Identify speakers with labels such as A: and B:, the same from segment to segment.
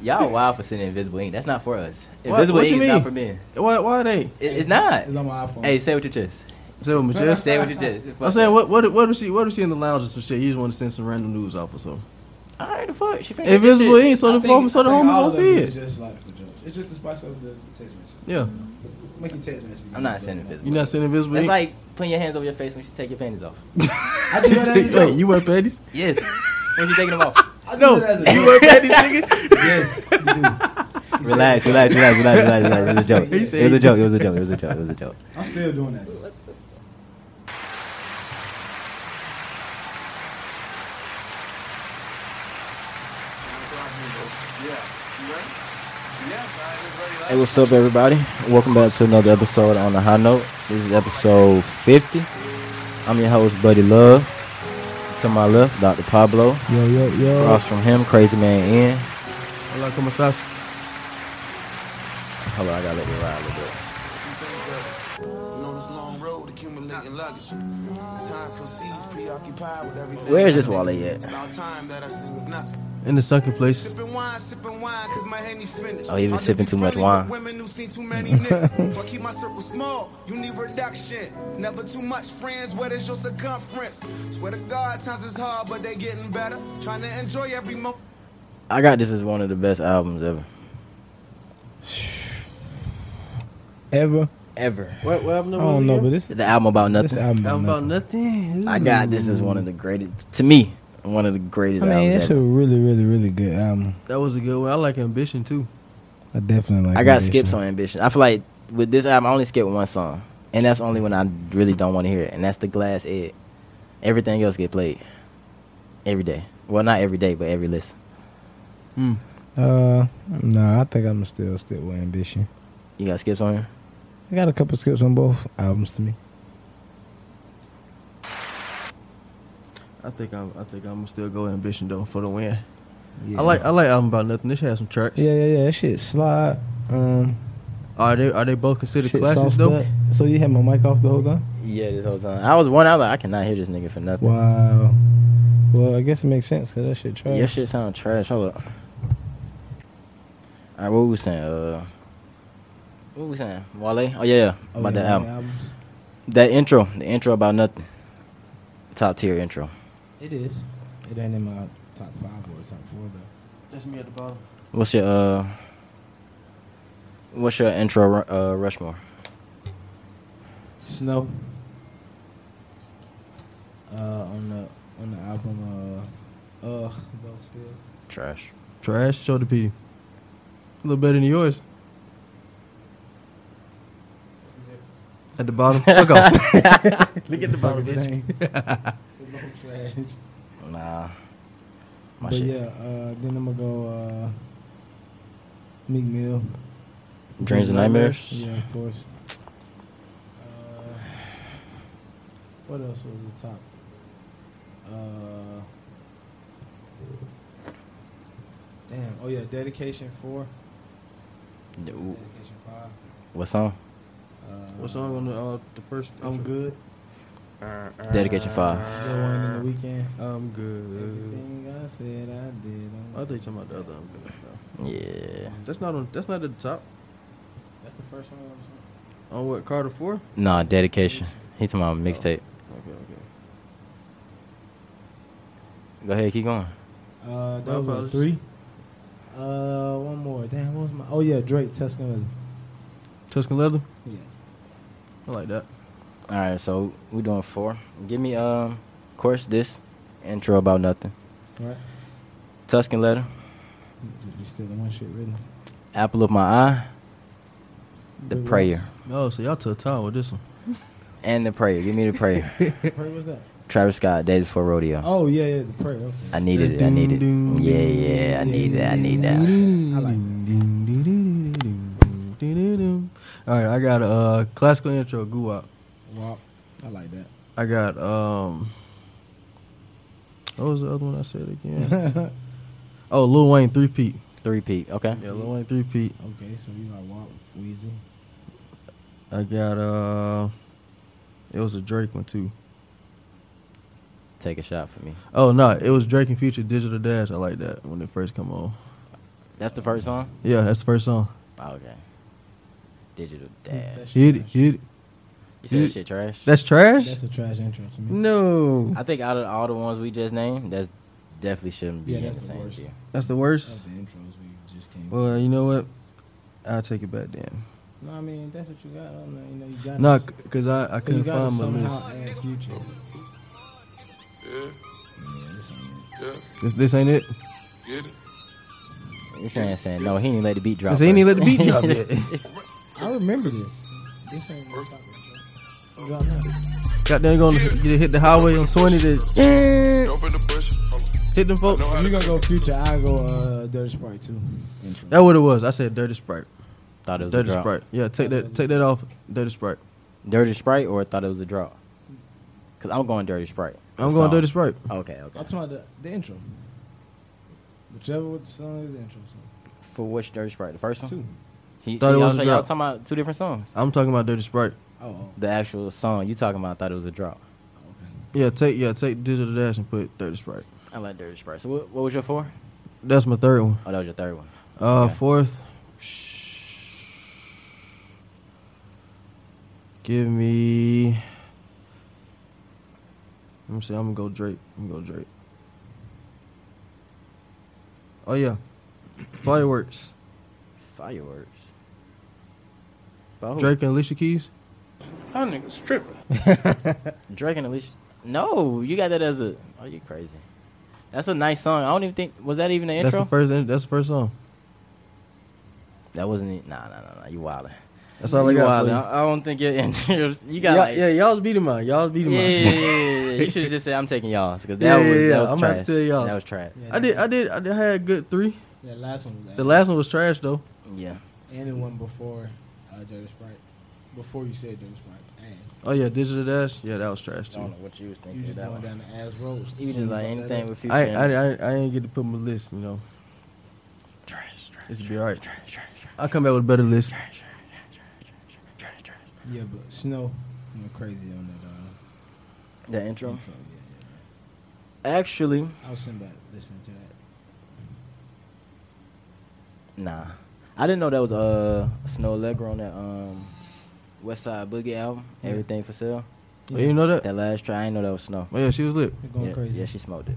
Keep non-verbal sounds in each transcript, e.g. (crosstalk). A: Y'all wild for sending invisible ink. That's not for us.
B: What-
A: Invisible
B: what
A: ink
B: you
A: is not
B: mean?
A: for men.
B: Why, why are they?
A: It, it's not.
C: It's on my iPhone.
A: Hey, say it with your chest.
B: Say what, Michelle?
A: Say it with your chest.
B: (laughs) I said, what, what, what was she? What was she in the lounge or some shit? You just want to send some random news off or something?
A: All right, the fuck. She finna get this
B: Invisible
A: shit.
B: ink, so the phone, so the
C: I think
B: homies
C: all
B: don't
C: of
B: see
C: them
B: it.
C: is Just like for jokes. It's just the spice of the text message.
B: Yeah,
C: Make your text message.
A: I'm not sending invisible.
B: you not sending invisible
A: That's
B: ink.
A: like putting your hands over your face when you take your panties off.
C: I do
B: (laughs)
C: that as a
B: Wait,
C: joke.
B: you wear panties?
A: Yes. when you taking them
B: (laughs)
A: off.
C: I do
B: No,
C: that as a
B: you
C: joke.
B: wear panties, nigga. (laughs)
C: Yes, you do.
A: Relax, relax, relax, relax, relax, relax. It was a joke.
B: He said
A: It was
B: he
A: a joke. It was a joke. It was a joke. It was a joke.
C: I'm still doing that. though.
A: Hey, what's up, everybody? Welcome back to another episode on the High Note. This is episode 50. I'm your host, Buddy Love. To my left, Dr. Pablo.
C: Yo, yo, yo.
A: Across from him, Crazy Man In.
B: Hola, ¿cómo estás?
A: Hold on, I gotta let it ride a little bit.
D: And on this long road, accumulating luggage. Time proceeds, preoccupied with everything.
A: Where is this wallet at?
D: It's about time that I sing of nothing.
B: In the sucking place.
D: Sipping wine, sipping wine, 'cause my henny finished.
A: Oh, he been
D: Ought to
A: sipping
D: be
A: too much
D: friendly
A: wine.
D: with Women who seen too
A: (laughs)
D: many niggas. so I keep my circle small. You need reduction. Never too much friends. Where is your circumference? Swear to God, times is hard, but they getting better. Trying to enjoy every moment.
A: I got this as one of the best albums ever.
C: Ever?
A: Ever.
B: What, what happened to
C: I don't know, but this
A: The album about
C: this
A: nothing.
C: album.
B: How
C: is
B: about
C: nothing.
B: nothing?
A: I got this as one of the greatest, to me, one of the greatest
C: I mean,
A: albums
C: it's a
A: ever.
C: really, really, really good album.
B: That was a good one. I like ambition too.
C: I definitely like.
A: I got
C: that
A: skips
C: shit.
A: on Ambition. I feel like with this album, I only skip one song, and that's only when I really don't want to hear it, and that's the Glass Ed. Everything else get played every day. Well, not every day, but every listen.
B: Mm.
C: Uh, nah, I think I'm still stick with ambition.
A: You got skips on here?
C: I got a couple skips on both albums to me.
B: I think I'm. I think I'm still go ambition though for the win.
C: Yeah.
B: I like. I like album about nothing. This has some tracks.
C: Yeah, yeah, yeah. That shit slide. Um,
B: Are they? Are they both considered
C: shit
B: classics
C: soft
B: though?
C: nut. So you had my mic off the whole time.
A: Yeah, this whole time. I was one. I was like, I cannot hear this nigga for nothing.
C: Wow. Well, I guess it makes sense because that shit trash.
A: Your shit sound trash. Hold up. All right, what we was saying? Uh, what we was saying? Wale? Oh yeah, yeah.
C: Oh,
A: about
C: yeah,
A: that
C: yeah,
A: album.
C: albums.
A: That intro. The intro about nothing. Top tier intro.
C: It is. It ain't in my top five or top four though.
B: That's me at the bottom.
A: What's your uh? What's your intro? Ru- Uh, Rushmore.
C: Snow. Uh, on the on the album, uh, uh, those feels.
A: Trash.
B: Trash. Show the P. A little better than yours. At the bottom.
A: (laughs)
B: Fuck off.
C: Look at the bottom, bitch.
A: Nah. My
C: but
A: shit.
C: yeah, uh, then I'm gonna go uh, Meek Mill.
A: Dreams and nightmares.
C: Yeah, of course. Uh, what else was the top? Uh, damn. Oh yeah, Dedication Four.
A: D- w-
C: Dedication Five.
A: What song?
C: Uh,
B: What song on the uh, the first?
C: I'm
B: intro?
C: good.
A: Dedication five.
C: That one in the weekend.
B: I'm good.
C: Everything I said I did. I'm
B: I think you're talking about the other. I'm good. No.
A: Yeah.
B: That's not on. That's not at the top.
C: That's the first one. I'm saying.
B: On what Carter Four?
A: Nah. Dedication. He talking about mixtape.
B: Okay. Okay.
A: Go ahead. Keep going.
C: Uh, that
B: My
C: was what,
B: apologies.
C: three. Uh, one more. Damn, what was my? Oh yeah, Drake Tuscan
B: Tuscan Leather.
C: Yeah.
B: I like that.
A: All right. So we doing four. Give me um, of course this intro about nothing.
C: Right.
A: Tuscan letter.
C: You still the one shit really.
A: Apple of my eye. The
C: Big
A: prayer.
B: Oh, so y'all took time with this one.
A: And the prayer. Give me the
C: (laughs)
A: prayer.
C: Ross. Prayer was that?
A: Travis Scott. Day before rodeo.
C: Oh yeah, yeah, the prayer. Okay.
A: I needed it. I needed it. Yeah, yeah. I need that. I need that.
C: I like
B: All right, I got a uh, classical intro, Goo Wop.
C: Wow. I like that.
B: I got um. What was the other one I said
C: (laughs)
B: again? oh, Lil Wayne three peat.
A: Three peat. Okay.
B: Yeah, Lil Wayne three peat.
C: Okay, so you got Walt Weezy.
B: I got uh. It was a Drake one too.
A: Take a shot for me.
B: Oh no, it was Drake and Future Digital Dash. I like that when it first come on.
A: That's the first song.
B: Yeah, that's the first song.
A: Oh, okay. Digital dash.
C: That's
B: Hit it,
C: trash.
B: hit it.
A: You said that shit trash.
B: That's trash.
C: That's a trash intro to me.
B: no,
A: I think out of all the ones we just named, that's definitely shouldn't be
C: Yeah,
A: in
C: that's
A: the
C: the
A: same
C: worst.
A: tier.
B: that's the
C: Of
B: worst.
C: the intros we just came.
B: Well, you know what? I'll take it back then.
C: no, I mean that's what you got. I don't know. You know you got.
B: No,
C: us.
B: because I, I
C: So you
B: couldn't
C: got us
B: find my
C: somehow
B: list.
C: add future.
E: Yeah, yeah,
B: This, this ain't it.
E: get it.
A: This ain't saying no. He ain't let the beat (laughs) drop.
B: This ain't even let
A: first.
B: the beat drop yet.
C: I remember this. This ain't what I'm talking about.
B: Goddamn, gonna get hit the highway on twenty to eh,
E: Jump in the bush. Hold on.
B: hit them folks.
C: You gonna go future? I go uh, Dirty Sprite too. Intro.
B: That what it was. I said dirty sprite.
A: Thought it was
B: Dirty
A: a drop.
B: sprite. Yeah, take that take that off. Dirty sprite.
A: Dirty Sprite or thought it was a draw? Cause I'm going Dirty Sprite.
B: I'm
A: The
B: going
A: song.
B: dirty sprite.
A: Okay,
C: I'm
A: okay.
C: talking about the, the intro. Whichever song is the intro song.
A: For which Dirty Sprite? The first one.
C: Two.
A: He,
B: Thought
A: so
B: it
A: y'all,
B: was a
A: y'all
B: drop. Uh.
A: talking about two different songs.
B: I'm talking about dirty sprite.
C: Oh, oh,
A: The actual song you talking about, I thought it was a drop.
B: Yeah, take yeah take digital dash and put dirty sprite.
A: I like Dirty Sprite. So what, what was your four?
B: That's my third one.
A: Oh, that was your third one.
B: Uh,
A: Okay.
B: fourth. Give me. Let me see. I'm gonna go Drake. I'm gonna go Drake. Oh yeah, fireworks.
A: Fireworks. By who?
B: Drake and Alicia Keys.
A: Drake and Alicia. No, you got that as a. Are you crazy? That's a nice song. I don't even think was that even the
B: That's
A: intro.
B: the first. in- That's the first song.
A: that wasn't. it. Nah, nah, nah, nah. You wildin'.
B: That's all I
A: you
B: got. for
A: wildin'.
B: you.
A: I I don't think you're in. You got
B: yeah,
A: like.
B: yeah, y'all's beating mine. Y'all's beating
A: Yeah,
B: mine.
A: yeah, yeah, yeah, yeah. You should have just said I'm taking y'all's because
B: Yeah,
A: that, was
B: yeah,
A: that
B: yeah.
A: was
B: I'm about to
A: trash.
B: steal y'all's.
A: That was trash.
C: yeah,
B: I
C: that-
B: did. I did. I did, I had a good three.
C: That last one. Was
B: The last one was trash though.
A: Yeah.
C: and the one before uh, Dirty Sprite. Before you said Dirty Sprite, ass.
B: Oh yeah, digital dash. Yeah, that was trash
A: I don't
B: too.
A: know what you
C: You
A: was thinking. of
C: just
A: that
C: going
A: one.
C: down the ass roast.
A: You just like anything with future.
B: I,
A: in
B: I,
A: it.
B: I, I ain't get to put my list. You know,
A: Trash, trash,
B: it should be alright.
A: trash, trash, trash,
B: I'll come back with a better list.
A: trash, trash, trash, trash, trash, trash.
C: Yeah, but Snow went crazy on that uh,
A: The intro.
C: intro. Yeah,
A: Actually,
C: yeah. I was sitting back listening to that.
A: nah. I didn't know that was uh Snow Allegra on that um West Side Boogie album.
C: Yeah.
A: Everything for sale.
B: Oh, you know that?
A: That last try, I didn't know that was Snow.
B: Oh yeah, she was lit.
C: They're going
A: yeah,
C: crazy.
A: yeah, she smoked it.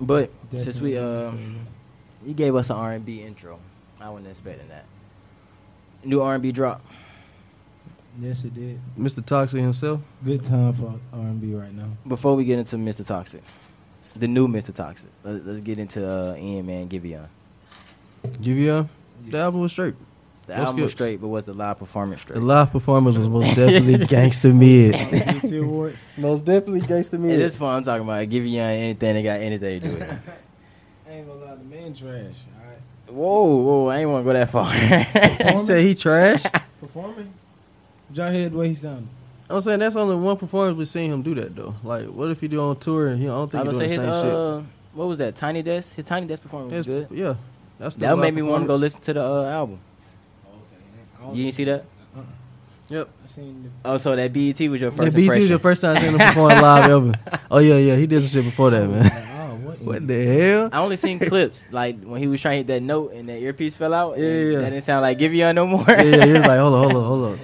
A: But since
C: Definitely
A: we
C: going
A: um he gave us an R and B intro, I wasn't expecting that. New R and B drop.
C: Yes, it did.
B: Mr. Toxic himself.
C: Good time for R and B right now.
A: Before we get into Mr. Toxic, the new Mr. Toxic. Let, let's get into uh, Ian Man Giveon.
B: Give you a the album was straight.
A: The
B: No
A: album was
B: skips.
A: straight, but was the live performance straight?
B: The live performance was most
A: (laughs)
B: definitely gangster mid.
C: BET
B: (laughs)
C: Awards.
B: most definitely gangster
A: At this point, I'm talking about Giveon anything that got anything to do with it. (laughs)
C: I ain't gonna lie, the man trash. All right,
A: Whoa, whoa, I ain't want to go that far. (laughs)
B: You said he trash.
C: performing. Did y'all hear the way he
B: (laughs)
C: sounded?
B: I'm saying that's only one performance we seen him do that though. Like, what if he do on tour and he? I don't
A: I
B: think he
A: was
B: doing
A: gonna
B: the
A: say his
B: same
A: uh, what was that? Tiny Desk. His Tiny Desk performance
B: shit.
A: was
B: That's-
A: good.
B: Yeah, that's the
A: That
B: live
A: made me want to go
B: performance.
A: listen to the uh, album.
C: Okay.
A: You didn't see that?
B: Yep.
C: I seen the
A: Oh, so that BET was your first
B: yeah, BT
A: impression.
B: E was the first time seeing him perform live ever.
A: (laughs)
B: Oh yeah, yeah, he did some shit before that, man.
C: Oh, what? in-
B: What the hell?
A: I only seen
B: (laughs)
A: clips like when he was trying to hit that note and that earpiece fell out. and
B: Yeah, yeah.
A: That didn't sound like Giveon no more. (laughs)
B: Yeah, yeah, he was like, hold on, hold on, hold on.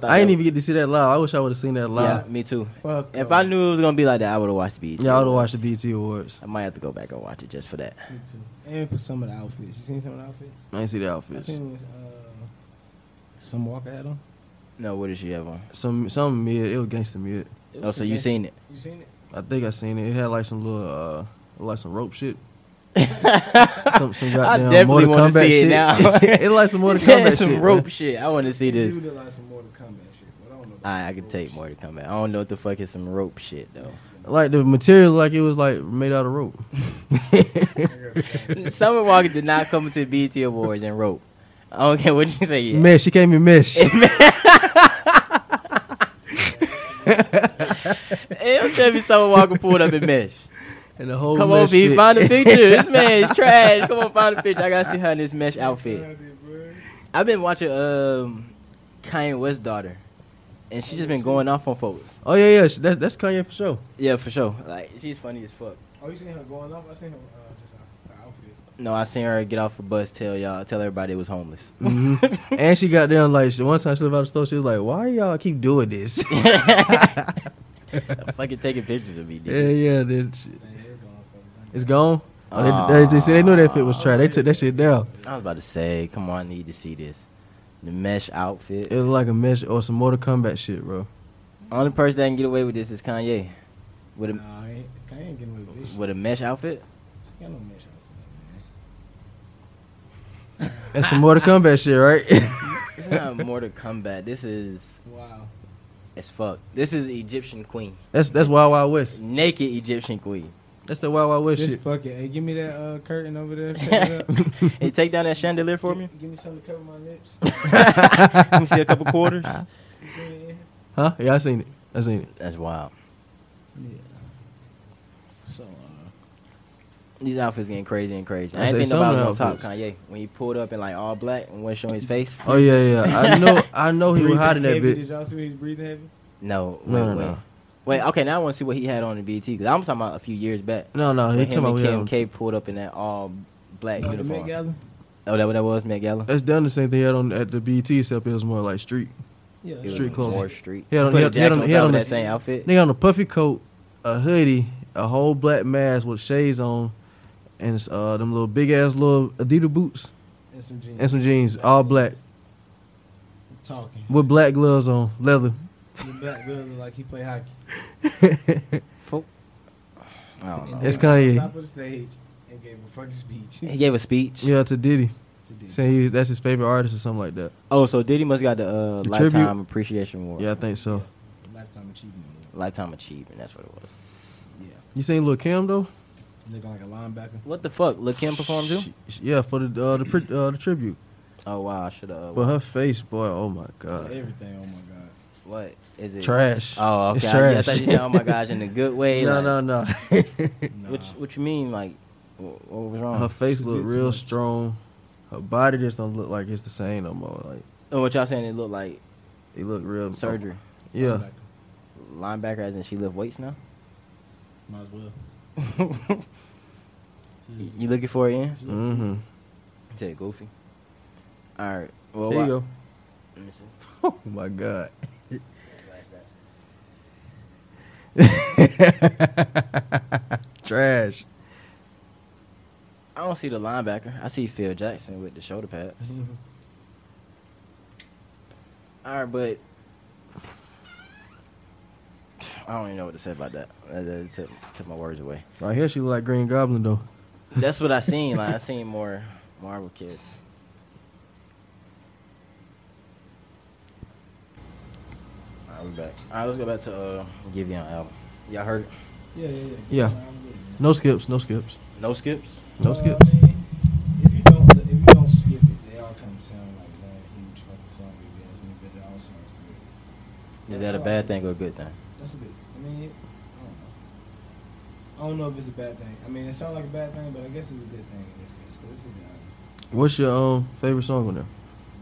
A: thought
B: I didn't
A: that-
B: even get to see that live. I wish I would have seen that live.
A: Yeah, me too.
C: Fuck.
A: If
C: uh,
A: I knew it was gonna be like that, I would have watched BET.
B: Yeah, I would have watched the E BT Awards.
A: I might have to go back and watch it just for that.
C: me too. And for some of the outfits, you seen some of the outfits?
B: I didn't see the
C: I
B: outfits.
C: seen uh, some Walker had on.
A: No, what did she have on?
B: Some some mid, it was gangster mid.
C: It
A: Oh,
C: was
A: so
C: some
A: you
C: gangsta-
A: seen it?
C: You seen it?
B: I think I seen it. It had like some little uh like some
A: (laughs)
B: rope shit. some some goddamn
A: definitely
B: Mortal
A: wanna
B: Kombat
A: see it
B: shit.
A: now.
B: (laughs)
A: (laughs)
B: it like some Mortal
A: Yeah,
B: Kombat
A: some
B: shit.
A: rope shit. I want to see this.
C: You did like some Mortal Kombat shit, but I don't know. about
A: I, I
C: some
A: could
C: rope
A: take
C: shit. (laughs)
A: more to come back. I don't know what the fuck is some rope shit (laughs) though.
B: Like the material like it was like made out of rope.
A: Summer Walker did not come to the BET Awards in rope. I don't care what you say. Yeah.
B: Mesh, she came in mesh.
A: (laughs) Hey, I'm telling you, Summer Walker pulled up in (laughs) mesh.
B: and the whole
A: Come
B: mesh
A: on, B,
B: fit.
A: find a picture. (laughs) This man is trash. Come on, find a picture. I gotta see her in this mesh
C: Yeah, I
A: outfit.
C: did, bro.
A: I've been watching um Kanye West's daughter, and she's just been going off on folks.
B: (laughs) Oh yeah, yeah, sh- that, that's Kanye
A: (laughs)
B: for sure.
A: Yeah, for sure. Like she's funny as fuck.
C: Oh, you seen her going up? I seen her uh, just her- her outfit.
A: No, I seen her get off the bus. Tell y'all, tell everybody it was homeless.
B: Mm-hmm. (laughs) And she got down like she- one time she was out the store. She was like, "Why y'all keep doing this?"
A: (laughs)
B: (laughs)
A: Fucking taking pictures of me.
B: yeah,
A: Dude.
B: yeah. Then she,
C: Hey, it's gone, fellas.
B: it's gone. Oh, they, they, they said they knew that fit was trash. They took that shit down.
A: I was about to say, come on, I need to see this. The mesh outfit.
B: It was like a mesh or some Mortal Kombat shit, bro.
A: Only person that can get away with this is Kanye, with a
C: Nah, I ain't, I ain't getting away with this shit.
A: with a mesh outfit.
C: She got no mesh outfit,
B: That's (laughs) some Mortal Kombat shit, right? (laughs)
A: It's not Mortal Kombat. This is
C: man. Wow.
A: as fuck. This is Egyptian queen,
B: that's that's Wild Wild West.
A: naked Egyptian queen.
B: That's the Wild Wild West
C: This
B: shit.
C: fucking, hey, give me that uh, curtain over there. Cover it up.
A: hey, take down that chandelier for me.
C: Give me something to cover my lips.
A: Let me see a couple quarters.
C: You see it?
B: Huh? Yeah, I seen it. I seen it.
A: That's wild.
C: Yeah. So, uh,
A: These outfits getting crazy and crazy.
B: I
A: I didn't
B: say
A: think nobody
B: some
A: was on top. Kanye when he pulled up in like all black and wasn't showing his face.
B: Oh yeah, yeah. (laughs) I know. I know he was
C: breathing
B: hiding that
C: heavy.
B: bitch.
C: Did y'all see when he's breathing heavy?
A: No, wait,
B: No, no,
A: wait.
B: no.
A: Wait, okay, now I want to see what he had on the BT because I'm talking about a few years back.
B: No, no. He
A: when
B: Oh, talking
A: him
B: about
A: and
B: we had
A: Kim
B: on-
A: K pulled up in that all black
C: Oh, the Met
A: uniform.
C: Gala?
A: Oh, that what that was, Met Gala.
B: That's done the same thing he had on at the BT, except it was more like street.
C: Yeah.
A: It was
B: Street clothes.
A: More street.
B: He had on-
A: Put
B: he
A: a
B: had- he had
A: jacket
B: on- he had
A: top
B: on
A: of
B: the-
A: that same outfit.
B: Nigga on a puffy coat, a hoodie, a whole black mask with shades on, and it's, uh them little big ass little Adidas boots
C: And some jeans.
B: and some jeans, all black
C: Talking.
B: with black gloves on, leather.
C: The black brother like he play hockey.
A: Fo- I don't
C: And
A: know.
B: Uh, It's
C: then got on
B: Kanye.
C: Top of the stage and gave a fucking speech. (laughs)
A: He gave a speech.
B: Yeah, to Diddy,
C: to Diddy.
B: saying he, that's his favorite artist or something like that.
A: Oh, so Diddy must got the, uh,
B: The
A: lifetime
B: tribute?
A: appreciation award.
B: Yeah, I think so.
C: Lifetime achievement. award.
A: Lifetime achievement. That's what it was.
C: Yeah.
B: You seen Lil Kim though?
C: Looking like a linebacker.
A: What the fuck? Lil Kim performed too.
B: She- she- Yeah, for the uh, the pri- uh, the tribute.
A: Oh wow, I should have.
B: But her face, boy, oh my god,
C: Everything. Oh my god.
A: what is it?
B: trash.
A: Oh, okay.
B: It's
A: I- yeah, I
B: trash.
A: thought you said, "Oh my gosh," in a
B: (laughs)
A: good way.
B: no,
A: like,
B: no,
A: (laughs)
B: no. (laughs)
C: Nah.
A: What you- What you mean? Like, wh- what was wrong?
B: Her face
C: She
B: look
C: did too
B: real
C: much.
B: strong. Her body just don't look like it's the same no more. Like
A: oh, what y'all saying? It looked like
B: it look real oh,
A: surgery. Oh,
B: Yeah,
C: Linebacker.
A: Linebacker, as in she lift weights now.
C: Might as well.
A: Y- You looking for it? In?
B: Mm-hmm.
A: Say goofy. All right. Well,
B: There you
A: why-
B: go.
A: Let me see.
B: Oh my (laughs) god. Trash.
A: I don't see the linebacker. I see Phil Jackson with the shoulder
B: (laughs)
A: pads. All right, but I don't even know what to say about that. That, that took, took my words away.
B: Right here, she look like Green Goblin though.
A: That's what I seen. Like I seen more Marvel kids. All right, we back. All right, let's go back to uh, Give You an Album. Y'all heard it?
C: Yeah, yeah,
B: Yeah.
C: yeah. I'm with it, man.
B: No skips. No skips.
A: No skips.
C: Well,
B: No
C: I
B: skips.
C: mean, If you don't, if you don't skip it, they all kind of sound like one huge fucking song. If you ask me, but it all sounds good.
A: Is that a bad thing or a good thing?
C: That's good. I mean, it, I don't know. I don't know if it's a bad thing. I mean, it sounds like a bad thing, but I guess it's a good thing in this case. 'cause it's a good album.
B: What's your um favorite song on there?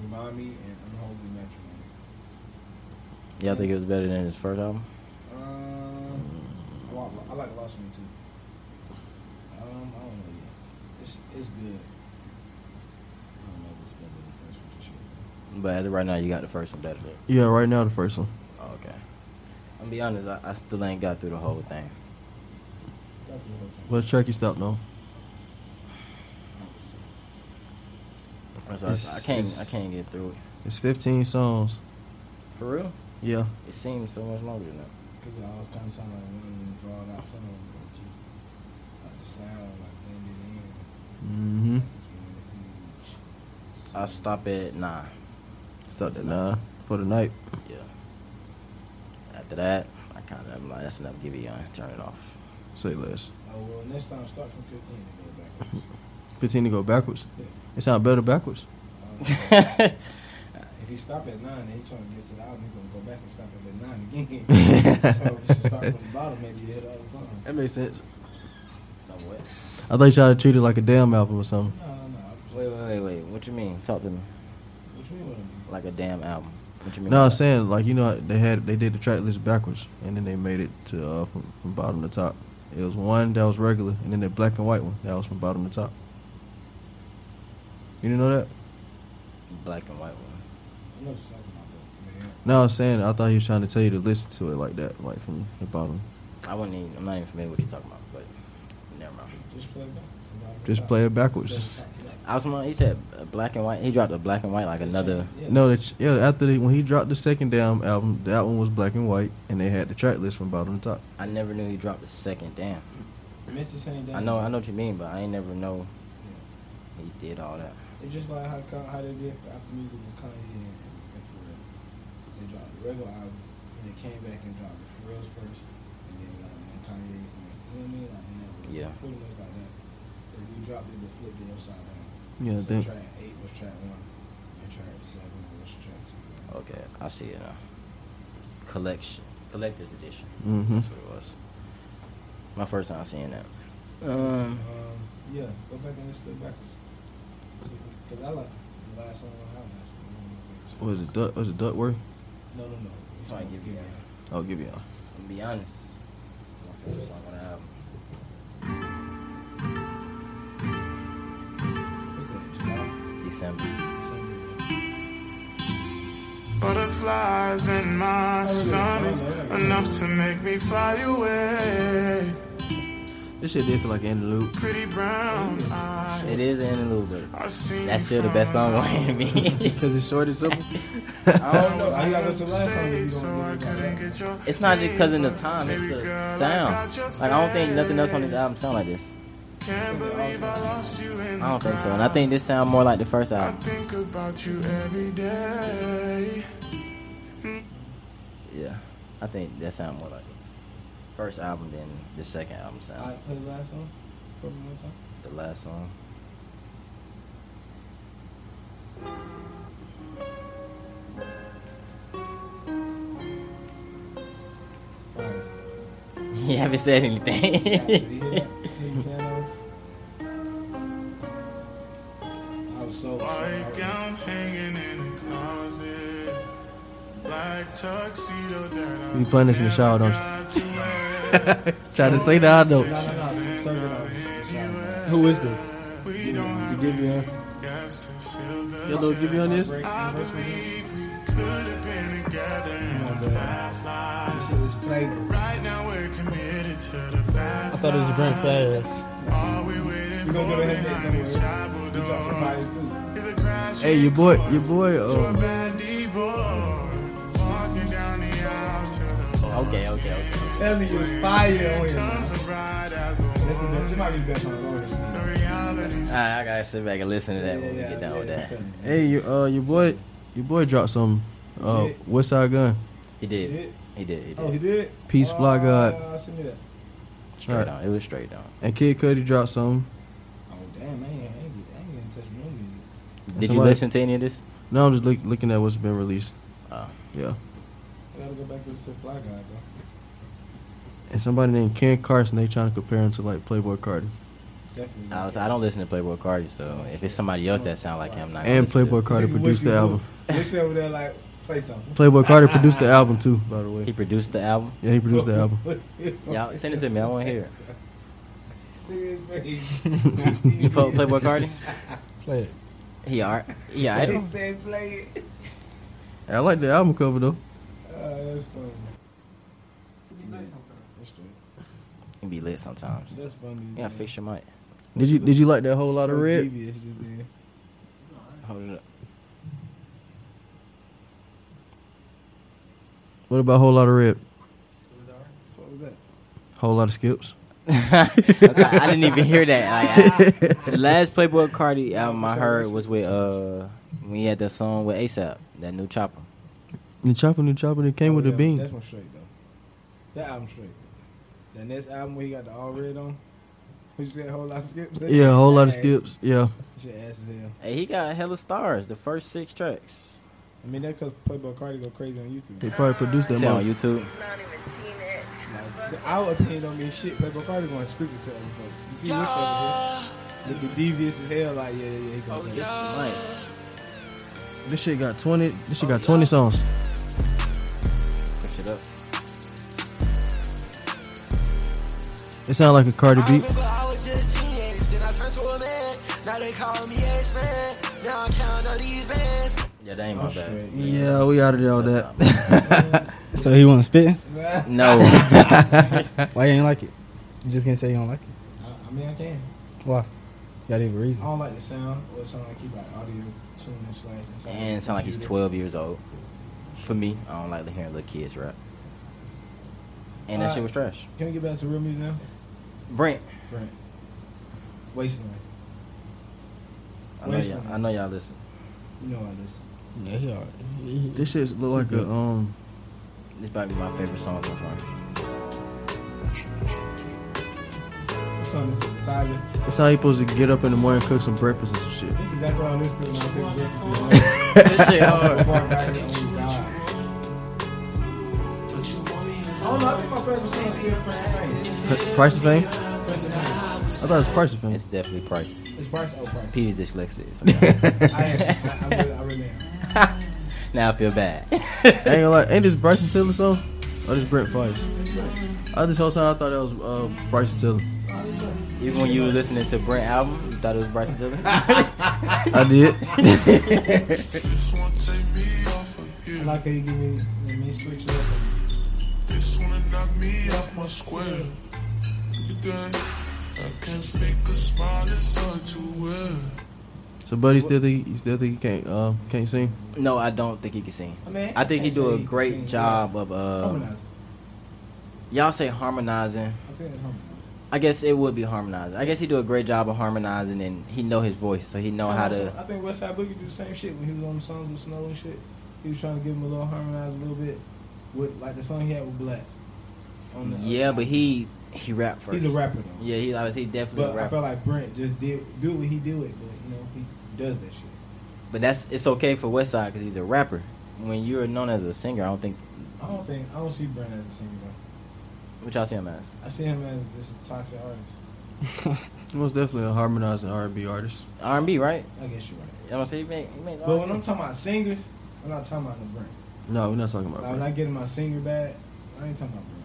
C: Remind me and unholy matrimony.
A: Y'all think it was better than his first album?
C: Um, I like, I like Lost Me too. Um, I don't know yet. It's it's good. I don't know if it's better than the first one. for sure.
A: But as of right now, you got the first one better.
B: Yeah, right now the first one.
A: Oh, okay. I'm gonna be honest. I, I still ain't got through the whole thing.
C: Got the whole thing.
B: What track you stopped on?
A: I'm sorry, I
B: It's-
A: can't.
B: it's-
A: I can't get through it.
B: It's 15 songs.
A: For real?
B: Yeah.
A: It seems so much longer than that.
C: Cause it all kind of sound like one drawn out song, but you like the sound like blended in.
B: Mm-hmm.
C: It's really huge.
A: I stop at nine.
B: Stopped at nine for the night.
A: Yeah. After that, I kind of am like, that's enough. Give it on. Turn it
B: (laughs)
A: off.
B: Say less.
C: Oh well, next time start from fifteen and go
B: (laughs)
C: backwards.
B: 15 to go backwards.
C: Yeah.
B: It sound better backwards.
C: Um, if he stop at nine and he trying to get to the album, he gonna go back and stop at that nine again.
B: (laughs)
C: so if you start from the bottom, maybe you hit all the songs.
B: That makes sense.
A: Somewhat.
B: I thought y'all treated it like a damn album or something.
C: No, no, no. I'm just-
A: Wait, wait, wait, wait. What you mean? Talk to me.
C: Which one would it be?
A: Like a damn album. What you mean?
B: No,
A: by
B: I'm
A: that?
B: saying like you know they had they did the track list backwards and then they made it to uh, from from bottom to top. It was one that was regular and then the black and white one that was from bottom to top. You didn't know that?
A: Black and white one.
C: I know what you're talking about, but man,
B: No, I was saying I thought he was trying to tell you to listen to it like that, like from the bottom.
A: I wouldn't even, I'm not even familiar with what you're talking about, but never mind.
C: just play it back.
B: Just play it backwards.
A: I was wondering, he said uh, black and white. He dropped a black and white like another.
C: Yeah.
B: No, that yeah. After the, when he dropped the second damn album, that one was black and white, and they had the track list from bottom to top.
A: I never knew he dropped a second. Damn.
C: It's the same thing.
A: I know, I know what you mean, but I ain't never know he did all that.
C: It's just like how Ka- how they did for Apple Music with Kanye and, and Pharrell. They dropped the regular album, and they came back and dropped the Pharrell's first, and then got and Kanye's next. You know what I mean? Like, and that was
A: Yeah.
C: Pretty much like that. If you dropped it, they flipped it upside down.
B: Yeah, I
C: so
B: think.
C: track eight was track one, and track seven was track two.
A: Okay, I see it now. Collection, collector's edition.
B: Mm-hmm.
A: That's what it was. My first time seeing that. Um,
C: Um, yeah, go back and listen to it backwards. Because I like the last song on the album. Actually, One of my favorites.
B: Was it Duck? Was it Duckworth?
C: No, no, no. It's
A: Probably
C: not
A: Give
C: Give
A: Me
C: Me Up.
B: I'll give you.
A: I'm gonna be honest. My favorite song on the album.
C: What's that? July?
A: December.
C: December.
E: Butterflies in my stomach, enough to make me fly away.
B: This shit did feel like an interlude.
E: Pretty brown eyes.
A: It is an interlude, but
E: I seen
A: that's still the best song on Enemy.
B: Because it's short and simple.
C: I don't know. I gotta go to the last song if you don't give me that.
A: (laughs) It's not just because of the time, it's the sound. Like, I don't think nothing else on this album sound like this.
E: Can't believe I lost you in
A: I don't think so. And I think this sound more like the first
E: I
A: album.
E: think about you every day.
A: Yeah. I think that sound more like the first album than the second album
C: All
A: sound.
C: right, play the last song for me one time.
A: The last song. (laughs)
C: Fire.
A: You haven't said
C: Actually,
A: anything.
C: you hear that? Hear the pianos? I was so
E: White
C: sorry.
E: gown hanging in the closet. Black tuxedo that I
B: You playing this in the shower, don't you?
E: got to wear.
B: Try to say that I
C: No, no,
B: know.
C: no. it's a Sergeant Oz. Sorry, man.
B: Who is this?
E: We don't have
C: Give me a
E: gas to feel the
B: Yo, Lil, give you on this.
C: break.
E: I
C: Reverse with
E: believe we could have been together in the past life.
C: This shit is flavor.
E: Right now we're committed to the
F: I
E: past
F: thought it was Brent Fayers.
E: All we waiting
C: You gonna
E: for
C: give a headache,
E: behind
C: don't
E: these
C: worry.
E: chapel
C: You got some
E: doors
C: fires too.
E: is a crash.
B: Hey, your boy, your boy.
E: To a
B: Uh,
E: bad divorce. Walking down the aisle to the
A: okay, okay, okay.
C: Telling you, it's fire on here. man.
E: comes a bride as
C: That's
E: a
C: the best. It
E: woman.
C: might be the best song on here.
E: The reality's
A: All right, I gotta sit back and listen to that when we
C: Yeah,
A: get down
C: yeah,
A: with
C: yeah,
A: that.
C: I'm telling you.
B: hey, your uh, your boy, your boy dropped something. Uh, West Side Gun.
A: He did. He did. He
C: Oh, he
A: did.
C: did?
B: Peace, Fly God.
C: Uh, send me that.
A: Straight on. It was straight on.
B: And Kid Cudi dropped something.
C: Oh, damn, I ain't, I ain't, get- I ain't getting in touch with no music.
A: Did you
B: Somebody-
A: listen to any of this?
B: Now I'm just look, looking at what's been released.
A: Oh.
B: Yeah.
C: I gotta go back to the Fly God, though.
B: And somebody named Ken Carson, they trying to compare him to like Playboy Cardi
C: Definitely.
A: I, was, I don't listen to Playboy Cardi, so if it's somebody else that sound like him, I'm not. gonna
B: and
A: listen to
B: Playboy
A: it.
F: (laughs)
B: Cardi
C: Nigga,
B: produced
C: what
B: the
C: you
B: album.
C: do? They sit over there like, play something.
B: Playboy Cardi
F: (laughs)
B: produced the album too, by the
A: He
B: way.
A: produced the album.
B: Yeah, he produced
C: (laughs)
B: the
F: Oh.
B: album.
A: Y'all send it to me. I want to hear (laughs) it. You (laughs)
C: You
A: fuck with Playboy Cardi?
F: Play it.
A: He alright. He
C: I
A: alright.
C: didn't say play it. (laughs)
B: I like the album cover though.
C: Uh, that's funny. That's true.
A: He be lit sometimes.
C: That's funny.
A: Yeah, fix your mic.
B: Did you did you like that whole lot of
C: So
B: red?
C: devious just then.
A: Hold it up. (laughs)
B: What about whole lot of red?
C: What was that?
B: Whole lot of skips.
A: Okay, I didn't even hear that. Like, I- (laughs) the last Playboy Cardi album I heard was with uh when he had that song with ASAP, that new chopper.
B: The chopper, the chopper, that came
C: Oh,
B: with
C: yeah,
B: the bean.
C: That's one straight though. That album straight. That next album where he got the all red on. What you said? Whole lot of skips.
B: yeah, a whole lot of
C: Ass.
B: skips. Yeah,
C: Shit ass as hell.
A: Hey, he got hella stars. The first six tracks.
C: I mean that cause Playboy Cardi go crazy on YouTube.
B: they probably produced that.
A: It's on
B: Mother.
A: YouTube.
G: not even seen it.
C: Like, th- our opinion don't mean shit. Playboy Cardi going stupid to other folks. You see this over here? Looking devious as hell. Like, yeah, yeah, yeah. He gonna play this shit.
A: Like,
B: This shit got twenty. This shit got twenty songs.
A: push it up.
B: It sound like a Cardi
F: Oh,
B: beat.
H: Remember I was just teenage, then I turned to a man.
D: Now they call me X-Man. Now I count all these bands.
A: Yeah, that ain't my bad.
B: Yeah, we out of there all that.
F: (laughs) So he want to spit? (laughs)
C: Nah,
A: No,
F: Why you ain't like it? You just can't say you don't like it.
C: (laughs) I, I mean, I can.
F: Why? You gotta give a
C: I
F: reason.
C: don't like the sound. Or it sound like he like audio tuning and slash. And sound
A: and it sound like he's
C: computer.
A: twelve years old. For me, I don't like hearing little kids rap. And that
C: Uh,
A: shit was trash.
C: Can we get back to real music now?
A: Brent,
C: Right. Wasteland.
A: I know, y'all, I know y'all listen.
C: You know I listen.
F: Yeah, he alright. He-
A: (laughs)
F: he-
B: This shit look like a um.
A: This might be my favorite song so far.
C: This song is Tyler.
B: That's how you supposed to get up in the morning, cook some breakfast and some shit.
C: This is exactly what I listen to when
A: (laughs)
C: I think breakfast. This shit hard. Before I got here, oh my God. I don't know. I think my favorite song is still Pennsylvania.
B: P- Price of Fame? I
C: Pennsylvania.
B: thought it was Price of Fame.
A: It's definitely Price.
C: It's Bryce O'Price.
A: (laughs) Peter's dyslexic.
C: I
A: so-
C: am. I, I, really, I really am.
A: now I feel bad.
B: I ain't gonna lie. Ain't this Bryson Tiller song? Or this Brent Price? I this whole time I thought that was uh, Bryson Tiller.
A: Even when you were listening to Brent album, you thought it was Bryson Tiller.
B: I did. (laughs)
C: I like how you give me, give me switch it up.
E: This wanna knock me off my square. You good? I can't fake a smile, it's hard to wear.
B: So, buddy, still think you still think he can't um can't sing?
A: no, I don't think he can sing.
C: I mean,
A: I think he
C: can't say
A: do a
C: can
A: great
C: sing.
A: job of uh,
C: Harmonize.
A: y'all say harmonizing.
C: I think it's harmonize.
A: I guess it would be harmonizing. I guess he do a great job of harmonizing, and he know his voice, so he know how to.
C: I think Westside Boogie do the same shit when he was on the songs with Snow and shit. He was trying to give him a little harmonize a little bit with like the song he had with Black. On the, uh,
A: Yeah, but he he rap first.
C: he's a rapper though.
A: Yeah, he obviously he definitely
C: but
A: a
C: I
A: rapper.
C: felt like Brent just did do what he did with, but you know he does that shit.
A: but that's it's okay for Westside because he's a rapper. When you're known as a singer, I don't think
C: I don't think I don't see Brent as a singer though.
A: what y'all see him as.
C: I see him as just a toxic artist.
B: Most definitely a harmonizing R&B artist.
A: R and B, right?
C: I guess you're right.
A: I'm gonna say you make, you make
C: But when I'm talking about singers, I'm not talking about no Brent.
B: No, we're not talking
C: Like when
B: about.
C: I get in my singer bag, I ain't talking about Brent.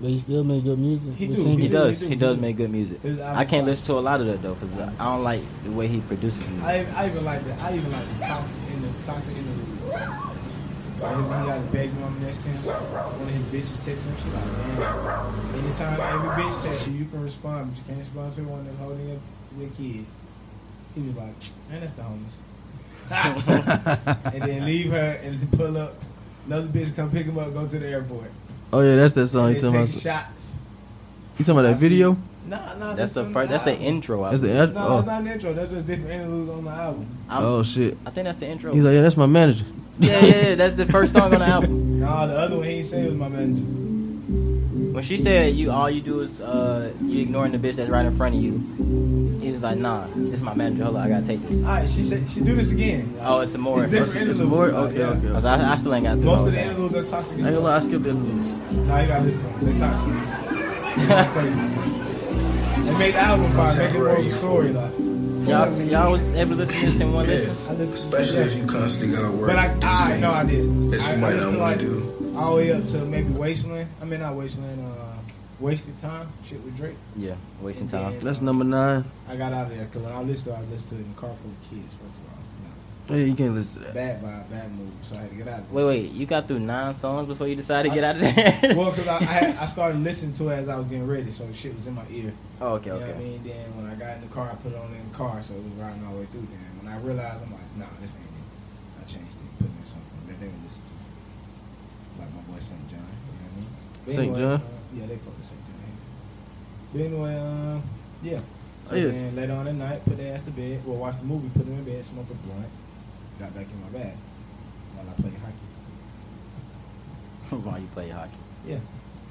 F: But he still make good music.
C: He
F: We
C: do,
F: sing
A: he
F: it.
A: does,
C: do,
A: he
C: he
A: does
C: do.
A: make good music.
C: His
A: I
C: album's
A: can't
C: fire.
A: listen to a lot of that though because I don't like the way he produces music.
C: I, I even like the I even like the toxic in the toxic in the like him, he got a baby mom next to him. One of his bitches texts him. She's like, man, anytime every bitch texts you, you can respond, but you can't respond to the one that's holding your, your kid. He was like, man, that's the
A: (laughs)
C: homeless. and then leave her and pull up. Another bitch come pick him up, go to the airport.
B: Oh yeah, that's that song.
C: and
B: You
C: they
B: talking
C: take
B: about?
C: shots.
B: You talking about
C: I
B: that
C: see-
B: video?
C: Nah, nah.
A: That's the
C: from
A: first. That's the
C: album.
A: intro. I,
B: That's the.
C: No,
B: oh.
C: that's not an intro. That's just different interludes on the album.
A: I'm-
B: oh shit.
A: I think that's the intro.
B: He's like, yeah, that's my manager.
A: yeah, yeah, yeah. That's the first song on the album.
C: Nah, the other one he ain't saying was my manager.
A: When she said you, all you do is uh, you ignoring the bitch that's right in front of you. He was like, nah, this is my manager. Hold on, I gotta take this.
C: All right, she said she do this again.
A: Oh, it's some more.
C: It's different
A: Most-
B: It's
C: interludes.
B: more.
C: uh,
B: Okay,
C: yeah.
B: okay.
A: Cause
B: okay.
A: I, I still ain't got through
C: Most
A: all
C: of the
A: that.
C: interludes are toxic.
B: I ain't gonna lie, I skipped the interludes.
C: Now you gotta listen to them. They toxic. They
H: (laughs)
C: crazy. They make the album fire. Make it more of a story. Like
A: Y'all, y'all was able to listen to this in one listen.
C: I listen,
H: Especially if you constantly gotta work.
C: But I,
H: these
C: I
H: days.
C: no, I did.
H: That you
C: I, I
H: might not
C: listened
H: wanna
C: to like
H: do.
C: all the way up to maybe Wasteland. I mean, not Wasteland. Uh, Wasted time. Shit with Drake.
A: Yeah, wasting
C: And then-
A: time.
B: That's number nine.
C: I got out of there because when I listened, to it, I listened to it in the car full of kids. First of all, you
B: Yeah, you can't listen to
C: know,
B: that.
C: bad vibe, bad mood. So I had to get out. Of
A: Wait, wait. You got through nine songs before you decided to get out of there.
C: (laughs) Well, because I, I, had, I started listening to it as I was getting ready, so shit was in my ear.
A: oh, okay,
C: You know what I
A: okay.
C: mean? Then when I got in the car, I put it on in the car, so it was riding all the way through. Then when I realized, I'm like, nah, this ain't it. I changed it, put in something that they would listen to. Like my boy St. John, you know what I mean? But
B: St.
C: anyway, Uh,
B: John?
C: yeah, they fuck with St. John. But anyway, um, yeah. So
B: Oh, yes.
C: then later on at night, put their ass to bed. Well, watch the movie, put them in bed, smoke a blunt, got back in my bag while I played hockey.
A: (laughs) While you play hockey.
C: Yeah,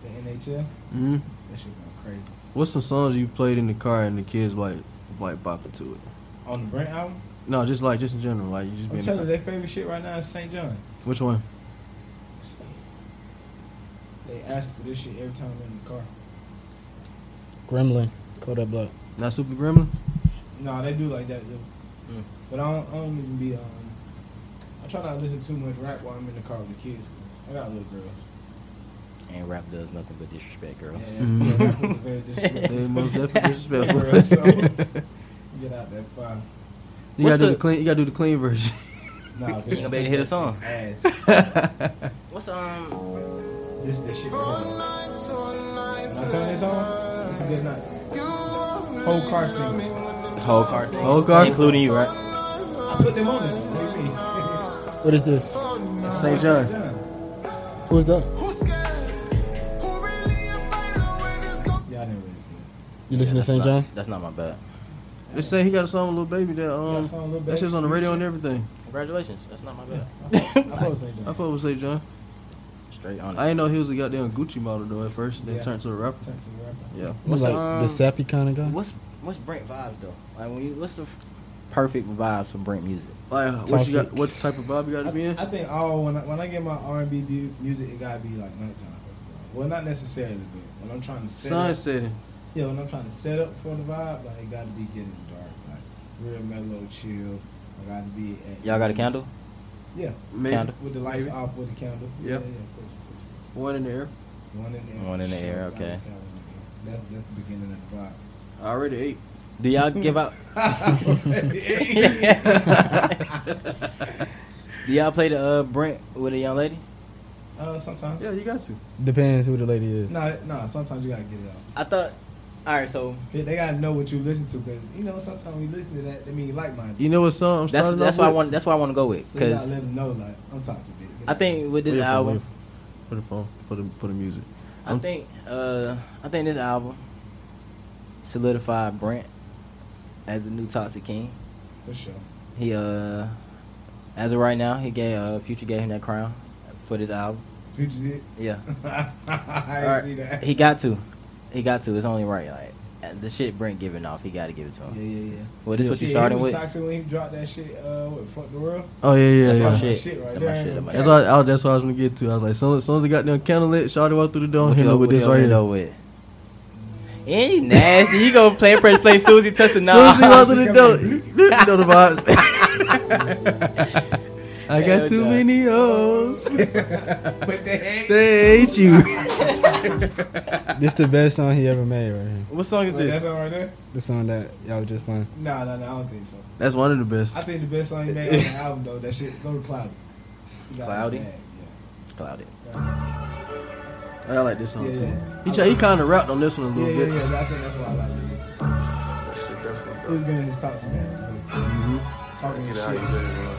C: the NHL,
B: hmm
C: that shit going crazy.
B: What's some songs you played in the car and the kids like like bopping to it?
C: On the Brent album,
B: No, just like just in general, like you just
C: I'm
B: being.
C: telling you, their favorite shit right now is St. John.
B: Which one?
C: They ask for this shit every time I'm in the car.
F: Gremlin. Call that blood.
B: Not Super Gremlin.
C: No, they do like that though.
A: Mm.
C: But I don't, I don't even be. Um, I try not to listen too much rap while I'm in the car with the kids. I got little girls.
A: And rap does nothing but disrespect girls. (laughs)
C: Yeah, yeah, rap was very disrespectful
B: They
C: to
B: most
C: me.
B: (laughs) definitely
C: Girls, so,
B: disrespectful.
C: yeah, get out that five.
B: You
A: What's
B: gotta do
A: the-
B: the clean. You gotta do the clean version.
C: Nah,
A: (laughs) You gonna be able to hit a song.
C: Ass.
A: (laughs) What's um?
C: This the shit. Right here. When I turn this on, it's a good night. Whole car scene.
A: Whole car thing.
B: Whole car?
A: including you, right?
C: I put them on this. What do you mean?
F: What is this?
B: St. John.
C: John.
F: Who's that?
C: Y'all didn't really.
F: You listen to St.
A: That's
F: John?
A: not- That's not my bad.
B: They say he got a song with Lil Baby that um
C: song with Lil
B: that shit's on the
C: Baby?
B: radio
C: (laughs)
B: and everything.
A: Congratulations. That's not my bad.
C: feel it. I thought St.
B: I
C: John.
B: fuck with St. John.
A: Straight on.
B: I didn't know he was a goddamn Gucci model though at first. Then
C: Yeah.
B: turned to a rapper.
C: Turn to the rapper.
B: Yeah.
F: He's
A: What's
F: like
A: um,
F: the sappy kind of guy.
A: What's what's Brent vibes though? Like when you what's the f- perfect vibes for Brent music?
B: Like what you got?
F: Toxic.
B: What type of vibe you got to be in?
C: I, I think all when I, when I get my R and B bu- music, it gotta be like nighttime. first of all. Well, not necessarily, but when I'm trying to set
B: Sun
C: up,
B: setting.
C: yeah, when I'm trying to set up for the vibe, like it gotta be getting dark, like real mellow, chill. I gotta be. At
A: Y'all got a candle?
C: Yeah,
B: Maybe
A: Kinda.
C: with the lights
B: Maybe.
C: off, with the candle.
B: Yeah.
C: yeah, of course, of course.
B: one in the air.
C: One in the air.
A: One in the
C: Sure,
A: air,
C: I like
A: okay.
C: that one in the air. That's that's the beginning of the vibe.
B: I already ate.
A: Do y'all give out? (laughs)
B: (laughs)
C: (laughs)
A: Do y'all play the uh, Brent with a young lady?
C: uh, sometimes.
B: Yeah, you got to.
F: Depends who the lady is.
C: No, no. Sometimes you gotta get it out.
A: I thought. All right, so
C: They- They gotta know what you listen to, because you know sometimes we listen to that. That mean you like mine.
B: You know what song? I'm
A: that's
B: starting
A: that's
B: off
A: why I
B: with?
A: want that's why I want to go with
C: So you gotta
A: because
C: let them know like I'm toxic. Bitch. Get
A: I
C: out.
A: think with this
B: Wait for it,
A: album,
B: wait For the phone, for the for the music.
A: I think uh I think this album solidified Brent as the new Toxic King.
C: for sure.
A: He uh as of right now, he gave uh Future gave him that crown for this album.
C: Future did.
A: Yeah.
C: (laughs) I didn't
B: Alright.
C: see that.
A: He got to. He got to. It's only right. Like uh, the shit Brent giving off, he got to give it to
C: Yeah,
A: him.
C: yeah, yeah.
A: Well, this
B: Yeah,
A: what you
C: Shit,
A: starting
C: he was
A: with?
C: toxic when he dropped that shit. Uh, what fuck the
A: (laughs)
C: world?
B: Oh yeah, yeah,
A: That's my
B: yeah.
A: shit.
C: right
A: That my
C: there.
A: shit, that my
B: That's what I, I- that's what I was gonna get to. I was like, soon as soon as I got them candle lit, Shawty walked through the door
A: What
B: and hit
A: you
B: me
A: up-
B: with
A: what you
B: this
A: up
B: right
A: in
B: here.
A: though with? And you nasty. You gonna play press play Susie Tester
B: Soon as
A: (laughs)
B: he
A: now?
B: walked through the door, (laughs) you know the vibes. (laughs) I
A: Hell
B: got too
A: nah.
B: many
A: (laughs)
B: hoes.
C: But they ain't.
B: They hate you.
F: This the best song he ever made right here.
A: What song is
C: Wait, that's
A: this?
C: all right there.
F: The song that y'all was just playing.
C: Nah, nah, nah. I don't think so.
B: That's one of the best.
C: I think the best song he made on
A: (laughs)
C: the album though, that shit go to Cloudy. You got
A: Cloudy?
C: it bad,
A: Clouded.
B: I
A: Oh,
B: like this song
C: Yeah,
B: too.
C: yeah.
B: He try, he kind of rapped on this one a
C: Yeah, yeah,
B: little bit.
C: yeah. I think that's why I like it.
E: That shit definitely Mm-hmm.
C: Who's been in this toxic man? Talking
E: Get out of
C: shit.
E: here, man.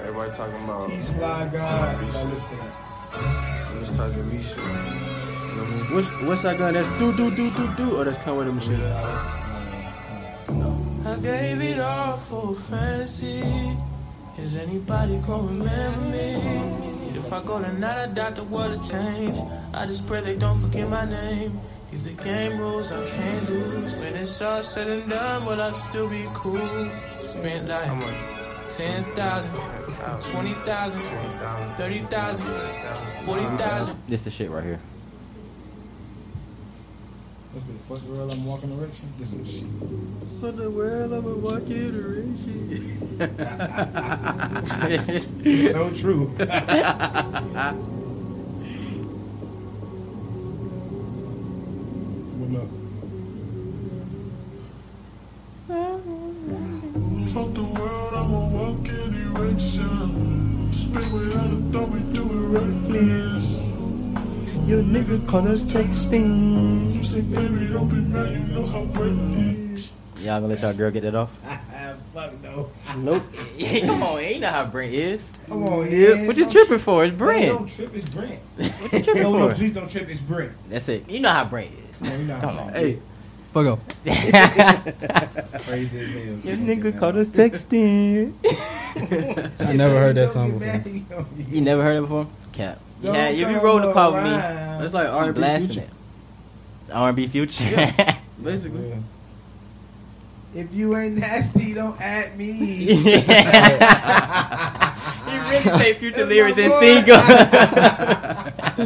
E: Everybody talking about
C: He's fly guy. I listen to that.
E: I'm just talking me shit. You know what I mean?
B: What's what's that gun? That's do do do do do, or Oh, that's Conway the Machine.
I: I gave it all for a fantasy. Is anybody gonna remember me? If I go tonight, I doubt the world will change. I just pray they don't forget my name. These are game rules I can't lose. When it's all said and done, will I still be cool? Spent like 10,000, 20,000, 30,000, 40,000.
A: This the shit right here.
C: What's the fuck the world I'm walking direction? This is shit.
B: For the world, I'ma walk you to reach it.
C: It's so true. (laughs) What up?
E: Fuck the world, I'm a walk in erection. Spin without a thought, we do it reckless. Your nigga call us texting. You say, baby, don't be mad, you know how break is.
A: Y'all gonna let y'all girl get that off?
C: fuck no.
B: Nope.
A: (laughs) Come on, ain't know how Brent is.
C: Come on,
A: What you tripping for? It's
C: Don't
A: Brent.
C: trip. It's Brent.
A: (laughs) What you tripping
C: No, no,
A: for?
C: please don't trip. It's Brent.
A: That's it. You know how Brent is. (laughs)
C: No, you're not
A: Come on.
B: Hey, fuck up.
C: Crazy as hell.
A: Your nigga
C: (laughs)
A: called us texting. (laughs)
F: I never heard that song
C: Don't get
F: before.
C: mad, yo.
A: You never heard it before? Cap.
C: Don't
A: Yeah, if you
C: come
A: roll the car with me,
C: around.
B: That's like R
A: I'm
B: and B
A: blasting
B: future,
A: it. R&B future. (laughs)
B: basically.
C: If you ain't nasty, don't at
B: (laughs)
C: me. (laughs)
A: you really take future
C: That's
A: lyrics
C: my
A: and
C: boy.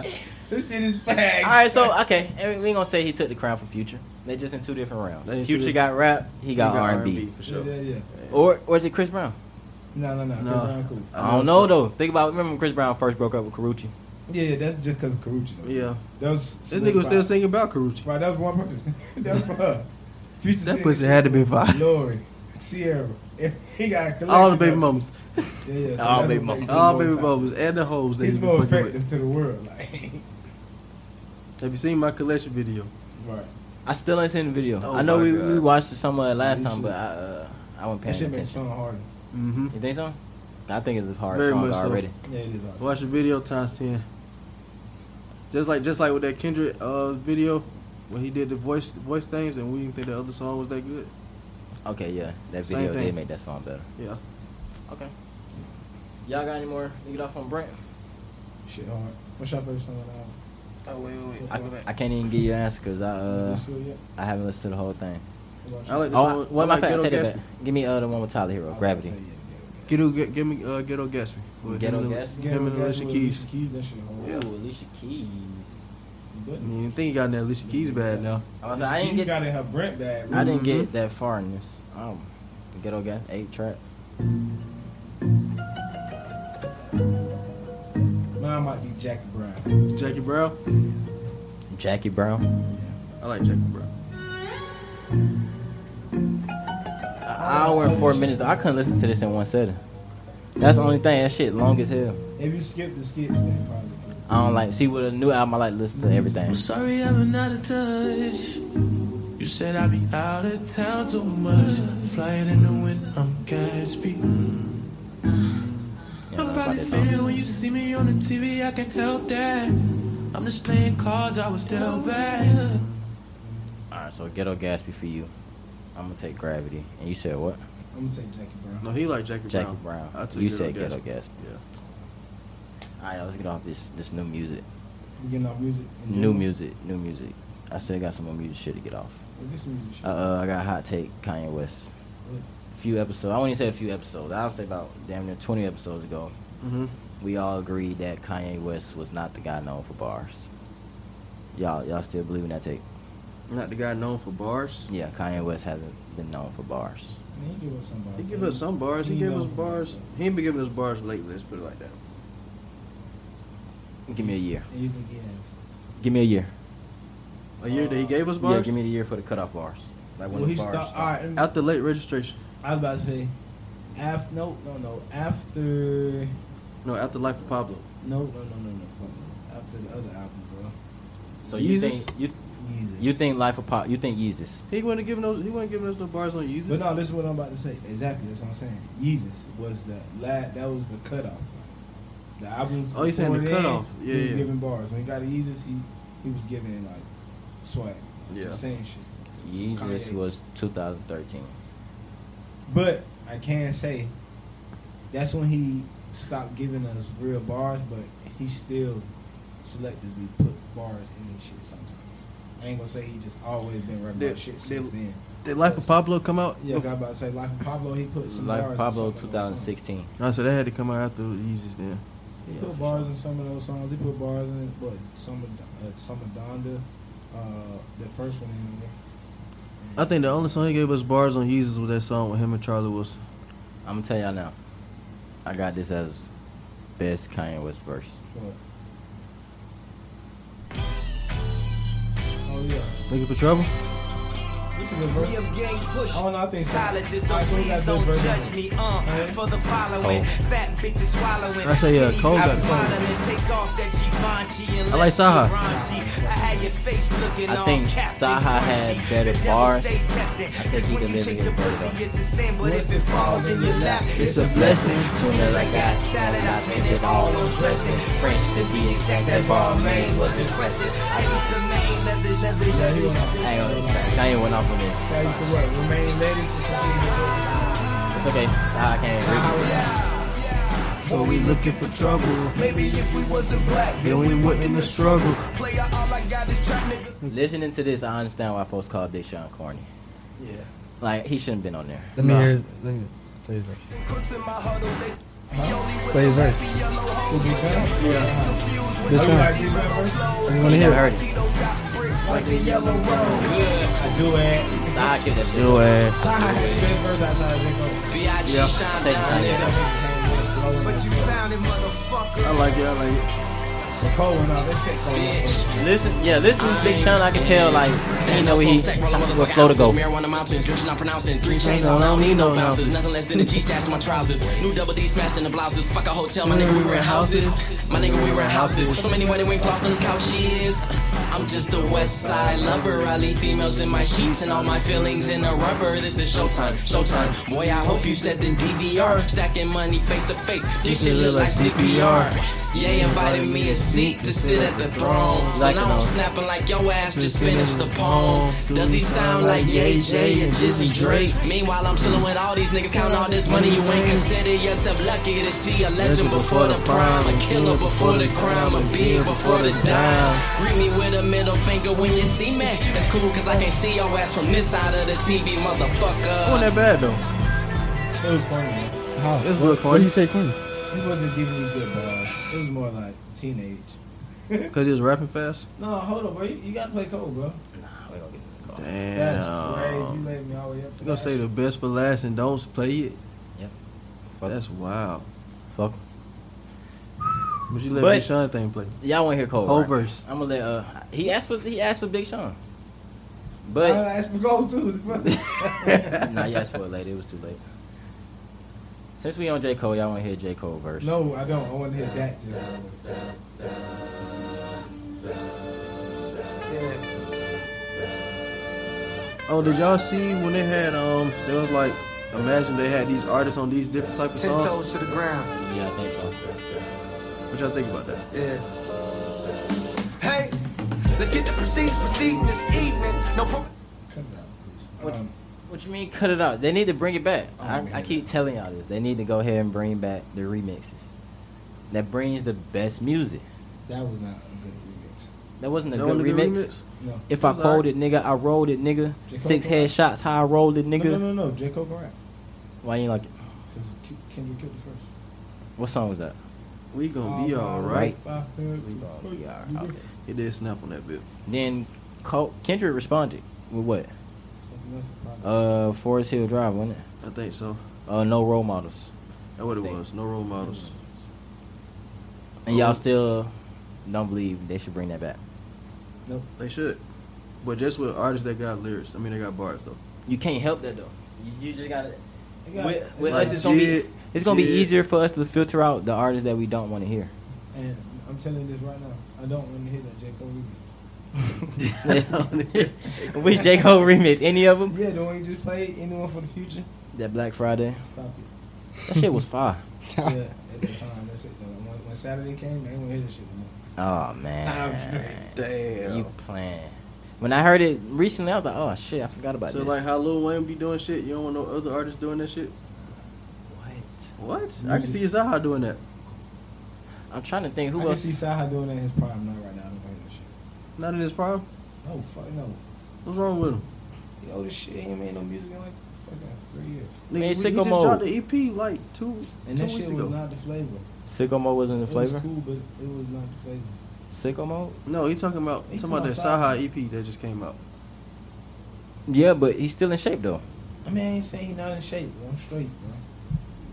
A: single. (laughs)
C: this shit is facts.
A: All right, so okay, and we ain't gonna say he took the crown for future. They just in two different rounds.
B: They in two
A: future got
B: different-
A: rap, he got,
B: You
A: R&B.
B: for
C: Yeah,
B: sure.
C: yeah, yeah.
A: Or or is it Chris Brown?
C: No, no, no. Chris
B: No.
C: Brown cool.
A: I don't know though. Think about remember when Chris Brown first broke up with Karuchi.
C: Yeah, yeah, that's just because of Karuchi. Though.
B: Yeah,
C: That was
B: this nigga was still singing about Karuchi.
C: (laughs) Right, that was one person. that was for her. Future
B: That
C: said
B: pussy
C: shit
B: had to be
C: with (laughs)
B: fine.
C: Lori, Sierra. (laughs) He got a collection.
B: (laughs) All the baby
C: of-
B: mamas.
C: Yeah, yeah, so
A: All
C: that's
A: baby
C: what
A: mamas.
C: makes
B: All
C: him
B: baby
C: more toxic.
B: mamas and the hoes they
C: He's
B: be
C: more
B: fucking with.
C: effective to the world. (laughs) Like,
B: Have you seen my collection video?
C: right.
A: I still ain't seen the video.
B: Oh
A: I know
B: my
A: we,
B: God.
A: we watched it somewhere last
C: You
A: time,
C: should-
A: but I uh, I wasn't
C: That
A: paying
C: shit makes
A: attention.
C: song harder.
B: Mm-hmm.
A: You think so? I think it's a hard
B: Very
A: song
B: much so.
A: already.
C: Yeah, it is awesome.
B: Watch the video times ten. Just like just like with that Kendrick uh video when he did the voice voice things and we didn't think the other song was that good.
A: Okay, yeah, that
B: Same
A: video did
B: thing.
A: make that song better.
B: Yeah.
A: Okay. Y'all got any more? You get off on Brent.
C: Shit hard. What's your favorite song on the album?
I: Oh wait, wait, wait.
A: I,
I: Go back.
A: I can't even give you an answer because I uh
C: You still yet?
A: I haven't listened to the whole thing.
C: What about
B: I like
C: you?
B: This
A: Oh, I-
B: one-
A: well, my
B: I like
A: fact,
B: Ghetto
A: take that
B: Gas-
A: back. Give me uh, the one with Tyler Hero,
C: I was
A: Gravity.
C: about to say, yeah,
B: Ghetto get, give me uh, Ghetto Gatsby. With
A: Ghetto
B: him and-
A: Gatsby?
B: Him and
C: Ghetto Gas
B: Alicia
C: with
B: Keys.
C: Keys, that shit hard.
B: Yeah.
A: Alicia Keys.
C: But
B: I mean, I think he got in that Alicia Keys bad now.
A: I, was like, I didn't get
C: got in her Brent bag.
A: I didn't
B: Mhm.
A: get that far in this. Um, Ghetto Gas eight track.
C: Mine might be Jackie Brown.
B: Jackie Brown.
A: Jackie Brown.
B: I like Jackie Brown.
A: An hour and four minutes. I couldn't listen to this in one setting. That's the only thing. That shit long as hell.
C: If you skip the skips, then probably. Could.
A: I don't like. See, with a new album, I like to listen to everything.
I: I'm sorry I'm not a touch. You said I be out of town too much. Flying in the wind, I'm Gatsby.
A: You know,
I: I'm
A: about
I: probably
A: that song.
I: feeling when you see me on the TV, I can help that. I'm just playing cards, I was dealt bad.
A: All right, so Ghetto Gatsby for you. I'm gonna take Gravity, and you said what?
C: I'm gonna take Jackie Brown.
B: No, he like Jackie,
A: Jackie
B: Brown.
A: Brown.
B: I took
A: You
B: Ghetto
A: said Ghetto
B: Gatsby.
A: Gatsby.
B: Yeah.
A: All right, let's get off this this new music.
C: We getting off music. and
A: New
C: then-
A: music, new music. I still got some more music shit to get off.
C: Well, get some music. shit.
A: Uh, uh I got a hot take Kanye West. Few episodes. I won't even say a few episodes. I'll say about damn near 20 episodes ago.
B: Mm-hmm.
A: We all agreed that Kanye West was not the guy known for bars. Y'all, y'all still believe in that take?
B: Not the guy known for bars.
A: Yeah, Kanye West hasn't been known for bars.
C: Man, he give us somebody.
B: He give us some bars. He,
C: He
B: gave
C: known
B: us
C: for
B: bars.
C: bars.
B: He ain't been giving us bars lately. Let's put it like that.
A: Give me a year.
C: And you can get us.
A: Give me a year.
B: A year that he gave us
A: Yeah,
B: bars.
A: give me the year for the cutoff bars. Like when
C: Well,
A: the
C: he
A: bars.
C: stopped.
A: stop.
C: All right. let me-
B: After late registration.
C: I was about to say, after no, no, no, after
B: No, after Life of Pablo.
C: no, no, no, no, no, fuck no. After the other album, bro.
A: So you
B: Yeezus?
A: think you
C: Yeezus.
A: you think Life of Pop? You think Yeezus?
B: He wasn't giving us. He wasn't giving us no bars on
C: But
B: users.
C: no, this is what I'm about to say. Exactly, that's what I'm saying. Yeezus was the lad. That was the cutoff. The albums.
B: Oh, you saying the
C: before then,
B: cutoff. Yeah,
C: he was
B: yeah.
C: giving bars. When he got a Yeezus, he he was giving like swag.
B: Yeah.
C: Saying shit.
A: Yeezus
C: Kanye.
A: was 2013.
C: But I can say that's when he stopped giving us real bars, but he still selectively put bars in his shit sometimes. I ain't gonna say he just always been rapping
B: Did-
C: about shit
B: did-
C: since then.
B: Did Life of Pablo come out?
C: Yeah,
B: bef-
C: I about to say Life of Pablo, he put some
A: Life
C: bars
A: of
C: in
A: Pablo
C: some of those songs.
A: 2016.
B: I said that had to come out after Yeezus then.
C: He
A: Yeah,
C: put
A: for
C: bars
A: sure.
C: in some of those songs. He put bars in it, but some of the- uh, some of Donda, uh, the first one in there.
B: I think the only song he gave us bars on Yeezus was that song with him and Charlie Wilson.
A: I'm gonna tell y'all now. I got this as best Kanye West verse.
C: But- Oh yeah.
B: Looking for trouble?
C: This is a good verse.
J: Williams gang push.
C: Oh, no, I think so.
J: Colleges, so
C: Alright, so we got this
J: please don't
C: version.
J: judge me, uh, for the
C: Oh.
J: following. Fat bitches swallowing.
B: I say, uh,
J: Skinny
B: Cole
J: bitches
B: got the song.
J: swallowing. Take off that Givenchy and
B: I
J: let
B: like Saha.
J: me raunchy. I had your face looking
A: I
J: all
A: think
J: Captain
A: Saha had
J: Crunchy.
A: better
J: The devil
A: bars.
J: stay tested. Cause
A: he
J: when you
A: delivered
J: chase
A: it
J: the
A: better,
J: pussy,
A: though.
J: it's a sin, but if it falls in your lap,
A: It's a blessing. Soon as I
J: I
A: got
J: got salad, I spent
A: it
J: it all on dressing. French to be exact, that ball main was impressive. I need some main leather, leather, leather, leather.
A: Hang on, Kanye went off on this.
C: That is correct. Remaining ladies.
A: It's okay. I can't read it.
E: So we looking for trouble.
D: Maybe if we wasn't black,
E: Then we wouldn't the struggle.
D: player, all I got is trap nigga.
A: Listening to this, I understand why folks call Big Sean corny.
C: Yeah.
A: Like he shouldn't been on there.
F: Let me hear. Let me play his verse.
D: Crooks in my huddle, they
F: Play his verse. This
C: Like
F: song.
C: this verse?
F: You wanna
A: You
F: hear
A: never
F: it?
A: heard it.
C: I do it.
A: Side kick that shit.
B: Yo ass.
C: Saha had the best verse outside of Nicole.
A: Yeah. Take Kanye.
C: But you
B: I like it. I like it.
C: Cole went out. They said Cole went out.
A: Listen, yeah, listen to Big Sean. I can tell, like, you know, he what flow to go.
J: Marijuana mountains, juice not pronouncing. Three chains,
A: No,
J: I don't need no
A: ounces.
J: bounces. Nothing less than a G stash to my trousers. New double D smashed in the blouses. Fuck a hotel, my nigga, we were in houses. My nigga, we were in houses. So many wedding wings lost on the couches. I'm just a West Side lover. I leave females in my sheets and all my feelings in a rubber. This is showtime, showtime. Boy, I hope you said the DVR. Stacking money face to face. This shit look like CPR. Yeah, invited me a seat to sit at the throne. So
A: Like
J: now I'm
A: it all.
J: snapping like yo ass just finished the poem. Does he sound like Yay J and Jizzy Drake? Meanwhile, I'm chilling with all these niggas, counting all this money. You ain't consider yourself lucky to see a legend before the prime, a killer before the crime, a big before the dime. Greet me with a middle finger when you see me. It's cool, cause I can't see your ass from this side of the TV, motherfucker.
B: It wasn't that bad though.
C: It was corny.
F: How? what,
B: It's Lil
F: what
B: Corny.
F: do you say, Queen?
C: He wasn't giving you good bars. It was more like teenage.
B: Cause he was rapping fast.
C: No, hold up, bro. You, you got to play Cole, bro. That's crazy. You
B: Damn.
C: laid me all the way up for
B: You gonna
C: that
B: say the
C: shit.
B: best for last and don't play it?
A: Yep. Fuck.
B: That's wild.
A: Fuck.
B: But you let
A: But-
B: Big Sean thing play.
A: Y'all want to hear Cole?
B: Whole
A: Oh, right?
B: verse.
A: I'm gonna let. Uh, he asked for he asked for Big Sean,
C: I (laughs)
A: but
C: asked for gold too. It's funny.
A: nah, he asked for it late. It was too late. Since we on J Cole, y'all want to hear J Cole verse?
C: no, I don't. I want to hit that. Just.
B: Oh, did y'all see when they had um? There was like, imagine they had these artists on these different type of
K: Ten
B: songs.
K: toes to the ground.
A: Yeah, I think so.
B: What y'all think about that?
K: Yeah. Hey, let's get the proceeds proceeding this evening. No pro-
C: Cut it out, please.
A: What-
C: Um,
A: What you mean cut it out? They need to bring it back.
C: Oh,
A: I,
C: man.
A: I keep telling y'all this. They need to go ahead and bring back the remixes. That brings the best music.
C: that was not a good remix.
A: That wasn't a
B: That
A: good
B: wasn't a
A: remix.
B: good
C: No.
A: If I
B: It was alright.
A: pulled it, nigga, I rolled it, nigga.
C: J. Cole
A: Six
C: can rap.
A: head shots, how I rolled it, nigga.
C: No, no, no, no. J. Cole can rap.
A: Why you ain't like it?
C: Because Kendrick killed it first.
A: What song was that?
B: We gonna
C: Oh,
B: be all right.
A: right.
C: We
B: It did snap on that bit.
A: Then Col- Kendrick responded with what? Uh, Forest Hill Drive, wasn't it?
B: I think so.
A: Uh, no role models.
B: That's what it
A: Think.
B: was. No role models.
A: And
C: Oh.
A: y'all still don't believe they should bring that back.
B: They should. But just with artists that got lyrics. I mean, they got bars
A: (laughs)
B: though. (laughs)
A: You can't help that though. You, you just gotta. With, with
B: Like,
A: us, it's gonna be
B: jid,
A: it's gonna be
B: jid.
A: easier for us to filter out the artists that we don't want to hear. (laughs)
C: And I'm telling you this right now. I don't want to hear that J. Cole remix.
A: Which J Cole remix? Any of them?
C: Yeah, the one you just played, anyone for the future,
A: That Black Friday.
C: stop it.
A: That shit was fire.
C: Yeah, at that time, that's it though. When, when Saturday came, they didn't hear this shit no more.
A: Oh man,
B: Damn.
A: you playing? When I heard it recently, I was like, oh shit, I forgot about
B: so
A: this.
B: like how Lil Wayne be doing shit, you don't want no other artists doing that shit.
A: what?
B: What? I
A: Mm.
B: can see Zaha doing that.
A: I'm trying to think
C: Who
A: who
C: I else? can
A: else.
C: see Saha doing that in his prime, not right now. I don't want to hear this shit.
B: Not in his prime.
C: No, fuck no.
B: What's wrong with him?
C: He old as shit. He ain't made no music in like fucking three years.
B: Nigga,
A: Man,
B: we- he
A: sicko
B: just
A: mode.
B: dropped the EP like two
C: And
B: two
C: that
B: weeks
C: shit
B: ago.
C: was not the flavor.
A: Sicko mode was in the
C: it
A: flavor.
C: was cool, but it was not the flavor.
A: Sicko mode.
B: No, he talking about
C: He
B: talking about that
C: talking about
B: Saha EP that just came out.
A: Yeah, but he's still in shape though.
C: I mean, I ain't saying he not in shape, but I'm straight, bro.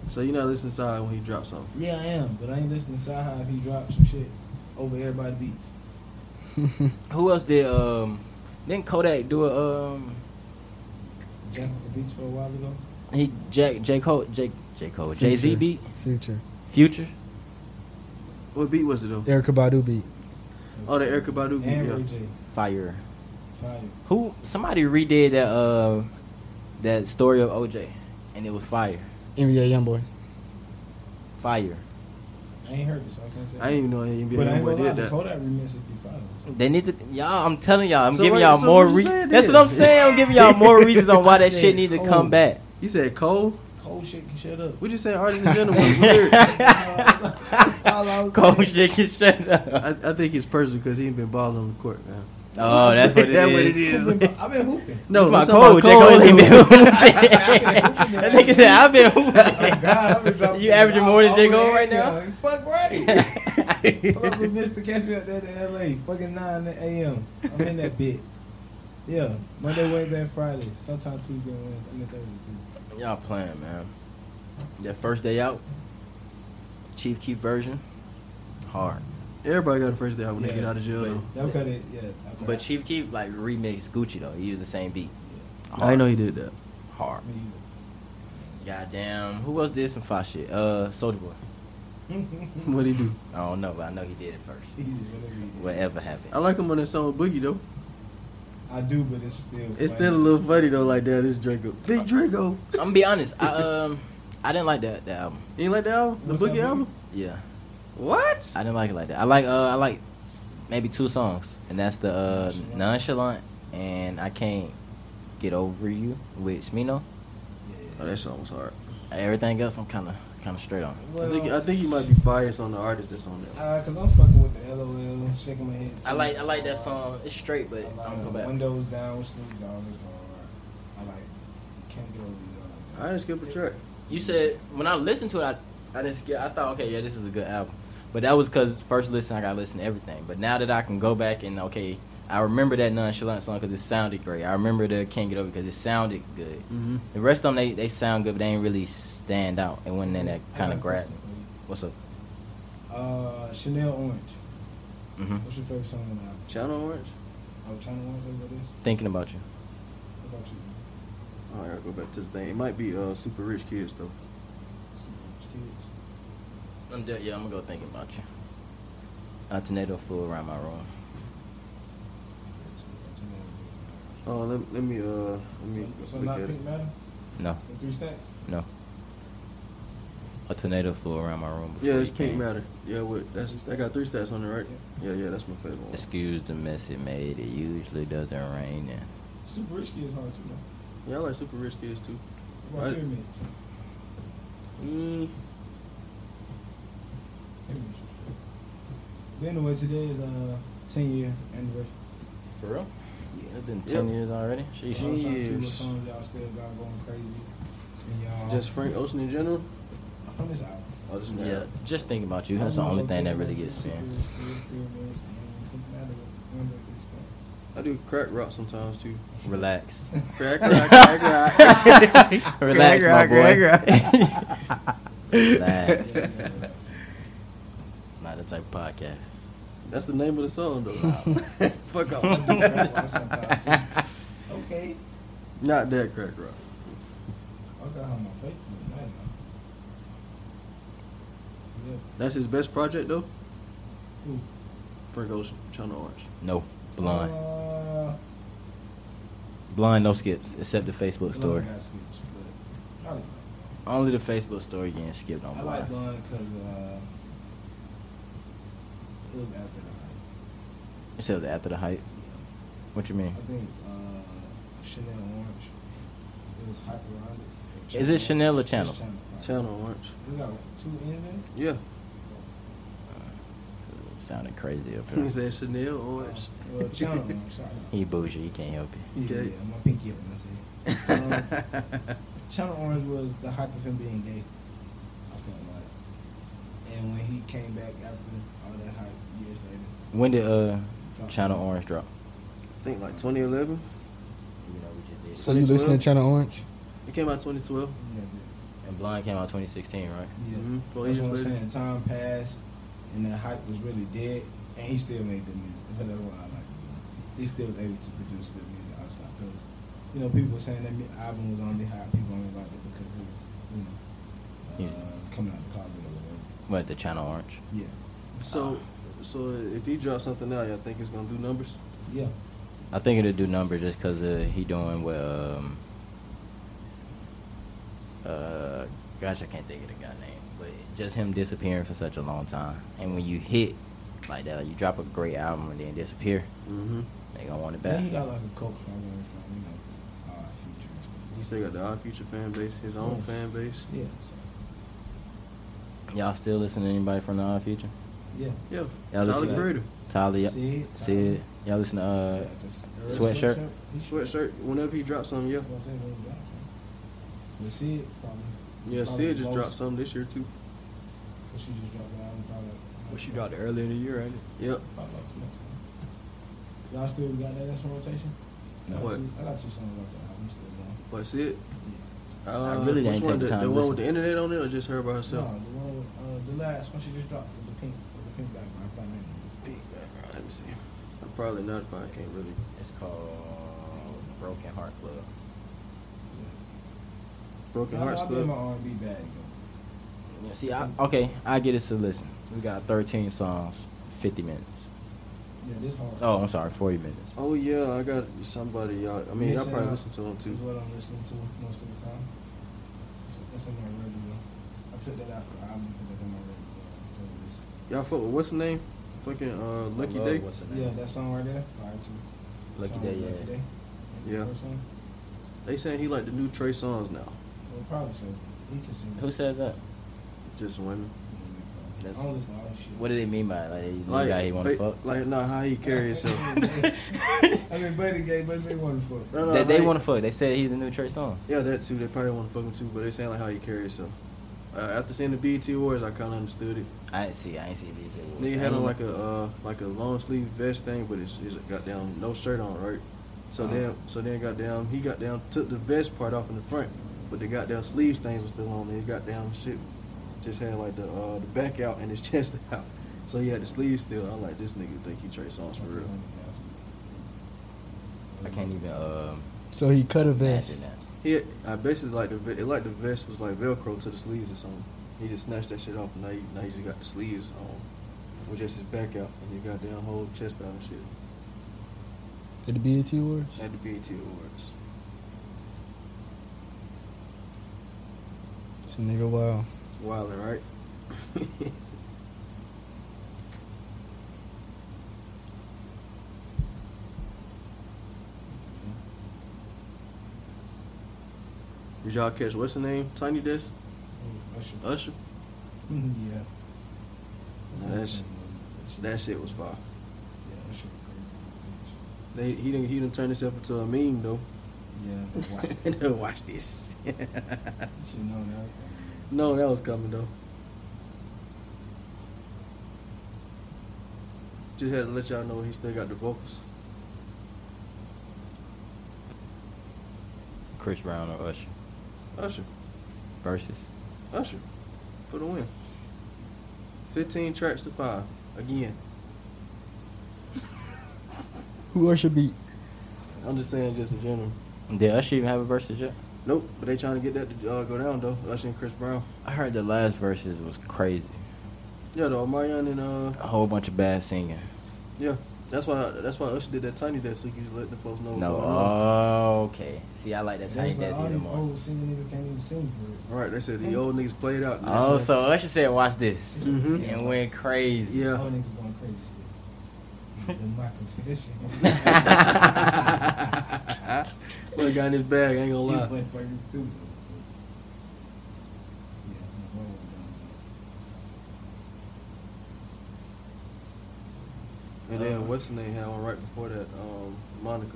B: So you not listen to Saha when he drops something.
C: Yeah, I am, but I ain't listening to Saha if he drops some shit over everybody beats.
A: Who else did? Um, didn't Kodak do a um?
C: Jack off the beach for a while ago.
A: He Jack J Cole J J Cole Jay Z
F: Future.
A: beat
F: Future.
A: Future.
B: What beat was it though?
F: Erica Badu beat.
B: Oh, the Erica Badu beat.
C: And
B: Yeah.
C: Ray J.
A: Fire.
C: Fire.
A: Who? Somebody redid that uh that story of OJ, and it was fire,
F: NBA Youngboy.
A: fire.
C: I ain't heard this, so I can't say.
B: I didn't even know NBA
C: But I ain't
B: Youngboy
C: gonna lie,
B: did
C: the
B: that.
C: Kodak remix is be fire.
A: They need to y'all. I'm telling y'all. I'm
B: So
A: giving
B: wait,
A: y'all
B: so
A: more.
B: what you
A: Re-
B: saying
A: That's
B: then? Oh.
A: what I'm saying. I'm giving y'all more reasons on why
B: (laughs)
A: that shit
C: Shit,
A: need to
C: cool.
A: come back.
B: You said Cole.
C: Cold shit can shut up.
B: We just saying artists in general. was (laughs) weird.
C: All I was
A: Cold
C: saying-
A: shit can shut up.
B: I, I think he's personal because he ain't been balling on the court, man.
A: Oh, that's (laughs) what it
B: That's what
A: is.
B: it is.
C: I've been- I've been
A: (laughs)
C: hooping.
B: No,
A: It's my
B: I'm talking
A: cold.
B: about
A: J. Cole ain't been
B: dude.
A: hooping.
B: (laughs)
A: That nigga said, I've been hooping.
C: Oh God, I've been dropping
A: You averaging more than J. Cole right now?
C: Yeah, (laughs) Fuck right.
A: (laughs)
C: I'm up with Mr. Catch me up there to LA, fucking 9 a.m. I'm in that bit. Yeah, Monday, Wednesday, and Friday. Sometimes Tuesday and Wednesday. I'm in Thursday too.
A: (laughs) Y'all playing, man. That first day out, Chief Keef version, hard.
B: Everybody got a first day out when they get out of jail. though.
C: That cut it, yeah.
A: But Chief Keef like remixed Gucci though. He used the same beat.
B: I didn't know he did that.
A: Hard.
C: (laughs)
A: (laughs) Goddamn. Who else did some fire shit? Uh, Soldier Boy.
B: What'd he do?
A: I don't know, but I know he did it first. Whatever happened.
B: I like him on that song with Boogie though.
C: I do, but it's still.
B: It's still a little funny though. Like that, it's Draco. Big Draco.
A: I'm gonna be honest. I um, I didn't like that that album.
B: You ain't like that album? The
C: What's
B: Boogie
C: that
B: album?
A: Yeah,
B: What?
A: I didn't like it like that. I like uh, I like maybe two songs, and that's the uh, Nonchalant and I Can't Get Over You with Smino.
B: Oh, that song was hard.
A: Everything else, I'm kind of kind of straight on.
B: I think I think you might be biased on the artist that's on there.
C: Uh, cause I'm fucking with the LOL, shaking my head.
A: I
C: too.
A: like I like that song. It's straight, but
C: I
A: I'm
C: like
A: gonna go
C: uh,
A: back.
C: Windows Down with Snoop Dogg is hard. I like Can't Get Over You. I
B: I
C: like
B: didn't skip a track.
A: You said when I listened to it, I, I didn't skip. I thought, okay, yeah, this is a good album. But that was because first listen, I got to listen to everything. But now that I can go back and okay, I remember that nonchalant song because it sounded great. I remember the can't get over because it sounded good.
B: Mm-hmm.
A: The rest of them, they, they sound good, but they ain't really stand out. And when then that
C: that. I
A: kind
C: got
A: of
C: a
A: grabbed
C: question
A: me. What's up?
C: for you. Uh, Chanel Orange.
A: hmm
C: What's your favorite song on the album?
B: Channel Orange.
C: Oh, China Orange. What about this?
A: Thinking about you.
C: What about you? man?
B: Oh, I gotta go back to the thing. It might be uh, Super Rich Kids though.
C: Super Kids.
A: I'm de- yeah, I'm gonna go thinking about you. A tornado flew around my room.
C: That's, that's another good
B: Oh, let, let me uh let me
C: one. So, so
B: look
C: not
B: at it.
C: Pink Matter?
A: No,
C: The three stacks?
A: no. A tornado flew around my room.
B: Yeah,
A: before
B: it's
A: you
B: Pink
A: came.
B: Matter. Yeah, what? That's that got three stats on it, right? Yeah, yeah, that's my favorite one.
A: Excuse the mess it made. It usually doesn't rain. And
C: Super Rich Kids hard too, man.
B: Yeah, I like Super Rich Kids too.
C: What
B: Right.
C: about Pyramids?
B: Mm,
C: Pyramids was straight. But anyway, today is uh 10 year anniversary.
A: for real, yeah, it's been ten
B: Yep.
A: years already.
C: So
A: Jeez.
C: I'm trying to see what
B: Years.
C: songs y'all still got going crazy. And y'all
B: just Frank Ocean in general.
C: from this album.
B: Oh, just
A: Yeah, just thinking about you. That's the only thing that really gets me.
B: I do crack rock sometimes too.
A: Relax,
C: (laughs)
B: Crack rock, crack rock.
A: (laughs) relax, my
C: (laughs)
A: boy. Relax. It's not the type of podcast.
B: That's the name of the
C: (laughs)
A: (laughs)
B: song though. Fuck off.
C: Okay.
B: Not that crack rock.
C: I got on my face look nice now. Yeah.
B: That's his best project though.
C: Who? Uh-huh.
B: Frank Ocean, Channel Orange.
A: (laughs) No, blind,
C: Uh,
A: blind, no skips except the Facebook
C: Blonde
A: story.
C: got skips, but probably like
A: Only the Facebook story getting skipped on
C: Blonde. I like
A: blinds.
C: Blonde because uh, it was after the hype.
A: Except after the hype. What you mean?
C: I think uh, Chanel Orange. It was hype around it.
A: Is it Chanel or
C: It's
A: Channel?
C: right.
B: Channel Orange.
C: We got two N's in it.
B: Yeah.
A: Uh, Sounding crazy up
B: (laughs) (laughs) He
A: here.
B: said Chanel Orange.
C: Well,
B: (laughs)
C: Channel Orange.
A: (laughs)
C: Sorry.
A: He bougie. He can't help it.
C: Yeah,
B: Okay.
C: yeah, my pinky up when I say it.
B: Uh-huh.
C: Channel Orange was the hype of him being gay. I felt like, and when he came back after all that hype years later,
A: (laughs) When did uh
C: dropped
A: Channel Orange drop?
B: I think like 2011.
F: So you listening to Channel Orange?
B: It came out 2012.
C: Yeah,
A: And Blind came out 2016, right?
C: but- yeah.
B: Mhm. Four
C: That's
B: years
C: what I'm
B: later.
C: saying. Time passed, and that hype was really dead, and he still made good music. So that's why I like. Him. He still able to produce good music outside because, you know, people were saying that mi- album was only hot. People only liked it because it was, you know, uh,
A: Yeah.
C: coming out the closet or whatever.
A: What the Channel Orange?
C: Yeah,
B: So, so if he drops something out, y'all think it's gonna do numbers?
C: yeah.
A: I think it'll do numbers just because uh, he doing well. Um, uh, gosh, I can't think of the guy name, but just him disappearing for such a long time, and when you hit like that, like you drop a great album and then disappear,
B: Mm-hmm.
A: they gonna want it
C: Then
A: back.
C: he got like a cult following from you know, uh, future and stuff.
B: He still got the Odd Future fan base, his own
C: Yeah.
B: fan base.
C: Yeah, so,
A: Y'all still listen to anybody from the Odd Future?
C: yeah.
B: Yeah,
A: Yeah, I listen
B: solid
A: to that.
B: creator.
A: Tyler, y'all-
C: Sid,
A: Sid, y'all listen to uh, sweatshirt?
B: Sweatshirt. Whenever he drops something, yeah.
C: But Sid probably.
B: Yeah,
C: Probably
B: Sid just
C: most-
B: dropped something this year too.
C: But she just dropped the album probably.
A: earlier in the year, ain't
B: Yep.
C: Probably like two months ago. Y'all still got that extra rotation? I
A: No.
C: got
B: What?
C: two- I got two songs off the album still going.
B: But Sid. Uh,
A: I really didn't
B: which one,
A: take the
B: the,
A: time
B: the
A: to
B: one with
A: listen.
B: the internet on it, or just her by
C: No,
B: herself?
C: the one with, uh, the last one she just dropped with the pink. With the pin back, bro. I'm finding
B: Let me see. I'm probably not if I can't really.
A: It's called Broken Heart Club.
B: Broken
C: I'll-
B: Hearts
C: I'll be in
B: Club.
C: my R&B bag, though.
A: Yeah, see, I, okay, I get it to listen. We got 13 songs, 50 minutes.
C: Yeah, this hard.
A: Oh, I'm sorry, 40 minutes.
B: Oh yeah, I got somebody y'all. I mean,
C: Yes,
B: y'all probably
C: uh,
B: listen to them too.
C: Is what I'm listening to most of the time. It's, it's in my regular. I took that out for the album because it's in my regular playlist.
B: Y'all fuck with what's the name? Fucking uh, Lucky
A: love
B: Day.
A: what's her
C: Yeah,
A: name.
C: that song right there, fire too. That
A: Lucky
C: song
A: Day,
C: with
A: yeah.
C: Lucky Day.
B: Yeah.
C: First one.
B: They saying he like the new Trey Songz now.
C: Well, probably so. He can sing.
A: Who says that?
B: Just women.
C: I
A: That's,
C: don't listen to all that shit.
A: what do they mean by it? like, you
B: Like,
A: guy he want to
B: like,
A: fuck? (laughs)
B: like nah, how he carry himself. (laughs)
C: I mean, Buddy Gay, but they wonderful.
B: No, no,
A: They, they
B: how he-
A: want to fuck. They said he's the new Trey Songz.
B: Yeah, that too. They probably want to fuck him too, but they saying like how you carry yourself. Uh, after seeing the BET Awards, I kind of understood it.
A: I ain't see. I ain't see BJ.
B: Nigga had on like a uh, like a long sleeve vest thing, but it's, it's got down no shirt on, right?
A: Oh.
B: So then so then got down he got down took the vest part off in the front, but the goddamn sleeves things was still on. He got down shit, just had like the uh, the back out and his (laughs) chest out. So he had the sleeves still. I'm like this nigga think he Trey
C: Oh,
B: songs for real.
A: I can't even um,
F: So he cut a
A: imagine
F: vest.
A: that.
B: He I basically like the ve- it like the vest was like velcro to the sleeves or something. He just snatched that shit off and now he, now he just got the sleeves on with just his back out and you got down whole chest out and shit.
F: Did the BET Awards?
B: At the BET Awards.
F: This nigga wow.
B: Wildin', right? (laughs) Did y'all catch what's the name? Tiny Desk?
C: Usher.
B: Usher?
C: (laughs) yeah.
B: Nah, that shit- That shit was fire.
C: Yeah, that shit was crazy.
B: They he didn't he didn't turn himself into a meme though.
C: Yeah, watch
B: (laughs)
C: this.
B: Watch, this. (laughs)
C: You should know that. was coming.
B: no, that was coming though. Just had to let y'all know he still got the vocals.
A: Chris Brown or Usher
B: Usher.
A: versus.
B: Usher. For the win. Fifteen tracks to five. Again.
F: Who Usher beat?
B: I'm just saying just in general.
A: Did Usher even have a versus yet?
B: Nope, but they trying to get that to uh, go down though. Usher and Chris Brown.
A: I heard the last verses was crazy.
B: Yeah, though Marion and uh,
A: A whole bunch of bad singing.
B: yeah, that's why that's why Usher did that tiny desk so you can let the folks know. what's
A: No,
B: going on.
A: oh, okay. See, I like that
C: That
A: tiny
C: was like
A: dance
C: all
A: even
C: these
A: more.
C: old singing niggas can't even sing for it.
B: All right, they said the old niggas played out.
A: Oh, so Usher said, "Watch this,"
C: Mm.
B: Mhm.
A: and went crazy.
B: Yeah.
C: Old niggas going crazy still. It's in my confession.
B: (laughs)
C: (laughs)
B: Look, got in his bag. Ain't gonna
C: You
B: lie.
C: motherfuckers stupid. so. Yeah, I'm well done.
B: And then what's the name had one right before that? Um, Monica.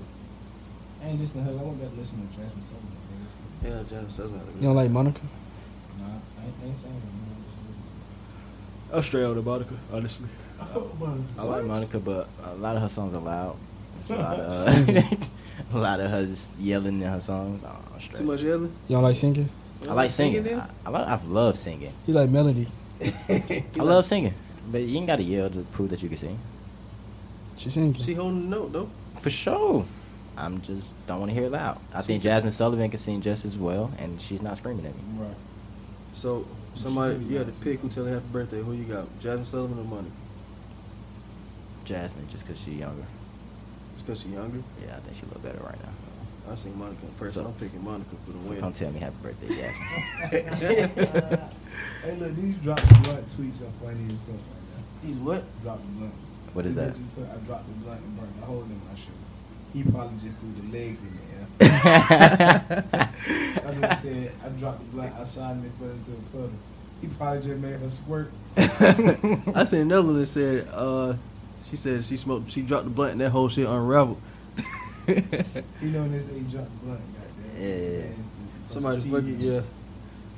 C: I ain't listening to her. I went back to listen to Jasmine Sullivan. nigga.
B: Yeah, Jazz That's what
F: You don't like Monica?
C: Nah, I ain't, I ain't saying that.
B: I'm straight out of Monica, honestly.
C: I fuck with Monica.
A: I like Monica, but a lot of her songs are loud. It's a lot of uh, (laughs) a lot of her just yelling in her songs. Oh, straight.
B: Too much yelling.
F: You don't like singing?
B: You
A: I
B: don't
A: like singing.
B: then?
A: I, I, like, I love singing.
F: He like melody.
A: I love singing, but you ain't gotta yell to prove that you can sing.
F: She singing.
B: She holding the note though.
A: For sure. I'm just don't want to hear it loud. I think Jasmine Sullivan can sing just as well, and she's not screaming at me.
C: Right.
B: So somebody, you had to pick who tell her happy birthday. Who you got? Jasmine Sullivan or Monica?
A: Jasmine, just because she's younger.
B: It's cause she younger.
A: Yeah, I think she look better right now.
B: I seen Monica in person.
A: So-
B: I'm picking Monica for the
A: So
B: win.
A: don't tell me happy birthday, Jasmine.
C: Hey, look, these drop the blunt tweets are funny as fuck right now.
B: He's what?
C: Drop the blunt.
A: What is
C: They
A: that?
C: just Put, I dropped the blunt and burnt the hole in my shoe. He probably just threw the leg in
A: (laughs)
C: there. I just said I dropped the blunt outside and it fell into a puddle. He probably just made her squirt.
B: I seen another one that said, uh, she said she smoked, she dropped the blunt and that whole shit unraveled.
C: You know when they say he dropped the blunt, goddamn.
A: Yeah.
C: Man, it's
B: Somebody
C: cheating.
B: fucking, yeah. I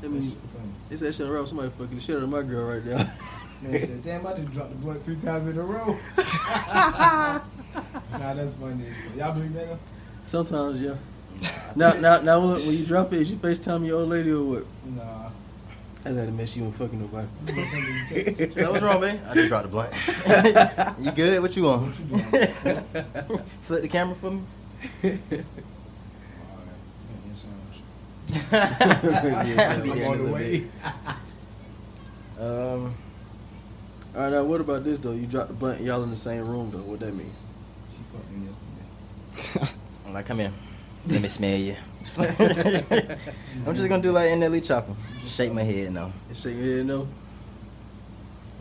C: That
B: mean,
C: shit funny.
B: they said shit unraveled. Somebody fucking the shit out of my girl right now.
C: Man said, damn, I just dropped the blunt three times in a
A: (laughs)
C: row. nah, that's funny. as fuck. Y'all believe that? though?
B: (laughs) Sometimes, yeah. Now, now, now, when when you drop it, is you FaceTime your old lady or what?
C: Nah.
B: I just had to miss you and fucking nobody.
A: So what's wrong,
B: (laughs)
A: man? I just dropped a blunt. you good? (laughs) What you on? (laughs) Flip the camera (laughs) for me.
C: (laughs)
B: I'm
A: (laughs) Yeah,
B: on the
A: a
B: way.
A: bit. Um,
B: All right, now what about this though? You dropped the blunt, y'all in the same room though. What that mean?
C: She fucked me yesterday.
A: I'm like, come here. Let me smell (laughs) you. I'm just gonna do like NLE Chopper. Shake my head no.
B: You shake your head (laughs) no.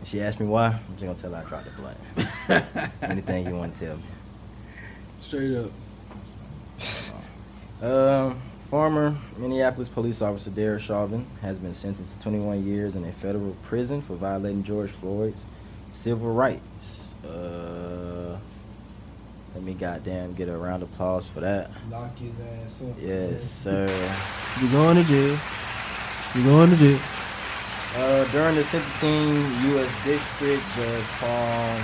A: She asked me why. I'm just gonna tell her I dropped (laughs) the blunt. Anything you want to tell me.
B: Straight up.
A: Um, former Minneapolis police officer Derek Chauvin has been sentenced to 21 years in a federal prison for violating George Floyd's civil rights. Uh, let me goddamn get a round of applause for that.
C: Lock his ass up.
A: Yes, sir.
B: You going to jail? You going to jail?
A: Uh, during the sentencing, U.S. District Judge Paul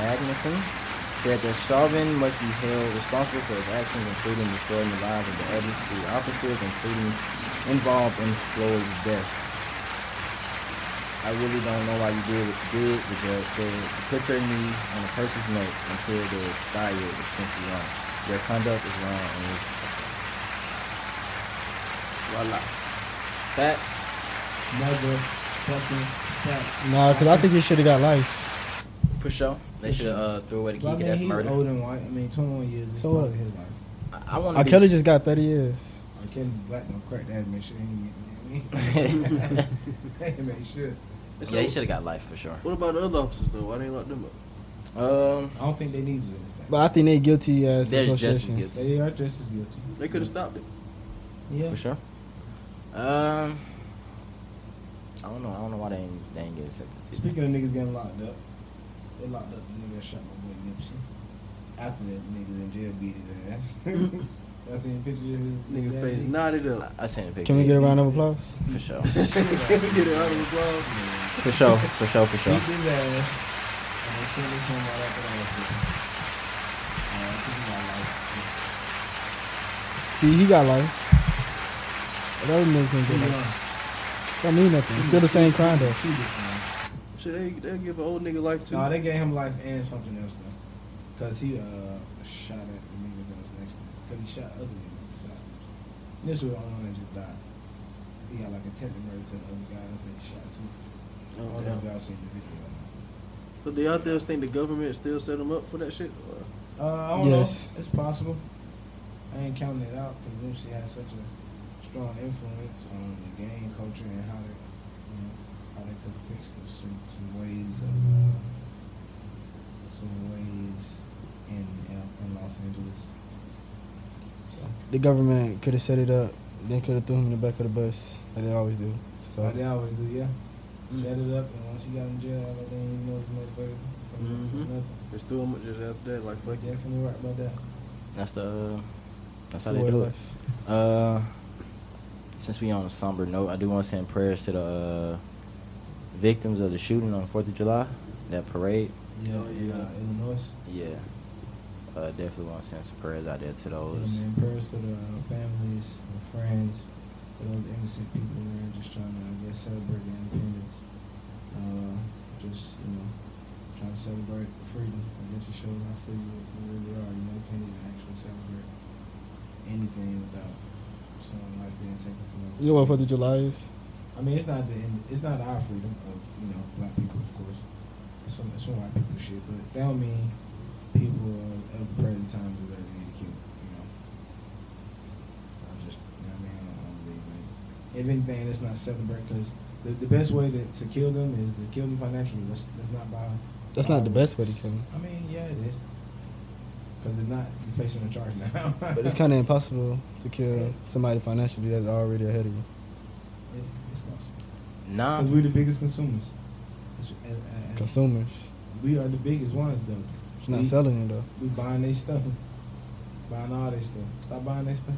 A: Magnuson said that Chauvin must be held responsible for his actions, including destroying the lives of the other three officers, including involved in Floyd's death. I really don't know why you did what you did, the judge said. To put your knee on a person's neck until they expire is simply wrong. Their conduct is wrong and it's Voila. Facts.
C: Never fucking facts.
F: Nah, because I think he should have got life.
A: For sure. They should have uh, threw away the key.
C: But I
A: 'cause
C: mean,
A: that's
C: he's
A: murder.
C: old and white. I mean, 21 years. is
F: So what?
C: probably His life.
A: I, I want
F: R.
A: be
F: Kelly just got 30 years.
C: I can't black no crack that. Make sure he ain't getting you know what I
A: (laughs)
C: mean? Make sure.
A: Yeah, he should have got life for sure.
B: What about the other officers though? Why they lock them up?
A: Um,
C: I don't think they need to. do that.
F: But I think they guilty as
A: they're just as
F: association.
A: guilty
C: They are just as guilty.
B: They could have stopped it.
C: Yeah.
A: for sure. Um, I don't know. I don't know why they ain't, they ain't getting sentenced.
C: Speaking of niggas getting locked up, they locked up the nigga that shot my boy Nipsey. After that niggas in jail beat his
A: (laughs)
C: ass. Y'all seen pictures of his
B: Nigga
C: that
B: face
C: nigga? (laughs)
B: knotted up. (laughs)
A: I, I seen a picture.
F: Can we get a round of applause?
A: for sure?
B: (laughs) Get it out of the club.
A: For sure. For sure. For
C: Beat
A: sure.
C: his ass. And they sentenced him right after that. Uh, I think he got life.
F: See, he got life. But that nigga can get life. That mean nothing. It's still the same crime though.
C: Two different lives.
B: Should they they give an old nigga life too?
C: Nah, they gave him life and something else though. Cause he uh shot at the nigga that was next to him. Cause he shot other niggas besides him. This was the only one that just died. He got like attempted murder to the other guy that he shot too. I
B: Oh,
C: don't know
B: damn.
C: if y'all seen the video.
B: But do y'all still think the government still set them up for that shit? Or-
C: Uh, I don't
F: Yes.
C: know. It's possible. I ain't counting it out because Nipsey had such a strong influence on the gang culture and how they, you know, how they could fix the- some some ways of uh, some ways in uh, in Los Angeles. So
F: The government could have set it up, then could have threw him in the back of the bus, like they always do.
C: like
F: So
C: they always do, yeah. Set it up, and once you got in jail, I didn't even know the next way from, from
B: Mhm.
C: nothing.
B: Just threw them just after that, like fuck
C: You're
B: it.
C: definitely right about that.
A: That's the. That's how
F: So
A: they
F: what
A: do it.
F: if?
A: Uh, since we on a somber note, I do want to send prayers to the uh, victims of the shooting on Fourth of July, that parade.
C: Yeah, in, uh, Illinois.
A: Yeah. Uh, definitely want to send some prayers out there to
C: Yeah,
A: those.
C: man, prayers to the uh, families and friends, for those innocent people, man, just trying to, I guess, celebrate their independence. Uh, just, you know, trying to celebrate freedom. I guess it shows how free we we really are. You know, you can't even actually celebrate anything without someone like being taken from us.
F: You know what Fourth of July is?
C: I mean, it's not the end, it's not our freedom of you know black people, of course. It's some it's some white people shit, but that don't mean people of, of the present time deserve to get killed. You know, I just you know what I mean I don't, I don't believe in it. If anything, let's not celebrate because the, the best way to, to kill them is to kill them financially. That's that's not by.
F: That's not the best way to kill him.
C: I mean, yeah, it is. Because it's not you're facing a charge now.
F: But it's kind of impossible to kill somebody financially that's already ahead of you.
C: (laughs) It- it's possible.
A: Nah,
C: Because we're the biggest consumers. It's- and- and- and-
F: Consumers.
C: We are the biggest ones though.
F: She's not
C: we,
F: selling it though.
C: We buying their stuff. Buying all their stuff. Stop buying their stuff.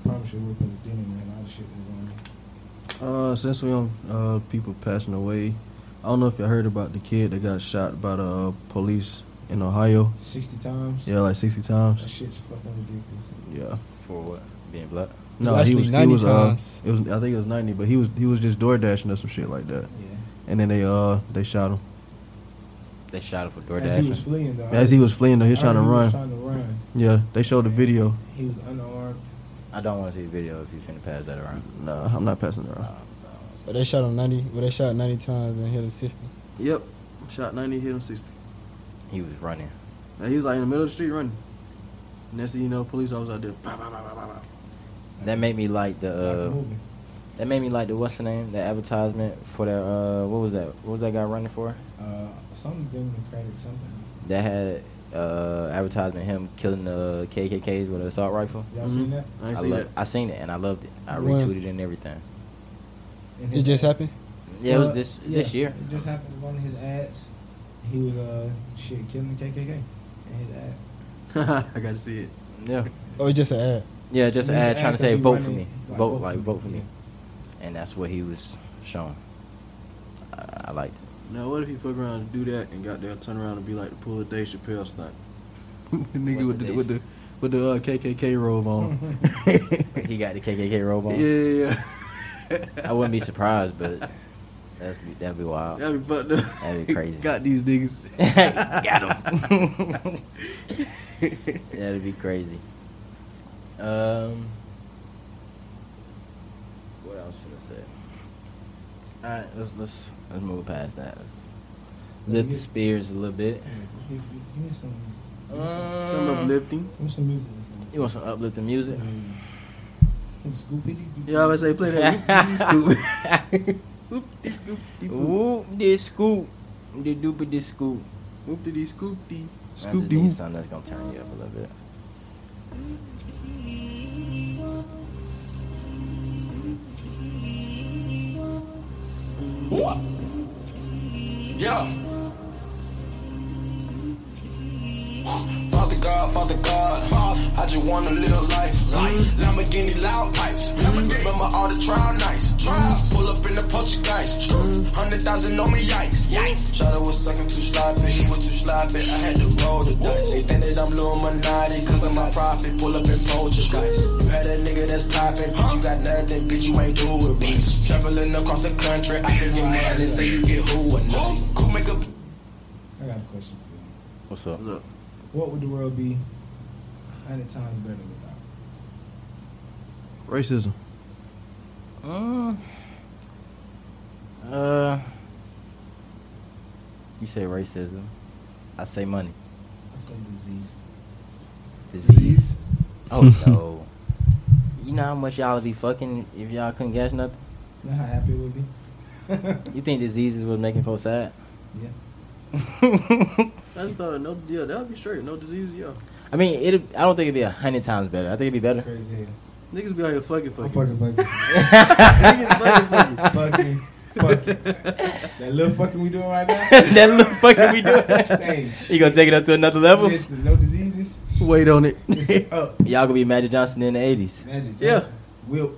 C: I promise you we'll put a dent in a lot of shit that's going on.
B: Uh, since we on uh people passing away, I don't know if y'all heard about the kid that got shot by the uh, police in Ohio.
C: Sixty times.
B: Yeah, like sixty
C: That
B: times.
C: shit's fucking ridiculous.
B: Yeah,
A: for what? Being black.
B: No,
F: It's
B: he
F: actually
B: was, he
F: 90
B: was uh,
F: times.
B: it was I think it was ninety, but he was he was just door dashing or some shit like that. And then they uh they shot him
A: They shot him for door
C: As he was fleeing, though.
B: as he was fleeing though. He was
C: I
B: trying to
C: heard he
B: run.
C: was trying to run.
B: Yeah, they showed the video.
C: He was unarmed.
A: I don't want to see the video if you finna pass that around. Um,
B: Nah, I'm not passing it around.
F: But they shot him 90, but they shot 90 times and hit him 60.
B: Yep, shot ninety, hit him sixty.
A: He was running.
B: And he was like in the middle of the street running. Next thing you know, police officer out there. Bah, bah, bah, bah, bah, bah.
A: That made me like the.
C: Like a
A: Uh,
C: movie.
A: that made me like the what's the name? The advertisement for that. Uh, what was that? What was that guy running for?
C: Uh, some Democratic something.
A: That had uh advertisement him killing the KKKs with an assault rifle.
C: Y'all seen that?
B: Mm-hmm. I ain't
A: I,
B: see
A: lo-
B: that.
A: I seen it and I loved it. I
F: When?
A: retweeted it and everything.
C: In his
F: It just
C: ad.
F: happened?
A: Yeah, it was
C: Uh,
A: this
C: yeah,
A: this year.
C: It just happened in one of his ads. He was uh shit killing the KKK in his ad.
B: (laughs) I got to see it.
A: Yeah,
F: Oh, it's just an ad.
A: yeah, just
C: He
A: an
C: was
A: ad trying
C: ad
A: to say
C: 'cause he
A: vote for me,
C: running,
A: vote like vote for me, and that's what he was showing. I, I liked it.
B: Now what if he fuck around and do that and got there, turn around and be like the pull of Dave Chappelle stunt? (laughs) Nigga
A: What's
B: with
A: the
B: the
A: Dave-
B: with the with the uh, KKK
C: (laughs)
B: robe on.
A: (laughs) He got the KKK robe
B: yeah,
A: on.
B: yeah,
A: I wouldn't be surprised, but that's be- that'd be wild.
B: that'd be fucked up.
A: Oh. That'd be crazy.
B: (laughs) got these niggas.
A: (laughs)
B: (laughs)
A: Got (laughs) him. That'd be crazy. Um, what else should I say? All right, let's let's let's move past that. Let's lift the spears a little bit.
C: Yeah, give, give- give me some. Give me some,
B: Some
A: Um,
B: uplifting.
C: give me some music. Or
A: you want some uplifting music?
C: something. Mm. Scoopity.
B: Yeah, I would say play that. Scoop. Whoop
A: (laughs)
B: dee scoop (laughs) dee whoop.
A: Whoop this scoop, the doopy this scoop.
B: Whoop dee scoop dee.
A: I
B: Scoop
A: just
B: dee
A: need
B: whoop.
A: something that's gonna turn you up a little bit.
D: Yeah. Father God, Father God, I just wanna live life. Life. Lamborghini loud pipes. Remember all the trial nights. Trial. Pull up in the poltergeist. Hundred thousand on me, yikes. Yikes. Shadow was sucking too sloppy. He was too sloppy. I had to roll the dice. They think that I'm Illuminati, cause I'm a prophet. Pull up in poltergeist. You had a nigga that's popping. You got nothing, bitch, you ain't do it right. Traveling across the country. I can get mad and say you get who or not. Cool, make a
C: I got a question for you.
A: What's up?
B: Look,
C: What would the world be a hundred times better without?
B: racism.
A: Mm. Uh, you say racism. I say money.
C: I say disease.
A: Disease. Oh (laughs) no. You know how much y'all would be fucking if y'all couldn't catch nothing.
C: You know how happy it would be?
A: You think diseases was making folks sad?
C: Yeah.
B: I just thought of no. Yeah, that would be straight. No disease. Yeah,
A: I mean, it. I don't think it'd be a hundred times better. I think it'd be better. (laughs)
C: Crazy head.
B: niggas be out here fucking
C: I'm
B: fucking.
C: fucking fucking.
B: niggas fucking fucking.
C: fucking. Fucking. That little fucking we doing right
A: (laughs)
C: now?
A: that little fucking we doing.
C: Dang.
A: You gonna take it up to another level?
C: Listen, no diseases.
B: (laughs) Wait on it.
C: It's up.
A: Y'all gonna be Magic Johnson in the eighties.
C: Magic Johnson.
B: Yeah.
C: Wilt.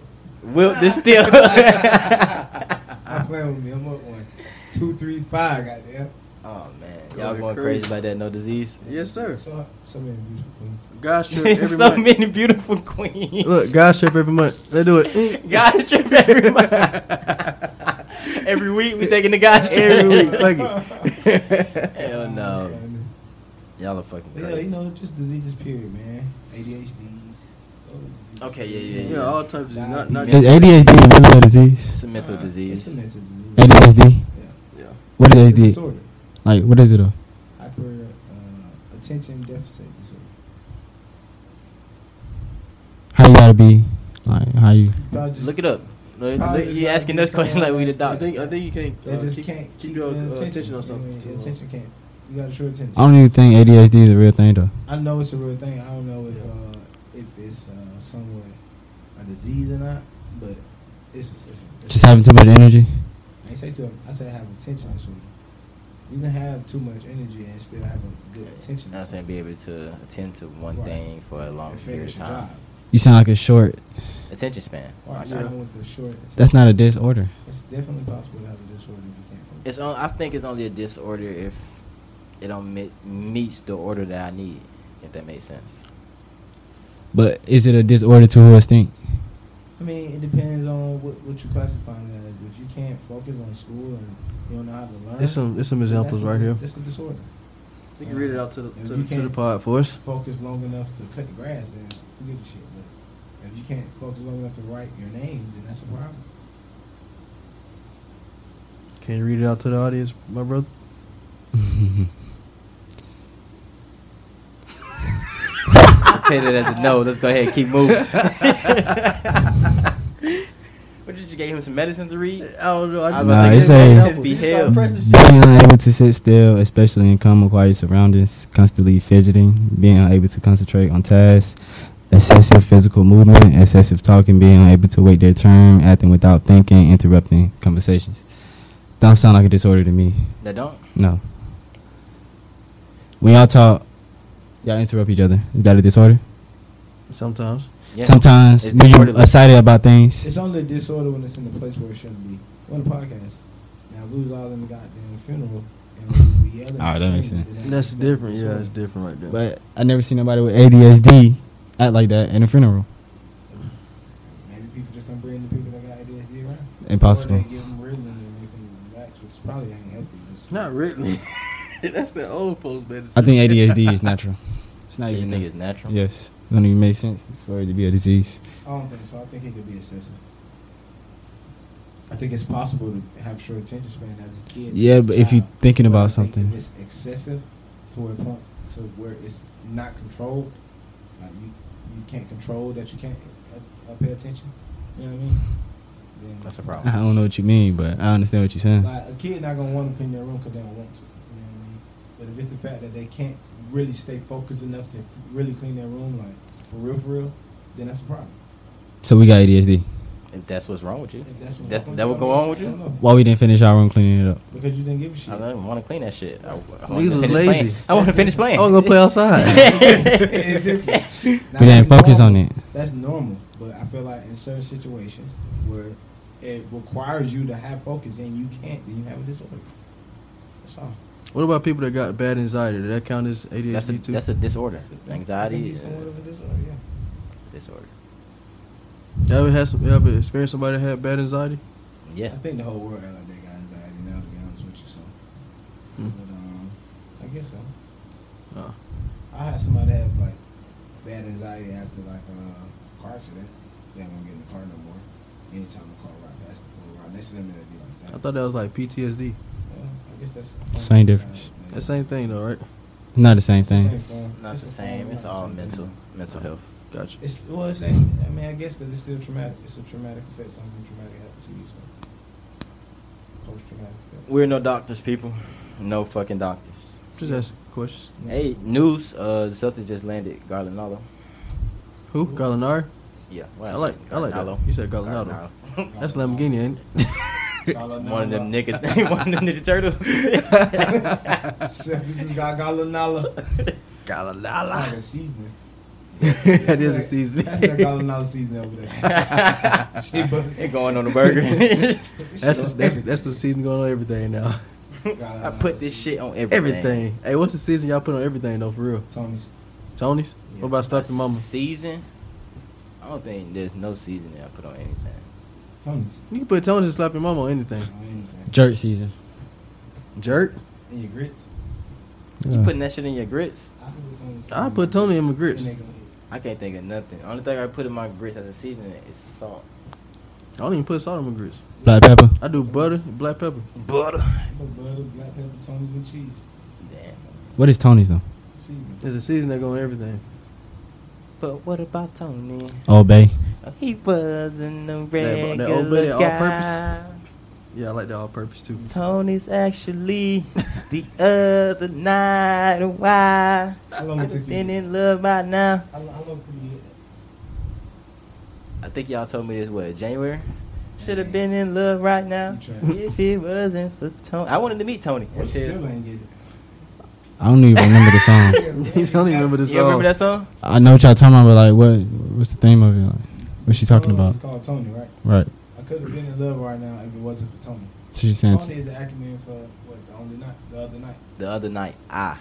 A: Wilt this still. (laughs) Oh,
C: I'm playing with me. I'm up one. Two, three, five, goddamn.
A: oh man, y'all
B: Going
A: going crazy
B: crazy.
A: about that? No disease.
B: yes, sir.
C: So, so many beautiful
B: (laughs)
C: queens.
B: God
A: (laughs)
B: trip every
A: so
B: month.
A: many beautiful queens. (laughs)
B: Look, God trip every month. They do it (laughs)
A: God trip every month. every week we taking the God trip.
B: every week.
A: (laughs)
C: (laughs)
B: Fuck it.
A: Hell no, y'all are fucking
C: But yeah, you
A: crazy.
C: know, just diseases, period, man. ADHD.
A: Okay, yeah, yeah,
B: Yeah, all types of disease. Not not
C: Is
B: just
F: ADHD a mental disease?
A: It's a mental
C: It's a
A: disease.
C: mental disease.
F: ADHD?
B: yeah.
F: What
C: It's a disorder.
F: Like, what is it? Though?
C: Hyper uh, attention deficit disorder.
F: How you gotta be? Like, how you?
C: Probably just,
A: Look it up. Look,
C: Probably
A: look,
C: just
A: you
C: not
A: asking
C: do
A: us questions like
C: something
A: we the
C: like-
B: I
A: doctor.
B: think I think you can't.
C: they
B: uh,
C: just
B: keep,
C: can't
B: keep your uh, attention on something.
C: Yeah,
B: too
C: yeah,
B: long.
C: attention can't. You got to short attention.
F: I don't even think ADHD is a real thing though.
C: I know it's a real thing. I don't know if uh, if it's uh, somewhat a disease or not, but it's, it's, it's,
F: Just having too much energy.
C: I ain't say to him. I said have attention disorder. You can have too much energy and still have a good attention.
A: I'm saying be able to attend to one
C: Right.
A: thing for a long
C: and
A: period
C: finish
A: of
C: your
A: time.
C: job.
F: You sound like it's short.
A: Attention span.
C: Right,
A: Watch out.
C: even with the short
F: That's not a disorder.
C: It's definitely possible to have a disorder if you can't focus.
A: It's on, I think it's only a disorder if it don't meet, meets the order that I need. If that makes sense.
F: But is it a disorder to who extinct?
C: I mean, it depends on what, what you classify it as. If you can't focus on school and you don't know how to learn,
B: There's some- there's some
C: then
B: examples
C: that's a-
B: right here.
C: That's a disorder.
B: You can read it out to the-
C: If
B: to
C: you
B: the- to the
C: can't
B: pod for us.
C: Focus long enough to cut the grass, then who gives a shit? But if you can't focus long enough to write your name, then that's a problem.
B: Can you read it out to the audience, my brother?
A: I tell you that's a no. Let's go ahead and keep moving. (laughs) what did you give him some medicine to read? I
B: don't know. I
A: was
L: Nah,
A: about to
L: it's
A: say,
L: a-
A: medicines be held.
L: Being unable to sit still, especially in calm or quiet surroundings, constantly fidgeting, being unable to concentrate on tasks, excessive physical movement, excessive talking, being unable to wait their turn, acting without thinking, interrupting conversations. Don't sound like a disorder to me.
A: That don't?
L: No. When y'all talk, y'all interrupt each other. Is that a disorder?
B: Sometimes.
L: Sometimes
C: It's
L: when
C: disorderly.
L: you're excited about things,
C: It's only a disorder when it's in the place where it shouldn't be. We're on the podcast. Now, if we was all in the goddamn funeral and we, we yelling.
L: Oh, that makes
C: screaming,
L: sense.
C: then
B: That's different. Yeah,
C: disorder.
B: it's different right there.
L: but I never seen nobody with ADSD act like that in a funeral.
C: Maybe people just don't bring the people that got ADHD around.
L: Impossible.
C: Or they give them Ritalin and make them relax, which probably ain't healthy. It's
B: not written. (laughs) That's the old folks medicine.
L: I think ADHD is natural. It's not
A: You
L: even
A: think it's natural?
L: Yes, it don't even make sense for it to be a disease.
C: I don't think so. I think it could be excessive. I think it's possible to have short attention span as a kid.
L: Yeah, but if
C: child.
L: you're thinking
C: But I
L: about
C: think if
L: something.
C: it's excessive to a point to where it's not controlled. Like you, you can't control that you can't uh, uh, pay attention. You know what I mean? Then
A: That's a problem.
B: Uh-huh.
L: I don't know what you mean, but I understand what you're saying.
C: Like a kid not gonna want to clean their room because they don't want to. You know what I mean? But if it's the fact that they can't really stay focused enough to f- really clean their room, like for real, for real, then that's a problem.
L: So we got ADSD.
A: If that's what's wrong with you,
C: If that's what's
A: that's,
C: wrong
A: that
C: with
A: what
C: you,
A: go
C: I
A: on
C: don't-
A: with
C: I don't
A: you?
C: know.
L: Why we didn't finish our room cleaning it up?
C: Because you didn't give a shit.
A: I don't want to clean that shit. I, I wanted
B: Niggas
A: to
B: was
A: finish
B: lazy.
A: playing. I want to finish playing.
B: I was
A: (laughs)
B: gonna play outside.
C: (laughs)
B: (laughs)
L: (laughs)
C: It's different. Now,
L: We
C: that's
L: didn't focus on
C: normal.
L: it.
C: That's normal, but I feel like in certain situations where it requires you to have focus and you can't, then you have a disorder. That's all.
B: What about people that got bad anxiety? Did that count as ADHD
A: That's a,
B: too?
A: that's a disorder. Anxiety
C: Maybe
A: is
C: somewhat
A: a
C: of a disorder, yeah.
A: disorder.
B: you ever had some? You ever experienced somebody that had bad anxiety?
A: Yeah.
C: I think the whole world act like they got anxiety now, to be honest with you. So,
B: Hmm.
C: but um, I guess so.
B: Uh,
C: I had somebody have like bad anxiety after like a car accident. They don't want to get in the car no more. Anytime the car right past the right next to them, they'd be like
B: I
C: that.
B: thought that was like PTSD.
C: Well, I guess that's
L: Same difference.
B: That same thing though, right?
L: Not the same thing.
A: It's not the same. It's all mental mental health.
B: Gotcha.
C: It's well, it's, I mean, I guess because it's still traumatic. It's a traumatic effect. Something traumatic happened to you. So. Post traumatic effect.
A: We're no doctors, people. No fucking doctors.
B: Just ask questions.
A: Hey, news. Uh, the Celtics just landed Garlandalo.
B: Who? Gallinari?
A: Yeah,
B: I like. I like that. You said Gallinaro. That's Lamborghini, ain't it?
A: One
C: (laughs)
A: of them nigga, (laughs) one of them Ninja Turtles.
B: (laughs)
C: Except you just got galanala.
A: (laughs)
C: It's like a (laughs) seasoning.
B: (laughs) that is a season.
C: That's that galanala seasoning over (laughs) there. She bust-
A: it going on the
B: (laughs)
A: burger. (laughs)
B: That's that's that's the season going on everything now. (laughs)
C: Galanala
A: I put this shit on everything.
B: Everything. Hey, what's the season y'all put on everything though? For real.
C: Tony's.
B: Tony's. What about stuffing mama?
A: Season. I don't think there's no season that I put on anything.
C: Tony's.
B: You can put Tony's and slapping mama on anything.
C: I mean,
L: Jerk season.
B: Jerk.
C: and your grits.
A: You
L: Yeah.
A: putting that shit in your grits?
C: I put Tony's.
B: I put Tony in my grits.
C: And they gonna-
A: I can't think of nothing. Only thing I put in my grits as a seasoning is salt,
B: I don't even put salt on my grits.
L: Black pepper.
B: I do butter, and black pepper.
A: butter.
C: Put butter, black pepper, Tony's, and cheese.
A: Damn.
L: What is Tony's though?
C: Seasoning.
B: There's a season that go on everything.
A: But what about Tony?
L: Old Bay.
A: Oh, He wasn't the
B: That-
A: regular
B: that old buddy all purpose.
A: guy.
B: Yeah, I like that all purpose too.
A: Tony's actually the other night. Why?
C: How long it
A: I've
C: took
A: been
C: you?
A: in love by now.
C: How long how long till you get that?
A: I think y'all told me this what January. Should have been in love right now
C: You tried.
A: if it wasn't for Tony. I wanted to meet Tony.
C: Well, she
A: Shit.
C: still ain't get it.
L: I don't even remember the song.
B: (laughs) He don't even remember this
A: You remember
B: song.
A: that song?
L: I know what y'all talking about, but like, what? What's the theme of it? Like, what's she talking about?
C: "Oh, It's called Tony, right?
L: Right.
C: I could have been in love right now if it wasn't for Tony.
L: So she's saying
C: Tony is an acronym for what? The
A: Ah,
C: only night, the other night.
A: The other night, I.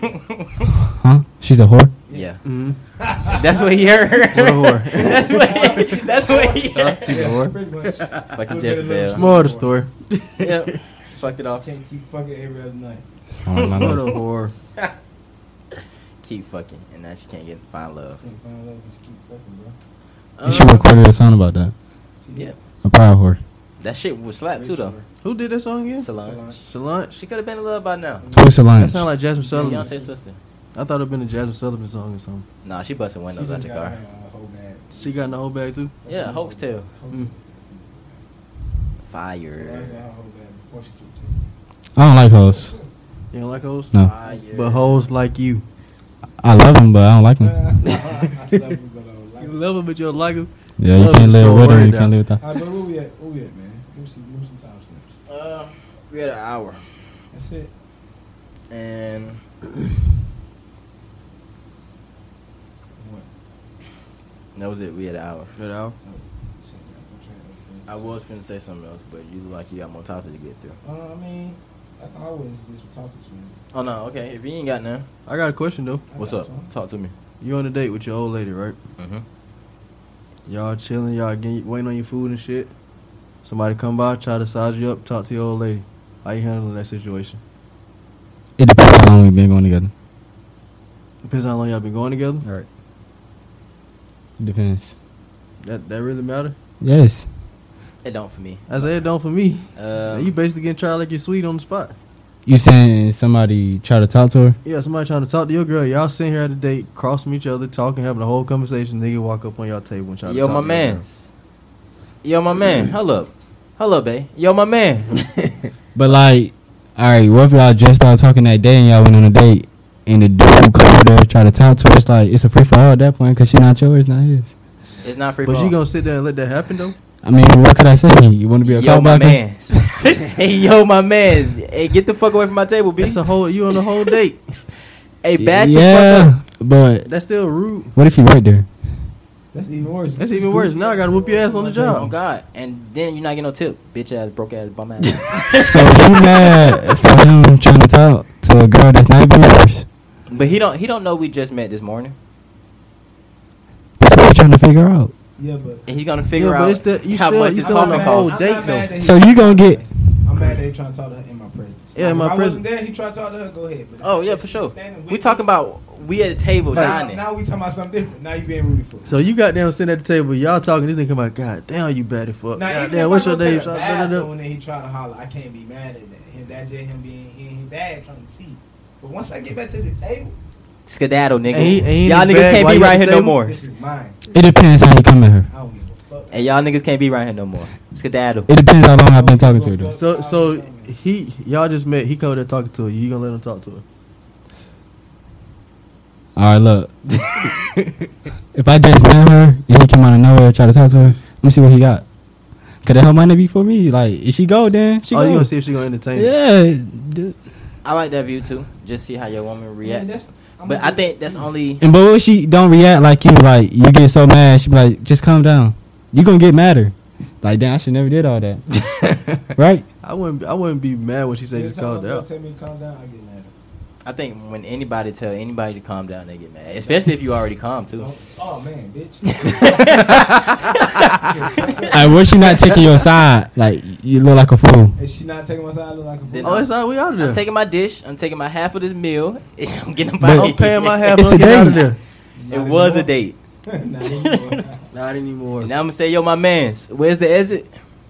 B: (laughs)
L: Huh? She's a whore?
A: Yeah.
B: Mm-hmm.
L: Mhm.
A: That's what he heard.
L: What a
A: (laughs)
L: whore.
A: that's what. That's what he
L: Huh?
A: heard. (laughs)
L: She's a whore?
C: Pretty much.
A: Fucking
C: Little bit of
A: Jezebel.
C: love.
L: Moral of the story.
A: yep. Fucked it off.
C: Can't keep fucking every other night.
L: Sound like
B: What a
L: my-
B: whore.
A: Keep fucking, and now she can't get find love.
C: Can't find love, just keep fucking, bro.
L: You should record a song about that.
A: Yeah.
L: A power whore.
A: That shit was slap too though.
B: Who did that song again?
A: Solange.
B: Solange.
A: She could have been in love by now.
L: Who's Solange?
B: That sound like Jasmine Sullivan.
A: Beyonce's sister.
B: I thought it'd been a Jasmine Sullivan song or something.
A: Nah, she busting windows out the
C: got
A: car.
C: her, uh, whole bag.
B: She got in the whole bag too.
A: Yeah, hoax tail.
B: Mm.
C: So
A: Fire.
C: that's her whole bag before she kicked it.
L: I don't like hoes.
B: You don't like hoes?
L: No.
A: Fire.
B: But hoes like you.
L: I love them, but I don't like them.
C: I still haven't been on
B: You
C: like-
B: love them, but you don't like them.
L: Yeah, you
B: Love
L: can't
B: is
L: live
B: so
L: with her.
B: word
L: You can't
B: now.
L: live without.
C: All right, bro, where we at? Where we at, man? Give me some, give me some time stamps.
A: Uh, we had an hour,
C: That's it.
A: and
C: What?
A: that was it. We had an hour.
B: You know?
C: Shit, man, I'm trying to think of
A: I was finna say something else, but you look like you got more topics to get through.
C: Uh, I mean, I can always get some topics, man.
A: Oh no, okay. If you ain't got none,
B: I got a question though.
C: I
A: what's
C: got
A: up?
C: some.
A: Talk to me.
B: You on a date with your old lady, right?
A: Mm-hmm.
B: Y'all chilling, y'all getting, waiting on your food and shit. Somebody come by, try to size you up, talk to your old lady. How you handling that situation?
L: It depends how long we've been going together.
B: Depends how long y'all been going together.
L: All right. It depends.
B: That that really matter.
L: Yes.
A: It don't for me.
B: I say it don't for me. you
A: Um,
B: basically getting tried like you're sweet on the spot.
L: You saying somebody try to talk to her?
B: Yeah, somebody trying to talk to your girl. Y'all sitting here at a date, crossing each other, talking, having a whole conversation. Nigga walk up on y'all table and try to
A: yo,
B: talk
A: my
B: to your girl.
A: man's. Yo, my man. Hello, hello, babe. Yo, my man.
L: But like, all right, what if y'all just started talking that day and y'all went on a date and the dude called her try to talk to her? It's like it's a free for all at that point because she not yours, not his.
A: It's not free.
B: But
A: for
B: you
A: all.
B: gonna sit there and let that happen though?
L: I mean, what could I say? You want to be a
A: Yo, my
L: callback?
A: man's. (laughs) hey, yo, my man's. Hey, get the fuck away from my table, B.
B: It's a whole you on a
A: (laughs)
B: whole date.
A: Hey, back the fuck
L: yeah,
A: up.
L: but
B: That's still rude.
L: what if you right there?
C: That's even worse.
B: That's even worse. Now I gotta whoop your ass on the
A: Oh
B: job.
A: God! And then you're not getting no tip, bitch ass, broke ass, bum
B: (laughs)
A: ass. (laughs)
L: so you mad for him trying to talk to a girl that's not even yours?
A: but he don't. He don't know we just met this morning,
L: That's what you trying to figure out.
C: Yeah, but
A: and he's gonna figure
B: but it's
A: out
B: the- you
A: how
B: still-
A: much
B: you
A: this
B: still on
A: coffee
B: the
A: costs.
B: whole date,
C: I'm not mad
B: though.
C: that he-
L: So you gonna get
C: I'm mad they trying to talk to her in my presence.
B: Yeah, in my
C: if I
B: presence.
C: wasn't there. He tried to talk to her. Go ahead. But
A: Oh
C: if
A: yeah,
C: she's
A: for sure.
C: standing with
A: We talking about we at a table
C: me, now,
A: dining.
C: now we talking about something different. Now you being rude for.
B: So you got down sitting at the table, y'all talking. This nigga come out, God damn, you bad as fuck.
C: now
B: God
C: even if
B: damn, what's
C: I
B: your
C: go to
B: name?
C: the
B: Shot, da, da,
C: bathroom
B: da.
C: and he try to holler, I can't be mad at that. Him, that just him being he ain't bad trying to see. But once I get back to this table,
A: Skedaddle, nigga.
B: And he- and he in
A: y'all
B: his
A: niggas
B: bag
A: can't
B: while
A: be
B: you at
A: right
B: the
A: here no
B: table?
A: more.
C: this is mine.
L: it depends how you come at her.
C: I don't give a fuck.
A: And y'all niggas can't be right here no more. Skedaddle.
L: It depends how long I've been talking to her. Though.
B: So so he y'all just met. He come there talking to her. You gonna let him talk to her?
L: All
B: (laughs)
L: right, look. if I just met her and he came out of nowhere try to talk to her, let me see what he got. Could that help my nigga for me? Like, if she go, then she
B: oh,
L: go.
B: you gonna see if she gonna entertain? you.
L: yeah. d-
A: I like that view too. Just see how your woman
C: Yeah,
A: react.
C: that's, I'm
A: But
C: gonna
A: I
C: do
A: think
C: it.
A: that's only
L: And but what if she don't react like you? Like, you get so mad, she be like, just calm down. You gonna get madder. Like, damn, I should never did
B: (laughs)
L: all that. right?
B: I wouldn't. I wouldn't be mad when she say
C: Every
B: just
C: time
B: called
C: my
B: her
C: girl
B: out.
C: Tell me to calm down. I get mad. at
A: I think when anybody tell anybody to calm down, they get mad. Especially if you already calm
C: her.
A: too.
C: Don't- Oh man, bitch.
B: (laughs)
L: Like, what she not taking your side? Like, you look like a fool.
C: Is she not taking my side? I look like a fool.
A: Then
B: Oh, it's all we out of there.
A: I'm taking my dish. I'm taking my half of this meal. (laughs) And I'm getting
L: But-
A: by.
B: I'm paying my half.
L: It's
B: I'm
L: a
B: getting out of
L: date.
B: there.
A: (laughs) It was a date.
C: (laughs) Not
A: (laughs)
C: anymore.
B: Not anymore.
A: And now I'm gonna say, yo, my man's. Where's the exit?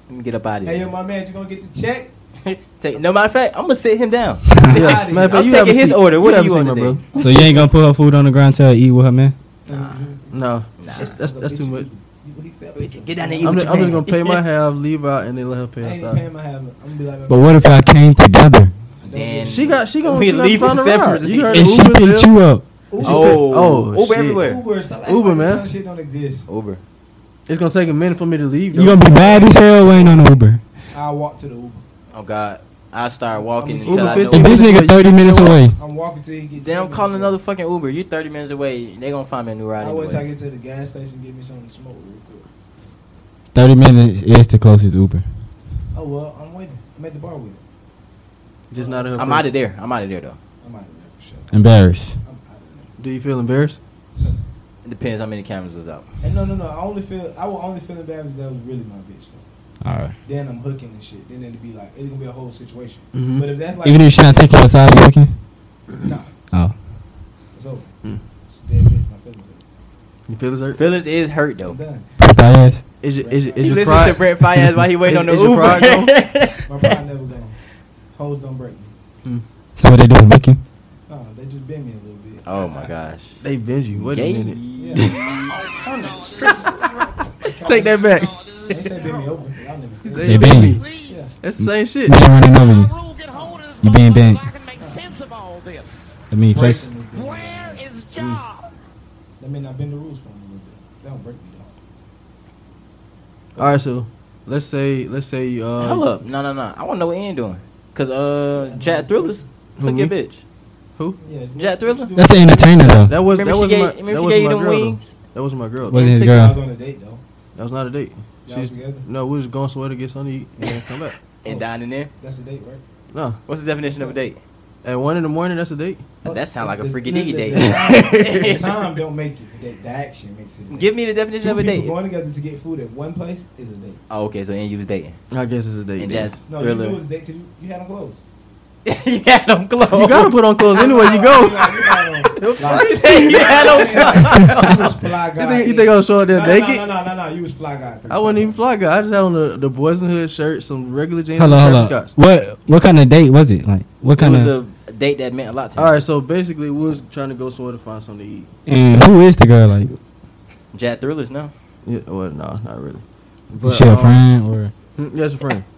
A: Let me get up out of
C: hey, yo,
A: here.
C: my man, you gonna get the check?
A: Take, no matter of fact, I'm gonna sit him down.
B: yeah. Matter of fact,
A: I'm
B: you
A: taking
B: haven't
A: his
B: seen-
A: order. What do
B: haven't
A: you
B: seen
A: want
B: my
A: today?
L: So you ain't gonna put her food on the ground till you eat with her, man?
B: No,
A: Nah.
B: that's that's too much.
A: Get down there. Eat
B: I'm
A: with
B: just,
A: your
B: I'm just
A: man.
B: gonna
C: (laughs)
B: pay my half, leave out, and then let her pay
C: I ain't
B: outside.
C: paying my half. I'm gonna be like,
L: But what if y'all came together
A: Then-
B: She got she gonna
A: We
B: she got
A: leaving
B: find a ride.
A: separately. (laughs)
B: You heard
L: and
B: of
L: she
B: Uber,
L: picked
B: Bill?
L: you up?
C: Uber,
A: Oh,
B: Oh,
A: Uber
B: shit.
A: everywhere.
C: Uber, stop acting
B: Uber,
C: like
B: man.
C: this kind of shit don't exist.
A: (laughs) Uber.
B: It's gonna take a minute for me to leave.
L: You gonna be mad as hell waiting on Uber.
C: I'll walk to the Uber.
A: Oh God, I start walking
C: Uber
A: until I
B: fits
C: (laughs)
A: know.
L: And this nigga 30 minutes away.
C: I'm walking till he gets.
A: Then I'm calling another fucking Uber. You 30 minutes away. They gonna find me a new ride.
C: I wait till I
A: anyway.
C: get to the gas station, get me something to smoke real quick.
L: 30 minutes is the closest Uber.
C: Oh well, I'm waiting. I'm at the bar with it.
B: Just not in her.
A: I'm
B: presence.
A: out of there. I'm out of there though.
C: I'm out of there for sure.
L: Embarrassed.
C: I'm out of
B: Do you feel embarrassed?
A: It depends how many cameras was out.
C: And no, no, no. I only feel I will only feeling bad if that was really my bitch. Though.
L: All right.
C: Then I'm hooking and shit. Then it'd be like it's gonna be a whole situation.
L: Mhm.
C: But if that's like
L: Even if she not taking you outside, you looking?
C: Nah.
L: Oh.
C: it's over.
B: Mm.
C: It's dead bitch. My feelings.
B: You feel hurt?
A: Phyllis is hurt though.
L: Brent Fayez?
B: Is your, is your, is
A: He
B: your
A: listened
B: pride?
A: to Brent Fayez
B: (laughs)
A: while he waiting
B: Is-
A: on the
B: is
A: (laughs)
B: your pride
A: Uber.
C: My pride never gone. Hoes don't break me.
L: So what they doing, Mickey?
C: No, they just bend me a little bit.
A: oh my gosh.
B: They bend you. Wait
A: Gay.
B: a
A: (laughs)
B: minute.
C: (laughs) Take
B: that back.
C: They say bend me over. Y'all niggas.
B: They
L: They
B: bend
L: been.
B: you. That's the same shit.
L: Man running over you. You being bent. I mean, place.
C: Where is job? That mean I bend the rules for him a little bit. That don't break me though.
B: All right, so let's say let's say uh,
A: Hold up. No, no, no. I want to know what Ian doing. Because uh, Jack Thrillers took
B: Who,
A: your
B: me?
A: bitch.
B: Who?
C: Yeah.
A: Jack Thriller?
L: That's the entertainer though.
B: That was
A: Remember
B: that was
A: she
B: my
A: gave- remember
B: that
A: she
B: was
A: gave
B: my
A: you them
B: girl. though.
A: wings?
B: That was my girl.
L: Wasn't his
A: Antique
C: I was
L: girl.
C: on a date though.
B: That was not a date.
C: Y'all was together?
B: no, we was going somewhere to get something to eat and then come back.
A: And down in there.
C: That's a date, right?
B: No,
A: What's the definition of a date?
B: at one in the morning, that's a date.
A: That sound like a
C: The-
A: freaky
C: the-
A: diggy
C: the- The
A: date.
C: (laughs) time don't make it. The, the action makes it. a date.
A: Give me the definition
C: Two
A: of a
C: people
A: date.
C: going together to get food at one place is a date.
A: Oh, okay. So Ian, you was dating.
B: I guess it's a date.
A: And
B: then.
A: Jack
C: No, you knew it
A: (laughs) Thriller.
C: was a date because you, you had them clothes.
A: you had them clothes.
B: You gotta put on clothes anyway. You go.
C: go.
A: (laughs) you had them
C: you um, was fly
B: You
C: guy.
B: think, you think I was showing
C: no,
B: there
C: no,
B: naked?
C: no, no, no, no, You was fly guy.
B: I wasn't even fly guy. I just had on the, the boys in hood shirt, some regular jeans,
L: Hello,
B: and
L: hello.
B: Travis Scott's.
L: What what kind of date was it? Like what
A: It
L: kind
A: was
L: of?
A: a date that meant a lot to me.
B: All right, so basically, we was trying to go somewhere to find something to eat.
L: And who is the girl? Like,
A: Jack Thrillers, no.
B: Yeah, well, no, not really.
L: is she a friend or?
B: friend? Yes, a friend.
C: (laughs)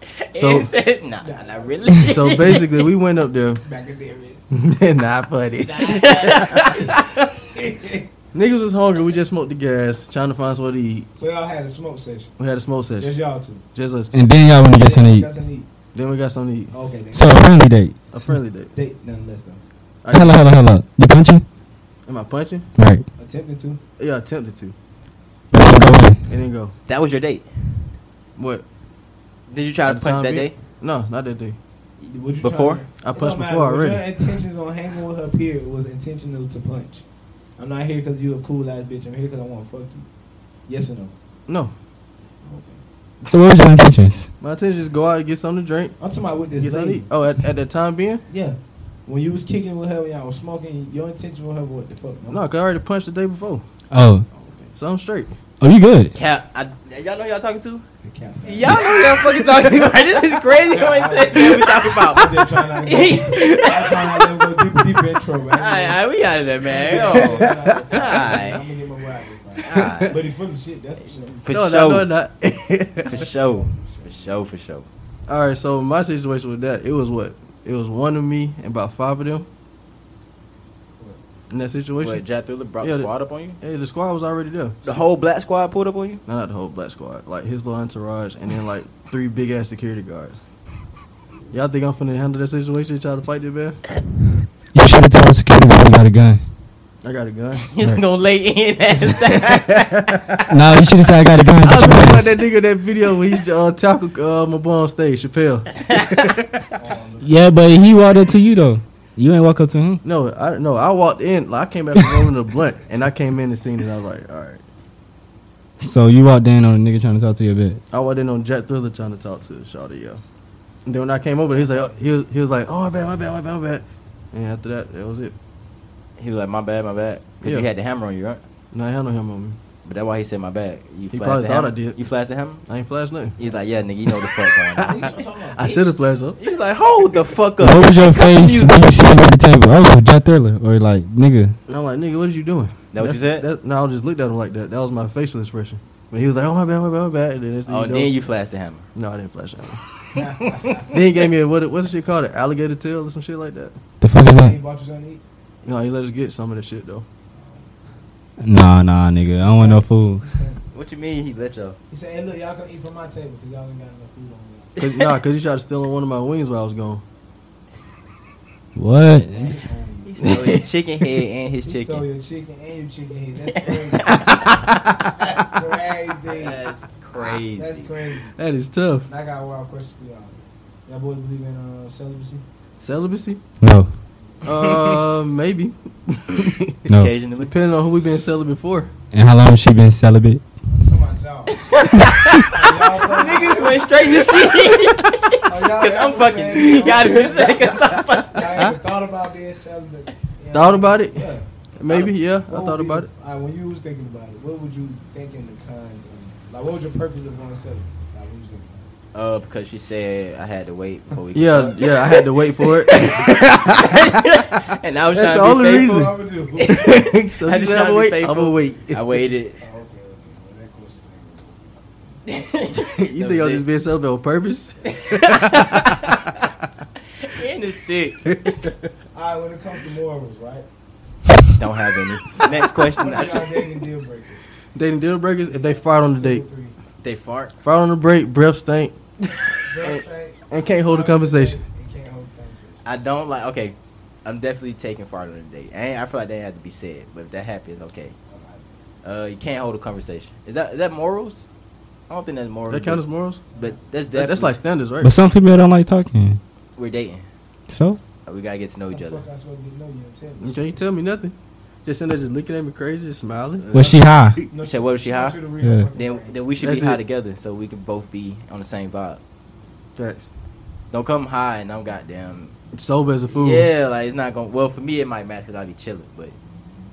A: (laughs)
B: So-
A: Ian said, nah, nah, not really. (laughs)
B: So basically, we went up there.
C: (laughs) Back in there is.
B: (laughs) Not funny. Niggas was hungry. We just smoked the gas, trying to find somewhere to eat.
C: So y'all had a smoke session.
B: We had a smoke session,
C: Just y'all two.
B: just us. Two.
L: And then y'all want to get something to eat.
C: Doesn't eat.
B: Then we got something to eat.
C: Okay, then.
L: So a friendly date.
B: A friendly date.
C: date nothing less than
B: All right,
L: Hello, hello, hello. You punching?
B: Am I punching?
L: Right.
C: attempting to.
B: Yeah, I attempted to.
L: That's what I'm going.
B: It didn't go.
A: that was your date.
B: What?
A: Did you try
B: At
A: to
B: the
A: punch
B: time
A: that
B: being?
A: day?
B: No, not that day.
C: Would you
A: Before?
C: Try to,
B: I
C: It
B: punched
C: don't matter,
B: before
C: but
B: already.
C: Your intentions on hanging with her period was intentional to punch. I'm not here because you a cool ass bitch. I'm here because I want to fuck you. Yes or no?
B: No,
C: Okay.
L: So what was your intentions?
B: my intention is go out and get something to drink.
C: I'm talking about with this
B: Get something to
C: lady.
B: eat. Oh, at, at that time being,
C: Yeah. When you was kicking with her, when y'all was smoking, your intention with her was what the fuck?
B: no, 'cause I already punched the day before,
L: Oh,
B: so I'm straight.
L: oh, you good?
A: Cap, I, y'all know y'all talking to? (laughs)
C: The cap.
A: Y'all know y'all fucking talking about. This is
B: (laughs)
A: crazy what he said. What (laughs) we talking about?
C: I'm just trying not to go, I'm trying not to go deep, deep intro, man.
A: Alright, alright, we out of
C: (laughs)
A: there, man.
C: I'm
A: Yo.
C: gonna get my word out there, fam.
A: Alright.
C: But he full of shit. That's for sure.
A: For
B: no,
A: sure.
B: no, no, (laughs) not.
A: For
B: Oh.
A: sure. For sure, for sure.
B: All right, so my situation with that, it was what? It was one of me and about five of them. In that situation,
A: What, Jack Thriller brought
B: Yeah,
A: the
B: the-
A: squad up on you?
B: hey, the squad was already there.
A: The whole black squad pulled up on you?
B: no, not the whole black squad, like his little entourage, and then like three big ass security guards. Y'all think I'm finna handle that situation? Try to fight this man?
L: You should have told security guard you got a gun.
B: I got a (laughs) gun.
A: You just (laughs) gonna lay in (laughs) ass down.
L: no, you should have said I got a gun.
B: I was
L: Get
B: talking
L: your
B: about (laughs)
L: ass.
B: that nigga in that video where he uh, tackled uh, my boy on stage, Chappelle.
L: Yeah, but he walked up to you though. You ain't walk up to him.
B: No, I no, I walked in. Like, I came back from rolling a blunt, and I came in and seen it. I was like, all right.
L: So you walked in on a nigga trying to talk to your bed.
B: I walked in on Jack Thriller trying to talk to Shawty, yo. And then when I came over, he was like, oh, he was, he was like, oh my bad, my bad, my bad, my bad. And after that, that was it.
A: He was like, my bad, my bad. Because
B: Yeah.
A: you had the hammer on you, right?
B: And I handled him on me.
A: But that's why he said my bad. You
B: He
A: flashed
B: probably
A: the
B: thought
A: hammer.
B: I did.
A: You flashed the hammer?
B: I ain't flashed nothing.
A: He's like, yeah, nigga, you know what the fuck going on.
B: I should have flashed up.
A: He was like, hold the fuck up.
L: What was your face
A: music.
L: when you sitting at the table? Oh, Jack Thriller or like nigga?
B: And I'm like, nigga, what is you doing?
A: That what you said?
B: That's- That, no, I just looked at him like that. That was my facial expression. But he was like, oh my bad, my bad, my bad. And then, that's the
A: Oh,
B: you know-
A: then you flashed the hammer.
B: (laughs) No, I didn't flash that. (laughs) then he gave me a, what, what's the shit called? An alligator tail or some shit like that.
L: The fuck is
C: He
L: that?
C: bought you something to eat.
B: No, he let us get some of that shit though.
L: Nah, nah, nigga. I don't want no food.
A: What you mean he let y'all?
C: He said, "Hey, look, y'all come eat from my table because y'all ain't got enough food on me."
B: Cause, nah, cause he tried to steal on one of my wings while I was gone.
L: What?
A: He stole (laughs) his chicken head and his
C: He
A: chicken.
C: stole your chicken and your chicken head. That's crazy.
B: (laughs)
C: crazy.
A: That's crazy.
C: That's crazy.
B: That is tough.
C: And I got a wild question for y'all. Y'all boys believe in uh, celibacy?
B: Celibacy?
L: No.
B: Uh, (laughs) maybe.
L: No.
A: Occasionally. (laughs)
B: Depending on who we've been celibate for.
L: And how long has she been celibate?
A: (laughs) Niggas went straight to shit. (laughs) Cause I'm fucking.
C: (laughs)
A: Y'all just (laughs) said, cause I'm fucking.
C: I even thought about being celibate. Yeah.
B: Thought about it?
C: Yeah.
B: Maybe, yeah. I
C: What
A: Oh,
C: would
B: thought
C: be-
B: about it.
C: alright, when you was thinking about it, what would you think in the cons? Of, like, what was your purpose of going celibate? Like, what was it?
A: Uh, because she said I had to wait before we. could
B: Yeah,
A: fuck.
B: yeah, I had to wait for it.
A: (laughs) and I was
B: That's
A: trying to
B: the
A: be
B: only
A: faithful.
C: What
B: (laughs)
C: would you do? Oh,
B: so
A: I
B: she
A: just
B: said,
A: tried
B: I'm
A: to be
B: wait. I'm
A: faithful.
B: gonna
A: (laughs)
B: wait.
A: I
B: (laughs)
A: waited.
C: Oh, okay, okay. Well, that question.
B: you
A: That
B: think
A: was
B: I'm
A: it.
B: just being celibate
A: (laughs)
B: on purpose?
A: And it's sick.
C: All right, when it comes to morals, right?
A: Don't have any. Next question.
C: What are (laughs) y'all dating deal breakers?
A: (laughs)
B: Dating deal breakers if they fart on the date.
C: Two, three.
A: they fart.
B: Fart on the break, breath stink,
C: Dress right,
B: and can't hold a conversation.
C: and can't hold a conversation.
A: I don't like. Okay, I'm definitely taking fart on the date. I, ain't, I feel like that had to be said, but if that happens, okay. Uh, you can't hold a conversation. Is that is that morals? I don't think that's morals.
B: That count as
A: but,
B: morals?
A: but that's definitely
B: That- That's like standards, right?
L: But some people don't like talking.
A: we're dating.
L: So
A: We gotta get to know each
C: How the
A: other.
C: fuck I supposed to know you and tell me?
B: You can't tell me nothing. Just sitting there, just looking at me crazy, just smiling.
L: was she high?
C: No,
A: said, what if she high?
C: wants you to read her
L: Yeah.
C: fucking
A: Then
C: brain.
A: then we should
B: That's
A: be high
B: it.
A: together, so we can both be on the same vibe.
B: Facts.
A: Don't come high and I'm goddamn.
B: Sober as a fool.
A: Yeah, like it's not gonna. Well, for me it might matter because I be chilling, but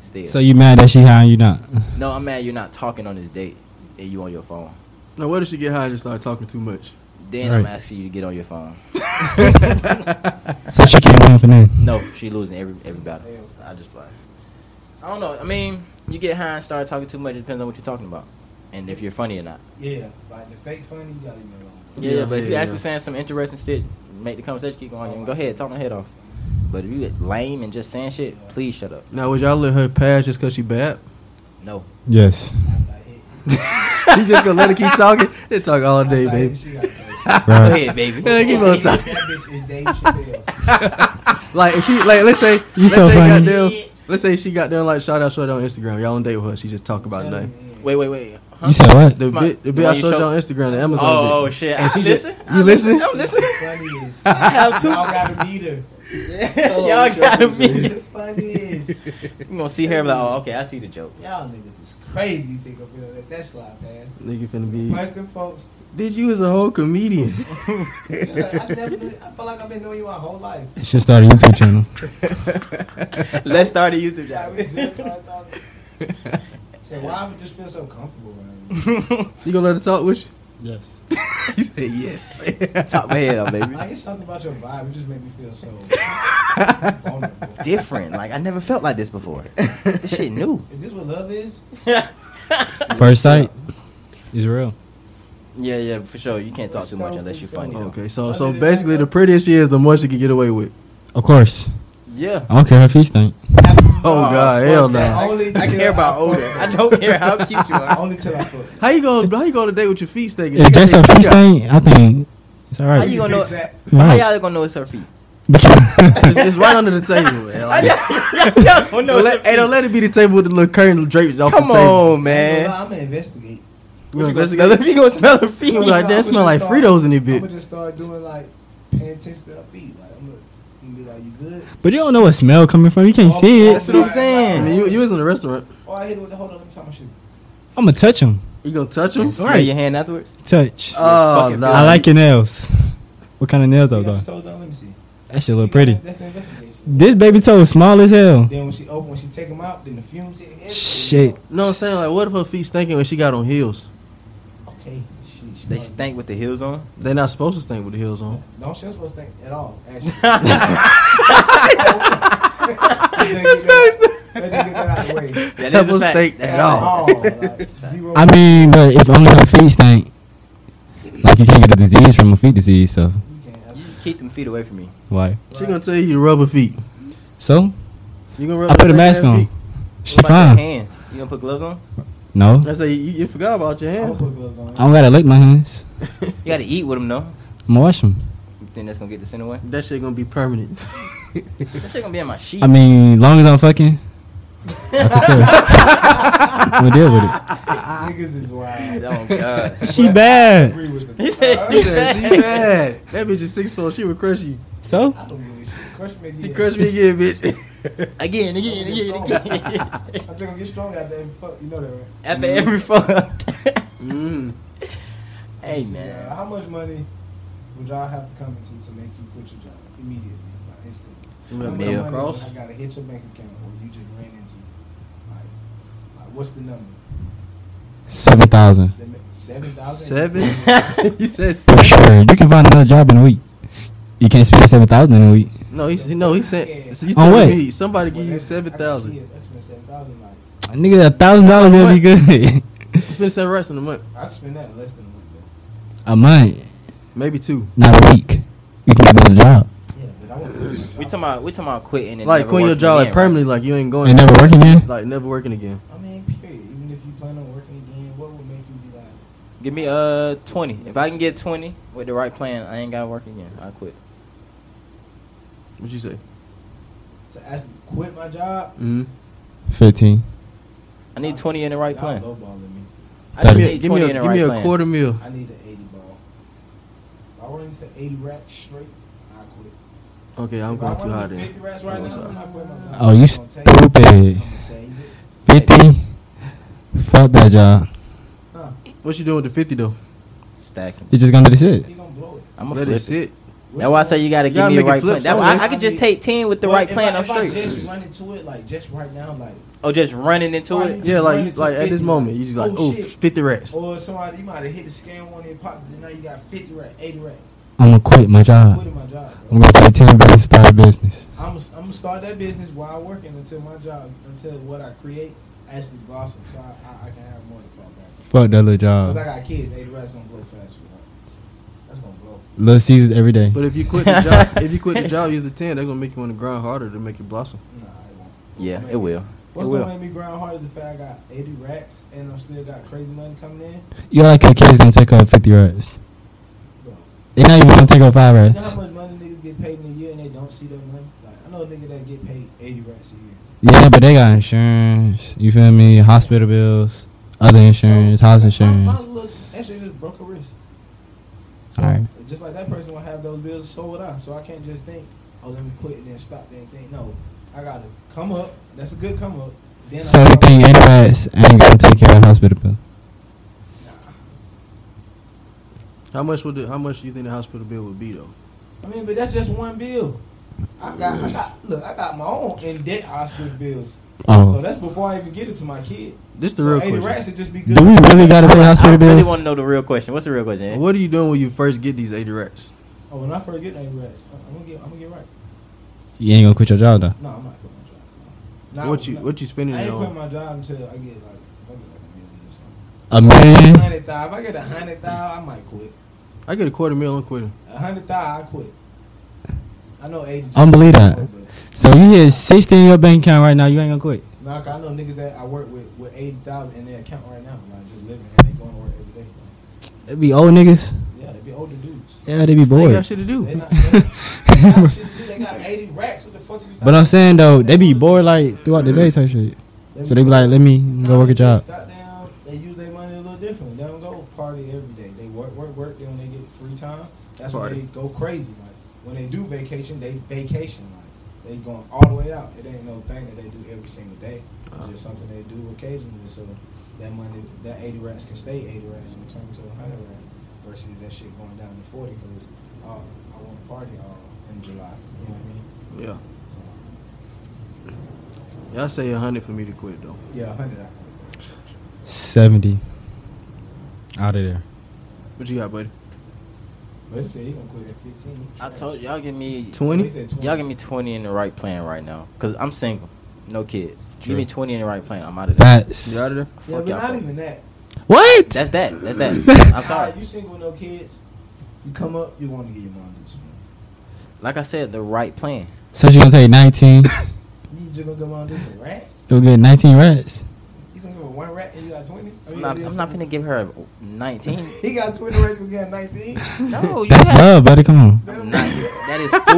A: still.
L: So you mad that she high and you not?
A: no, I'm mad you're not talking on this date and you on your phone.
B: Now, what if she get high and just start talking
A: (laughs)
B: too much? (laughs)
A: Then I'm
L: Right.
A: asking you to get on your phone.
L: So she can't win for nothing.
A: No, she losing every every battle. I just play. I don't know. I mean, you get high and start talking too much. It depends on what you're talking about, and if you're funny or not.
C: Yeah, like the fake funny, you gotta leave me alone.
A: Yeah,
B: Yeah,
A: but if
B: yeah,
A: you're actually
B: yeah.
A: saying some interesting shit, make the conversation keep going. and go ahead, talk my head off. But if you lame and just saying shit, please shut up.
B: Now, would y'all let her pass just because she (laughs) bad?
A: No,
L: Yes.
B: you just gonna let her keep talking? They talk all day,
C: Like,
B: (laughs) baby.
C: she got that.
A: (laughs) go
L: Right.
A: ahead,
B: (laughs)
A: baby.
B: Yeah, keep on
C: That
B: talking.
C: bitch is Dave Chappelle.
B: Like, if she, like, let's say,
L: You
B: let's
L: so
B: say
L: funny.
B: goddamn, let's say she got down like shout out, short on Instagram. Y'all on date with her? She just talk about nothing.
A: Wait, wait, wait. Huh?
L: You said what?
B: The
A: My-
B: bit, the
A: the
B: bit
A: one
B: I
A: you
B: showed you
A: showed-
B: on Instagram, the Amazon.
A: Oh
B: bit.
A: shit!
B: And
A: I
B: she just-
A: listen.
B: you
A: I
B: listen?
A: I'm listening.
C: Funniest.
A: (laughs) I have two.
C: Y'all gotta meet her. (laughs)
A: Y'all gotta meet.
C: She's the funniest.
A: Oh, (laughs) You gonna see her like, oh, okay, I see the joke. (laughs)
C: Y'all niggas is crazy. You think I'm gonna let that slide past?
B: Nigga finna be.
C: Question, folks.
B: Did you as a
A: (laughs)
B: whole comedian?
C: Like, I never. been- I feel like I've been knowing you my whole life.
L: You should start a YouTube channel.
A: Let's start a YouTube
C: Like,
A: (laughs)
C: we
A: channel.
C: just started talking. Say, why would I just feel so comfortable around you?
B: You gonna let her talk with you?
F: Yes.
A: (laughs)
B: He said yes.
A: Top my head up, baby.
C: Like it's something about your vibe. It just made me feel so vulnerable.
A: Different. Like I never felt like this before. This shit new.
C: Is this what love is?
L: First sight is real.
A: Yeah, yeah, for sure. You can't talk too much unless you're funny. Though.
B: Okay, so so basically, the prettiest she is, the more she can get away with.
L: Of course.
A: Yeah.
L: I don't care if he stink.
B: Oh, God, hell no.
A: that.
C: Only
A: I
C: till
A: care about
C: fuck
A: odor.
C: her.
A: I don't care how cute you are.
C: Only till I fuck. her.
B: How you go? How you go on a date with your feet stinking?
L: If
B: You
L: just her
B: gotta
L: feet
B: take-
L: stink, I think it's all
A: How
L: right.
A: you gonna know?
C: Fix that.
A: How
L: Right.
A: y'all gonna know it's her feet? (laughs)
B: It's, it's right under the table. man. Like,
A: y'all don't know.
B: don't let, hey, don't let it be the table with the little curtain drapes off
A: Come
B: the table.
A: on,
C: Ain't
A: man.
C: gonna lie, I'm gonna investigate.
B: Come
A: You gonna smell her- You gonna smell her feet? (laughs)
B: Like, that smell like Fritos in it,
C: I'm
B: bitch.
C: gonna just start doing like paying attention to her feet. Like I'm gonna, I'm gonna be like, you good?
L: But you don't know what smell coming from. You can't see
A: That's
L: it.
A: what I'm saying.
B: (laughs) I mean, you, you was in a restaurant.
C: Oh, I hit it with the hold on. Let me talk my shit.
L: I'ma touch him.
B: You gonna touch them?
A: Smell
L: Right.
A: your hand afterwards.
L: Touch.
B: Oh,
A: fucking
B: no.
L: I like your nails. What kind of nails though?
C: You got
L: though?
C: your toes down. Let me see.
L: That shit
C: You
L: look
C: got-
L: pretty.
C: That's the investigation.
L: This baby toe small as hell.
C: Then when she open, when she take them out, then the fumes. hit everything.
L: Shit.
B: You know what I'm saying? Like, what if her feet stinking when she got on heels?
C: Okay. She, she
A: They
C: must-
A: stink with the heels on.
B: They're not supposed to stink with the heels on.
C: Don't she supposed to think at all? Actually. (laughs) That's Let them get that out of the way.
A: (laughs) That
B: That
A: is a
B: was
A: fact.
B: steak
A: That's
B: at
A: a
B: all.
A: fact.
C: Oh, like, zero.
L: I mean, but if only her feet stink, like you can't get a disease from a feet disease. So
C: You can't have-
A: You keep them feet away from me.
L: why?
B: She gonna tell you to rub her feet.
L: So
B: You gonna rub
L: I
B: her
L: put a
B: stinking
L: mask
B: ass
L: on.
B: feet?
L: She
A: What about your
L: fine.
A: hands? You gonna put gloves on?
L: No,
B: I say you, you forgot about your
C: I would
B: hands.
C: put gloves on.
L: I don't gotta lick my hands.
A: You gotta eat with them though.
L: I'ma wash them.
A: You think that's gonna get the sin (laughs) away?
B: That shit gonna be (laughs) permanent.
A: That shit gonna be in my sheet.
L: I mean, long as I'm fucking, I can cook. (laughs) I'ma deal with it.
C: Niggas is wild.
A: (laughs) oh god.
L: She bad.
C: agree with them.
A: He said,
B: (laughs) She said she bad. That bitch is six foot. She would crush you.
L: So
C: I don't give a shit. crushed me again.
B: She crushed me again, (laughs) bitch.
A: (laughs) Again, again, (laughs) again,
C: I'm
A: again.
C: just gonna get strong after every fuck. You know that, right?
A: After every fuck. (laughs)
B: Mm.
A: Hey
C: Let's see, uh,
A: man,
C: how much money would y'all have to come into to make you quit your job immediately, like instantly?
B: You mean
C: How much
A: Bill
C: money
B: (laughs) Cross?
C: would I gotta hit your bank account, or you just ran into, like, like what's the number?
L: Seven thousand.
C: Seven thousand.
B: Seven? (laughs) you said
L: For
B: seven.
L: sure. You can find another job in a week. You can't spend seven thousand in a week.
B: No, he said, no, he said, so you
L: On
B: told
L: what?
B: me somebody give you 7000
C: Seven thousand. Like,
L: A nigga, a thousand dollars would be good.
B: Spend seven racks in a month.
C: I spend that in less than a week. Though.
L: (laughs) a month,
B: Maybe two.
L: not a week. You can get another job.
C: Yeah, but I want to quit my job.
A: (laughs) we talking about we talking about quitting and
B: Like,
A: never
B: quit your
A: working
B: job
A: again,
B: like permanently, like you ain't going.
L: And never working again?
B: Like, never working again.
C: I mean, period. Even if you plan on working again, what would make you be like?
A: right? Give me uh twenty. If I can get twenty with the right plan, I ain't gotta work again. I quit.
B: What you say?
C: to actually quit my job?
B: Mm-hmm.
L: Fifteen.
A: I need twenty in the right
C: Y'all
A: plan.
C: lowballing me.
A: I just
L: Give me a-
A: need
B: Give me
A: twenty
B: a,
A: in the
B: give
A: right
B: me a
A: plan.
B: quarter meal.
C: I need an 80 ball. If I run into 80 racks straight, I quit.
B: Okay, I'm
C: If
B: going
C: I
B: too
C: run
B: high
C: into
B: then.
C: 50 racks right
B: I'm
C: now,
B: sorry.
C: I'm not quitting my job.
L: Oh, you
C: I'm gonna take it.
L: stupid.
C: I'ma save it.
L: Fifty. Fuck that job.
C: Huh,
B: What you doing with the 50 though?
A: Stacking.
L: You're just gonna let it sit.
C: he gonna blow it.
A: I'm
B: Let
A: gonna
B: it
A: flip it.
B: sit.
A: That's why I say you gotta
B: Y'all
A: give me the
B: make it
A: right
B: flip
A: plan. That why I,
B: somewhere.
A: I could just take ten with the
C: Well,
A: right
C: if
A: plan.
C: I,
A: I'm
C: if I
A: straight.
C: just run into it, like just right now, like
A: Oh, just running into
C: Right.
A: it.
B: Yeah, like
C: Run
B: you-
C: it to
B: like at this
C: 50.
B: moment, you just like,
C: Oh,
B: oh,
C: shit.
B: 50 racks.
C: or somebody you might have hit the scam one and popped, and now you got 50 rack, 80 rack.
L: I'm gonna quit my
C: I'm
L: job.
C: quitting my job, bro.
L: I'm gonna take ten bucks to start a business.
C: I'm I'm gonna start that business while working until my job until what I create actually blossoms, so I, I, I can have more to fall back. on.
L: Fuck that little
C: Cause I
L: job.
C: got kids, eighty racks gonna blow fast. bro. That's gonna blow.
L: Little seasons every day.
B: But if you quit the job, if you quit the job, use the 10. That's gonna make you want to grind harder to make it blossom.
C: Nah, it won't.
A: Yeah, it will.
C: What's
A: It
C: gonna
A: will.
C: make me grind harder is the fact I got eighty racks and I'm still got crazy money coming in.
L: You're like your kid's gonna take up fifty racks.
C: Bro,
L: They're not even gonna take up five
C: you know how
L: racks.
C: much money niggas get paid in a year and they don't see that money. Like I know a nigga that get paid eighty racks a year.
L: Yeah, but they got insurance. You feel me? Hospital bills, other insurance,
C: So,
L: house
C: my-
L: insurance.
C: My, little that shit just broke a wrist. So,
L: Alright.
C: Just like that person will have those bills, so would I. So I can't just think, oh, let me quit and then stop and think. No, I gotta come up. That's a good come up. Then
L: So
C: I
L: you think eighty racks ain't gonna take care of hospital bill?
B: How much would the, how much do you think the hospital bill would be though?
C: I mean, but that's just one bill. I got, I got, look, I got my own in debt hospital bills. So
L: Oh,
C: that's before I even get it to my kid.
B: This the
C: so
B: real
C: 80 racks
B: question.
C: would just be good.
L: do we really gotta pay
A: I
L: hospital
A: really want to
L: bills?
A: know the real question. What's the real question? Ed?
B: What are you doing when you first get these 80 racks?
C: oh, when I first get 80 racks, I'm- I'm gonna get, I'm gonna get right.
L: You ain't gonna quit your job though.
C: No, I'm not quitting my job. Nah,
B: What you
C: nah.
B: what you spending
C: I
B: it
C: ain't quitting
B: on?
C: my job until I get like, I get like a million or something.
L: A million.
C: hundred thou. If I get a hundred thou, I might quit.
B: I get a quarter mil on quitting.
C: A hundred thou, I quit. I know eighty.
L: I don't believe that. So you hit sixty in your bank account right now. You ain't gonna quit.
C: Nah, 'cause I know niggas that I work with with eighty thousand in their account right now, like just living and they going to work every day. Like,
L: It be old niggas.
C: yeah, they be older dudes.
L: Yeah, they be
B: They
L: bored.
B: got shit to
C: They
B: do.
C: not. They, they got shit to do. They got eighty racks. What the fuck are you? talking
L: (laughs) But I'm
C: about?
L: saying though, they be bored like throughout the day type shit. So they be like, let me go work a job.
C: Goddamn, they use their money a little differently. They don't go party every day. They work, work, work. Then when they get free time, that's
B: Party.
C: when they go crazy. Like when they do vacation, they vacation. Like they going all the way out. It ain't no thing that they do every single day. It's just something they do occasionally. So that money, that eighty rats can stay eighty rats and turn to a hundred rats versus that shit going down to forty because oh, I want to party all in July. You know what I mean?
B: Yeah.
C: So
B: Y'all say a hundred for me to quit though.
C: yeah, a hundred. I quit.
L: Seventy. Out of there.
B: What you got, buddy?
C: But he said he gonna quit at fifteen.
A: I told y'all give me
C: He
B: Twenty?
C: said 20.
A: y'all give me twenty in the right plan right now because I'm single, no kids.
L: True.
A: Give me twenty in the right plan. I'm out of there.
L: Facts.
B: You out of there?
C: Yeah,
A: Fuck
C: but
A: y'all.
C: not
A: folks.
C: even that.
L: What?
A: That's that. That's
L: (laughs)
A: that. I'm sorry.
C: Ah, You single with no kids. You come up, you want to get your mom to do some money.
A: Like I said, the right
C: Oh,
A: plan.
L: So she gonna take nineteen. (coughs)
C: You just gonna go mom do some rat?
L: Go get nineteen rats.
C: You gonna give her one rat and you got twenty?
A: I'm not, I'm not finna give her
C: (laughs)
A: 19.
C: He got twenty rats, you got
A: (laughs)
C: nineteen.
A: No, you
L: That's (laughs)
A: got-
L: love, buddy. Come on.
A: I'm not- that is (laughs)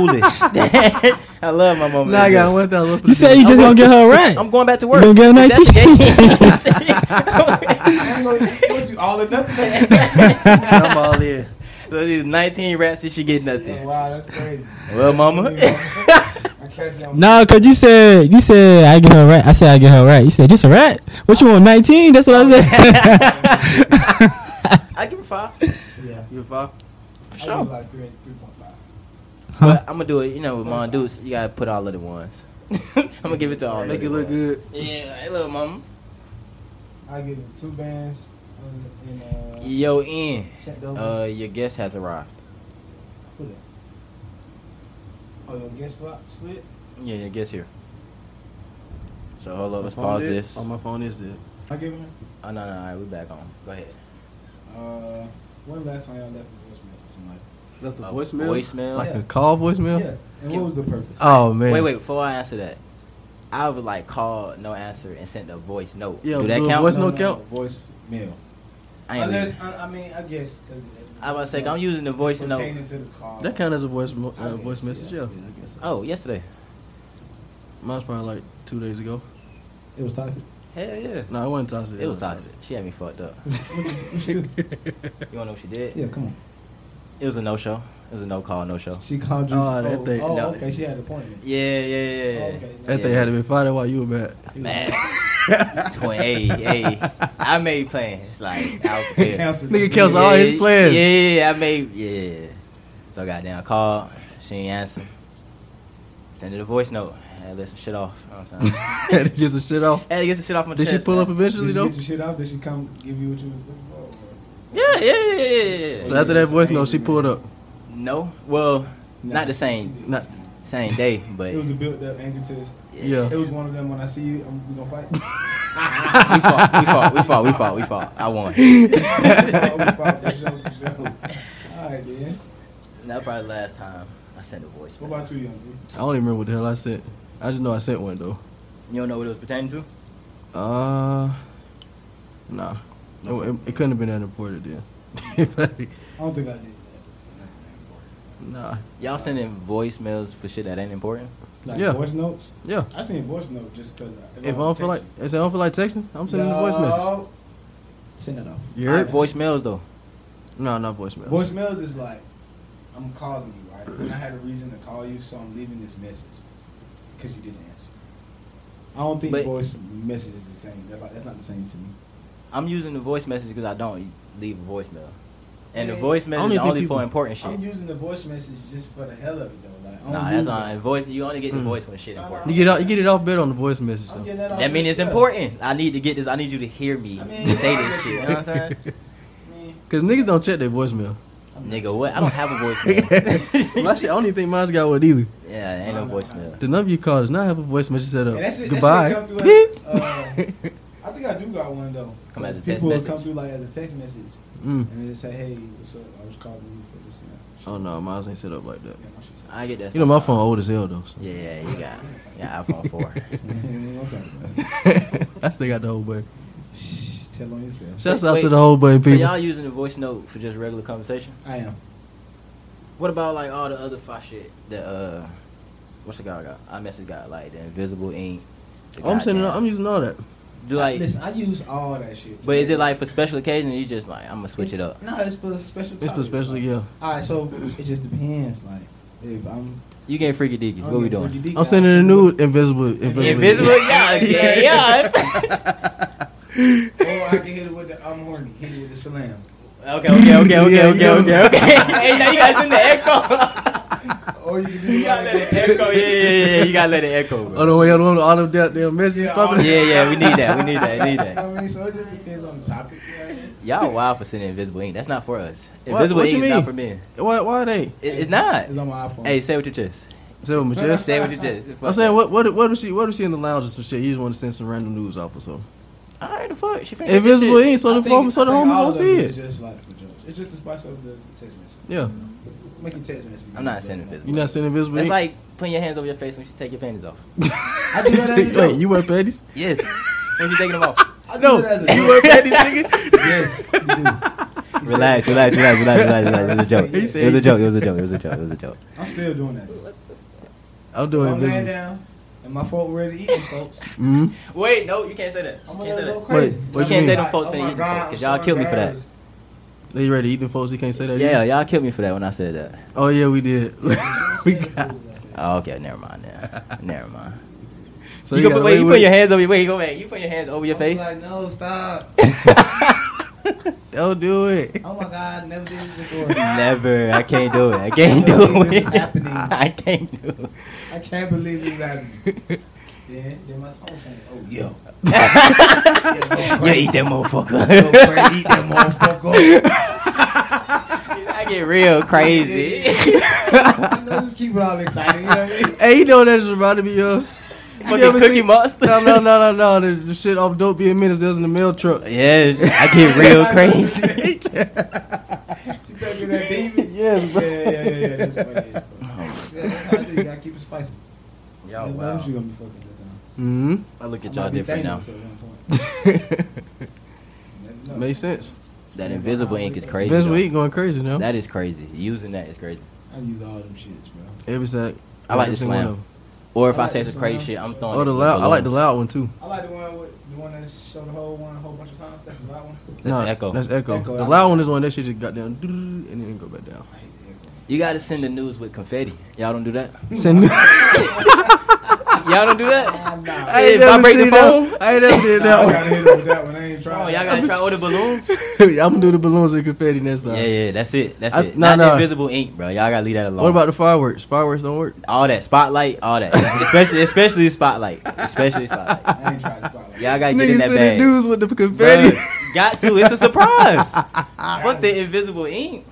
A: foolish. I love my mom.
B: Nah, I got one thousand.
L: You say you just gonna get her a rat.
A: I'm (laughs) going back to work.
L: You gonna give her
A: If that's the case-
L: (laughs)
A: (laughs)
C: I ain't gonna put you all or nothing.
B: I'm all in.
A: so these 19 rats, she should get nothing.
C: Wow, that's crazy.
A: Well, mama.
C: I catch y'all.
L: No, cause you said you said I get her right. I said I get her right. You said just a rat. What you want? Nineteen? That's what
A: (laughs)
L: I said.
A: (laughs)
L: (laughs)
A: I give a five.
C: Yeah.
B: You a five?
A: For
C: I
A: sure.
C: give like three, three point five.
L: Huh?
A: But I'm gonna do it. You know, with my dudes, you gotta put all of the ones. (laughs) I'm gonna give it to all. of
B: Make
A: the
B: it look
A: ones.
B: good.
A: Yeah, hey, little mama.
C: I give him two bands and uh,
A: Yo, in.
C: sent those.
A: Uh, your guest has arrived.
C: Who that? Oh, your guest lock slip.
A: Yeah, your guest here. So hold up, let's
B: My phone
A: pause
B: dead?
A: this.
B: Oh, my phone is dead.
C: I give him.
A: Oh no, no, all right, we back on. Go ahead.
C: Uh, when last time y'all left a voicemail for somebody?
B: Left a
A: Uh,
B: voicemail.
A: Voicemail.
B: Like
C: Yeah.
B: a call voicemail.
C: Yeah. And what was the purpose?
B: Oh man.
A: Wait, wait. Before I answer that, I would like call no answer and send a voice note.
B: Yeah,
A: do that
B: do a
A: count?
B: voice- no count?
C: Voicemail.
A: I ain't.
C: Unless
A: leaving.
C: I, I mean, I guess because
A: I was about to say I'm using the voice note.
C: pertaining to the call.
B: That counts as a voice mo-
C: I
B: uh,
C: guess,
B: voice message. Yeah.
C: yeah, I guess so.
A: Oh, yesterday.
B: Mine's probably like two days ago.
C: It was toxic.
A: Hell yeah.
B: No, it wasn't toxic.
A: It was toxic. She had me fucked up. You wanna know what she
C: (laughs)
A: did?
C: yeah, come on.
A: It was a no show. It was a no call, no show.
C: She called you.
B: Oh, that thing-
C: oh,
A: no.
C: okay. She had an appointment.
A: Yeah, yeah, yeah. yeah.
C: Okay,
B: That
A: yeah.
B: thing had to be fired while you were mad.
A: Man, (laughs) Twen- hey, hey, I made plans like
C: (laughs)
A: out there.
C: Cancel.
B: Nigga cancel all his plans.
A: Yeah, yeah, I made yeah. So goddamn call, she ain't answer. Send her a voice note. Had to let some shit off. You know what I'm
B: (laughs)
A: saying?
B: (laughs) Had to get some shit off.
A: had to get some shit off my
B: Did
A: chest.
B: she pull
A: man.
B: up eventually
C: Did you
B: though?
C: get your shit out? Did she come give you what you was looking for? or-
A: Yeah, yeah, yeah, yeah. yeah, yeah.
B: So after that voice note, she pulled up.
A: no, well, not
C: she- she
A: the same,
C: did.
B: Not-
A: same day, but
C: It was a built up anger test.
B: Yeah.
C: It was one of them. When I see you, I'm, we gonna
A: (laughs)
C: fight. (laughs)
A: we fought, we fought, we fought, we fought, we fought. I won. (laughs)
B: (laughs)
C: we fought for sure. for sure. All right, then.
A: That probably the last time I sent a voice.
C: What about you, young G?
B: I don't even remember what the hell I sent. I just know I sent one though.
A: You don't know what it was pertaining to?
B: Uh, nah. It, it, it couldn't have been that important then.
C: I
B: (laughs)
C: don't think I did that.
B: nah.
A: Y'all sending voicemails for shit that ain't important?
C: Like
B: Yeah.
C: voice notes.
B: Yeah.
C: I seen voice note just because.
B: If I don't feel like, if I don't feel like texting, I'm sending a voice message.
C: No. Send it off.
B: You
A: I
B: heard?
A: have voicemails though.
B: No, not voicemail.
C: Voicemails is like, I'm calling you, right? And I had a reason to call you, so I'm leaving this message because you didn't answer. I don't think
A: But-
C: voice message is the same. That's like that's not the same to me.
A: I'm using the voice message because I don't leave a voicemail. And the
C: Yeah.
A: voice
B: I don't
A: message is
B: even think
A: only
B: people-
A: for important shit.
C: I'm using the voice message just for the hell of it though. Like, I don't
A: Nah, that's
C: use
A: not
C: it.
A: and voice. You only get the
B: Mm.
A: voice when shit
C: Nah, nah.
A: important.
B: You get out, you get it off bed on the voice message
C: I'm
B: though.
C: getting that. off
A: That means
C: just
A: it's
C: for-
A: important. I need to get this. I need you to hear me
C: I mean,
A: to say
C: yeah,
A: this
C: I
A: shit. You know
C: get
A: what I'm saying?
C: Man,
B: Cause niggas don't check
C: (laughs)
B: their voicemail.
C: I'm not
A: Nigga, what? I don't have a voicemail.
B: My shit, I don't even think mine's got one either.
A: yeah, ain't no
C: Nah, nah,
A: voicemail.
B: The number you call does not have a voice message set up.
C: And that's it.
B: Goodbye.
C: That shit come through as,
B: (laughs)
C: uh, I think I do got one though.
A: Come as a text
C: People will
A: message?
C: come through like as a text message,
B: mm.
C: and they say, "Hey, what's up? I was calling you for this." And that.
B: Oh no, mine ain't set up like that.
C: Yeah, my shit's-
A: I get that.
B: You know my
A: sometimes.
B: phone old as hell though. so.
A: Yeah, yeah, you got, you got iPhone four.
C: (laughs)
A: (laughs)
C: Okay.
B: (laughs) I still got the whole button.
C: Shh, Tell on yourself.
B: Shouts
A: Wait,
B: out to
A: wait.
B: the whole button
A: so
B: people.
A: y'all using the voice note for just regular conversation?
C: I am.
A: What about like all the other fly shit that uh, what's the guy got? I message got like the invisible ink. the
B: Oh, I'm sending.
A: goddamn-
B: I'm using all that.
A: do like,
C: Listen, I use all that shit.
A: but is it like for special occasion? You just like I'm gonna switch it up.
C: No, it's for special.
B: It's for
C: topics,
B: special.
C: like-
B: Yeah.
C: All right, so it just depends. Like if I'm,
A: You getting freaky deaky?
C: I'm
A: What we
C: getting
A: doing?
C: freaky deaky,
B: I'm sending a
C: I'll
B: nude invisible. Invisible. (laughs)
A: Invisible? Yeah, yeah, yeah.
C: shoot it. Or I can hit it with the I'm horny. Hit it with the slam.
A: Okay, okay, okay, okay,
B: Yeah,
A: okay,
B: you
A: okay, okay. (laughs) hey, now you guys in the echo.
C: Or you can do
A: you gotta
C: like
A: let it echo. Yeah, yeah, yeah, yeah. You gotta let it echo.
B: Oh
A: Bro.
B: no, y'all want all them goddamn messages
C: Yeah,
B: popping.
C: all-
A: Yeah, yeah. We need that. We need that. We need
C: You know
A: that.
C: what I mean, so it just depends on the topic. you know what I mean?
A: Y'all wild for sending invisible ink. That's not for us.
B: What-
A: Invisible
B: what
A: ink
B: you
A: is not
B: mean?
A: for men.
B: Why? Why they?
A: It, it's not.
C: It's on my iPhone.
A: Hey, say with your chest.
B: Say what, Majestic?
A: Say with your chest.
B: (laughs) I'm saying what? What? What is she? What is she in the lounge or some shit? You just want to send some random news off or something.
A: All right, the fuck. She finna
B: Invisible ink, so
C: I
B: the
C: think-
B: homies, so the
C: I think
B: homies
C: all
B: don't
C: of
B: see
C: is
B: it.
C: Just like for jokes. It's just the spice of the text message.
B: Yeah,
C: Make your text message.
A: I'm not sending
C: it.
A: invisible.
B: you not sending invisible
A: It's
B: ink.
A: like putting your hands over your face when you take your panties off.
C: I do that as a
B: (laughs) Wait,
C: joke.
B: you wear panties?
A: Yes. (laughs) when you taking them off.
C: I do
B: No,
C: that as a
B: (laughs) you
C: joke.
B: wear panties, nigga.
C: Yes, you do.
A: Relax, relax, relax, relax, relax, relax. It was a joke.
B: He said
A: It was a joke. It was a joke. It was a joke. It was a joke.
C: I'm still doing that.
B: I'm doing
C: I'm laying
B: invisible.
C: down, and my folk ready to eat them, folks.
B: Mm-hmm.
A: Wait, no, you can't say that.
C: I'm
A: You
C: gonna
A: can't say
C: let it go
A: that.
C: crazy.
B: Wait,
A: You
B: what
A: can't
B: you
A: say
B: mean?
A: them folks
C: Oh
A: ain't
C: my
A: eating
C: God,
A: folks, 'cause y'all
C: I'm
A: killed me for that.
C: embarrassed.
B: They ready to eat them folks? He can't say that.
A: Yeah,
B: either?
A: y'all killed me for that when I said that.
B: Oh yeah, we did. (laughs)
A: (laughs)
B: we got.
A: Oh, okay, never mind.
B: (laughs)
A: Now. never mind.
B: So
A: you,
B: you
A: go,
B: gotta
A: wait,
B: wait,
A: you
B: wait.
A: put your hands over your wait, go back. You put your hands over your face.
C: Like, no,
B: (laughs)
C: stop.
B: Don't do it.
C: Oh my God, never did this before.
A: Never. I can't do it.
C: (laughs)
A: I can't do
C: This
A: it.
C: is happening.
A: (laughs) I can't do it.
C: I can't believe this is happening. Then, then my tone changed. Oh, (laughs) yo.
A: Yeah,
B: (laughs)
A: eat that motherfucker. (laughs)
C: Yo, Craig, eat that motherfucker.
A: I get
B: (laughs)
A: real crazy. (laughs)
C: you know, just keep it all excited. You know what I mean?
B: Hey, you know what that just reminded me of? (laughs) You
A: Fucking
B: ever
A: Cookie
B: seen-
A: Monster.
B: No, no, no, no, no. The, the shit off Dope Being Minutes that was in the mail truck.
A: (laughs) Yes, I
B: (laughs)
A: get real crazy.
C: She told me that demon.
B: Yes,
C: (laughs)
B: bro.
C: Yeah, yeah, yeah, yeah. That's funny. as fuck. Yeah, that's how I do. You gotta keep it spicy.
A: Yo,
C: Never
A: Oh, wow.
C: knows you gonna be fucking that time.
B: Mm-hmm.
A: I look at
C: I
A: y'all
C: might be
A: different now.
C: Thanos at one point. (laughs) Never know.
B: (laughs) Makes sense.
A: That invisible ink is crazy.
B: Best
A: though.
B: week going crazy now.
A: That is crazy. Using that is crazy.
C: I use all them shits, bro.
B: Every sack.
A: I like
B: Every
A: the
B: single
A: slam.
B: one of 'em.
A: Or if
C: I
A: I,
C: like
A: say
C: the
A: some crazy
C: slam.
A: shit, I'm throwing.
B: Oh,
A: it
B: the
A: with
B: loud. I like the
A: balloons.
B: loud one too.
C: I like the one with the one that showed the whole one a whole bunch of times. That's the loud one.
A: That's echo.
B: That's e- echo.
C: Echo,
B: the
C: I
B: loud
C: like
B: one is one that shit just got down and then go back down.
C: I hate the echo.
A: You gotta send the news with confetti. Y'all don't do
B: (laughs)
A: that.
B: Send me.
A: Y'all don't do that.
C: Ah, (laughs) nah.
B: I ain't
A: Hey,
B: never
A: vibrate the
B: seen that.
A: phone?
B: I ain't never did
C: Nah, I gotta
B: (laughs) that
C: hit it with that one. I ain't
A: Come
C: trying.
A: on, Oh, y'all gotta try all the
B: (laughs)
A: balloons.
B: one. I'm gonna do the balloons and confetti next time.
A: Yeah, yeah, that's it. That's
B: I-
A: it.
B: nah,
A: Not
B: nah.
A: the invisible ink, bro. Y'all gotta leave that alone.
B: What about the fireworks? Fireworks don't work.
A: all that spotlight? All
B: (laughs)
A: that, especially especially spotlight, especially spotlight.
C: I ain't trying to spotlight.
A: Y'all gotta get in
B: Niggas
A: that
B: send the
A: bag.
B: news with the
A: Bruh,
B: confetti.
A: got to. It's a surprise. Fuck the invisible ink.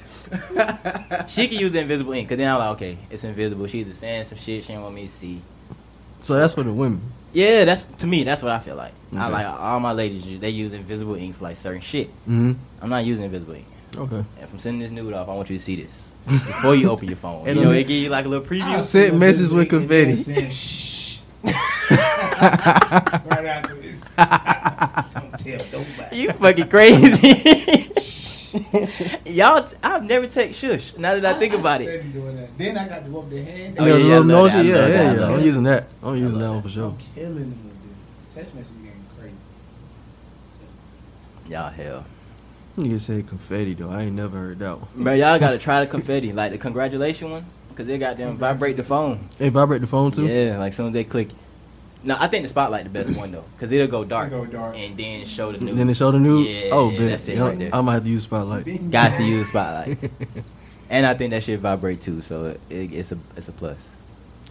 A: she can use the invisible ink, cause then I'm like, okay, it's invisible. She's either saying some shit she don't want me to see.
B: (laughs) So that's for the women.
A: Yeah, that's to me. That's what I feel like. I
B: Okay.
A: like all my ladies. They use invisible ink for like certain shit.
B: Mm-hmm.
A: I'm not using invisible ink.
B: Okay.
A: If I'm sending this nude off, I want you to see this before you open your phone.
B: (laughs) And
A: you know,
B: I'm-
A: it give you like a little preview.
C: I'll
B: Sent
C: send a
B: messages with
C: video and then
A: Oh,
B: confetti.
C: send Shh. right after
A: (laughs)
C: this. Don't tell
B: Ah.
C: nobody.
A: You fucking
B: (laughs)
A: crazy. (laughs) Y'all, t- I've never text shush. Now that I
B: (laughs)
A: think about it,
C: steady doing that. Then I got to up the hand.
A: Oh,
B: You
A: yeah, yeah,
B: know, the
A: I
B: little
A: love
B: noisy-
A: that, I
B: yeah,
A: love that,
B: yeah,
A: I
B: yeah.
A: love
B: I'm
A: that.
B: using that. I'm using
C: I
B: that
C: love
B: one for sure.
C: I'm killing them with this. Text message game crazy.
A: y'all hell,
B: Nigga said confetti though. I ain't never heard that one.
A: bro. Y'all gotta try the confetti, like the congratulation one, because they got them vibrate the phone.
B: Hey, vibrate the phone too.
A: Yeah, like soon as they click. it. No, I think the spotlight the best one though, because it'll go dark,
C: It'll go dark.
A: and then show the new.
B: Then they show the new.
A: Yeah,
B: oh, bitch.
A: that's it
B: Yeah,
A: right there.
B: I might have to use spotlight.
C: Bing.
A: Got
C: (laughs)
A: to use spotlight, and I think that shit vibrate too, so it, it's a it's a plus.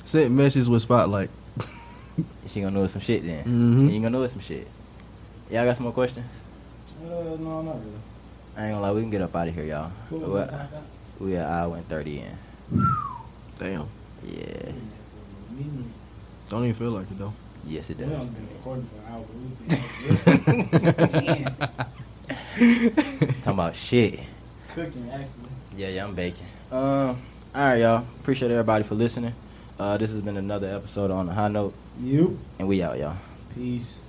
B: Sent messages with spotlight.
A: She gonna know some shit then.
B: Mhm.
A: You gonna know some shit. Y'all got some more questions?
C: Uh, no, not really.
A: I ain't gonna lie, we can get up out of here, y'all.
C: What was
A: What-
C: that time stamp?
A: We are hour and thirty in.
B: Damn.
A: Yeah.
C: Me, me.
B: Don't even feel like it though.
A: Yes, it
C: We
A: does.
C: don't been recording for an hour.
A: (laughs)
C: We've been Ten.
A: Talking about shit.
C: cooking, actually.
A: Yeah, yeah, I'm baking. Um, all right, y'all. Appreciate everybody for listening. Uh, this has been another episode on the high note,
C: You.
A: and we out, y'all.
C: Peace.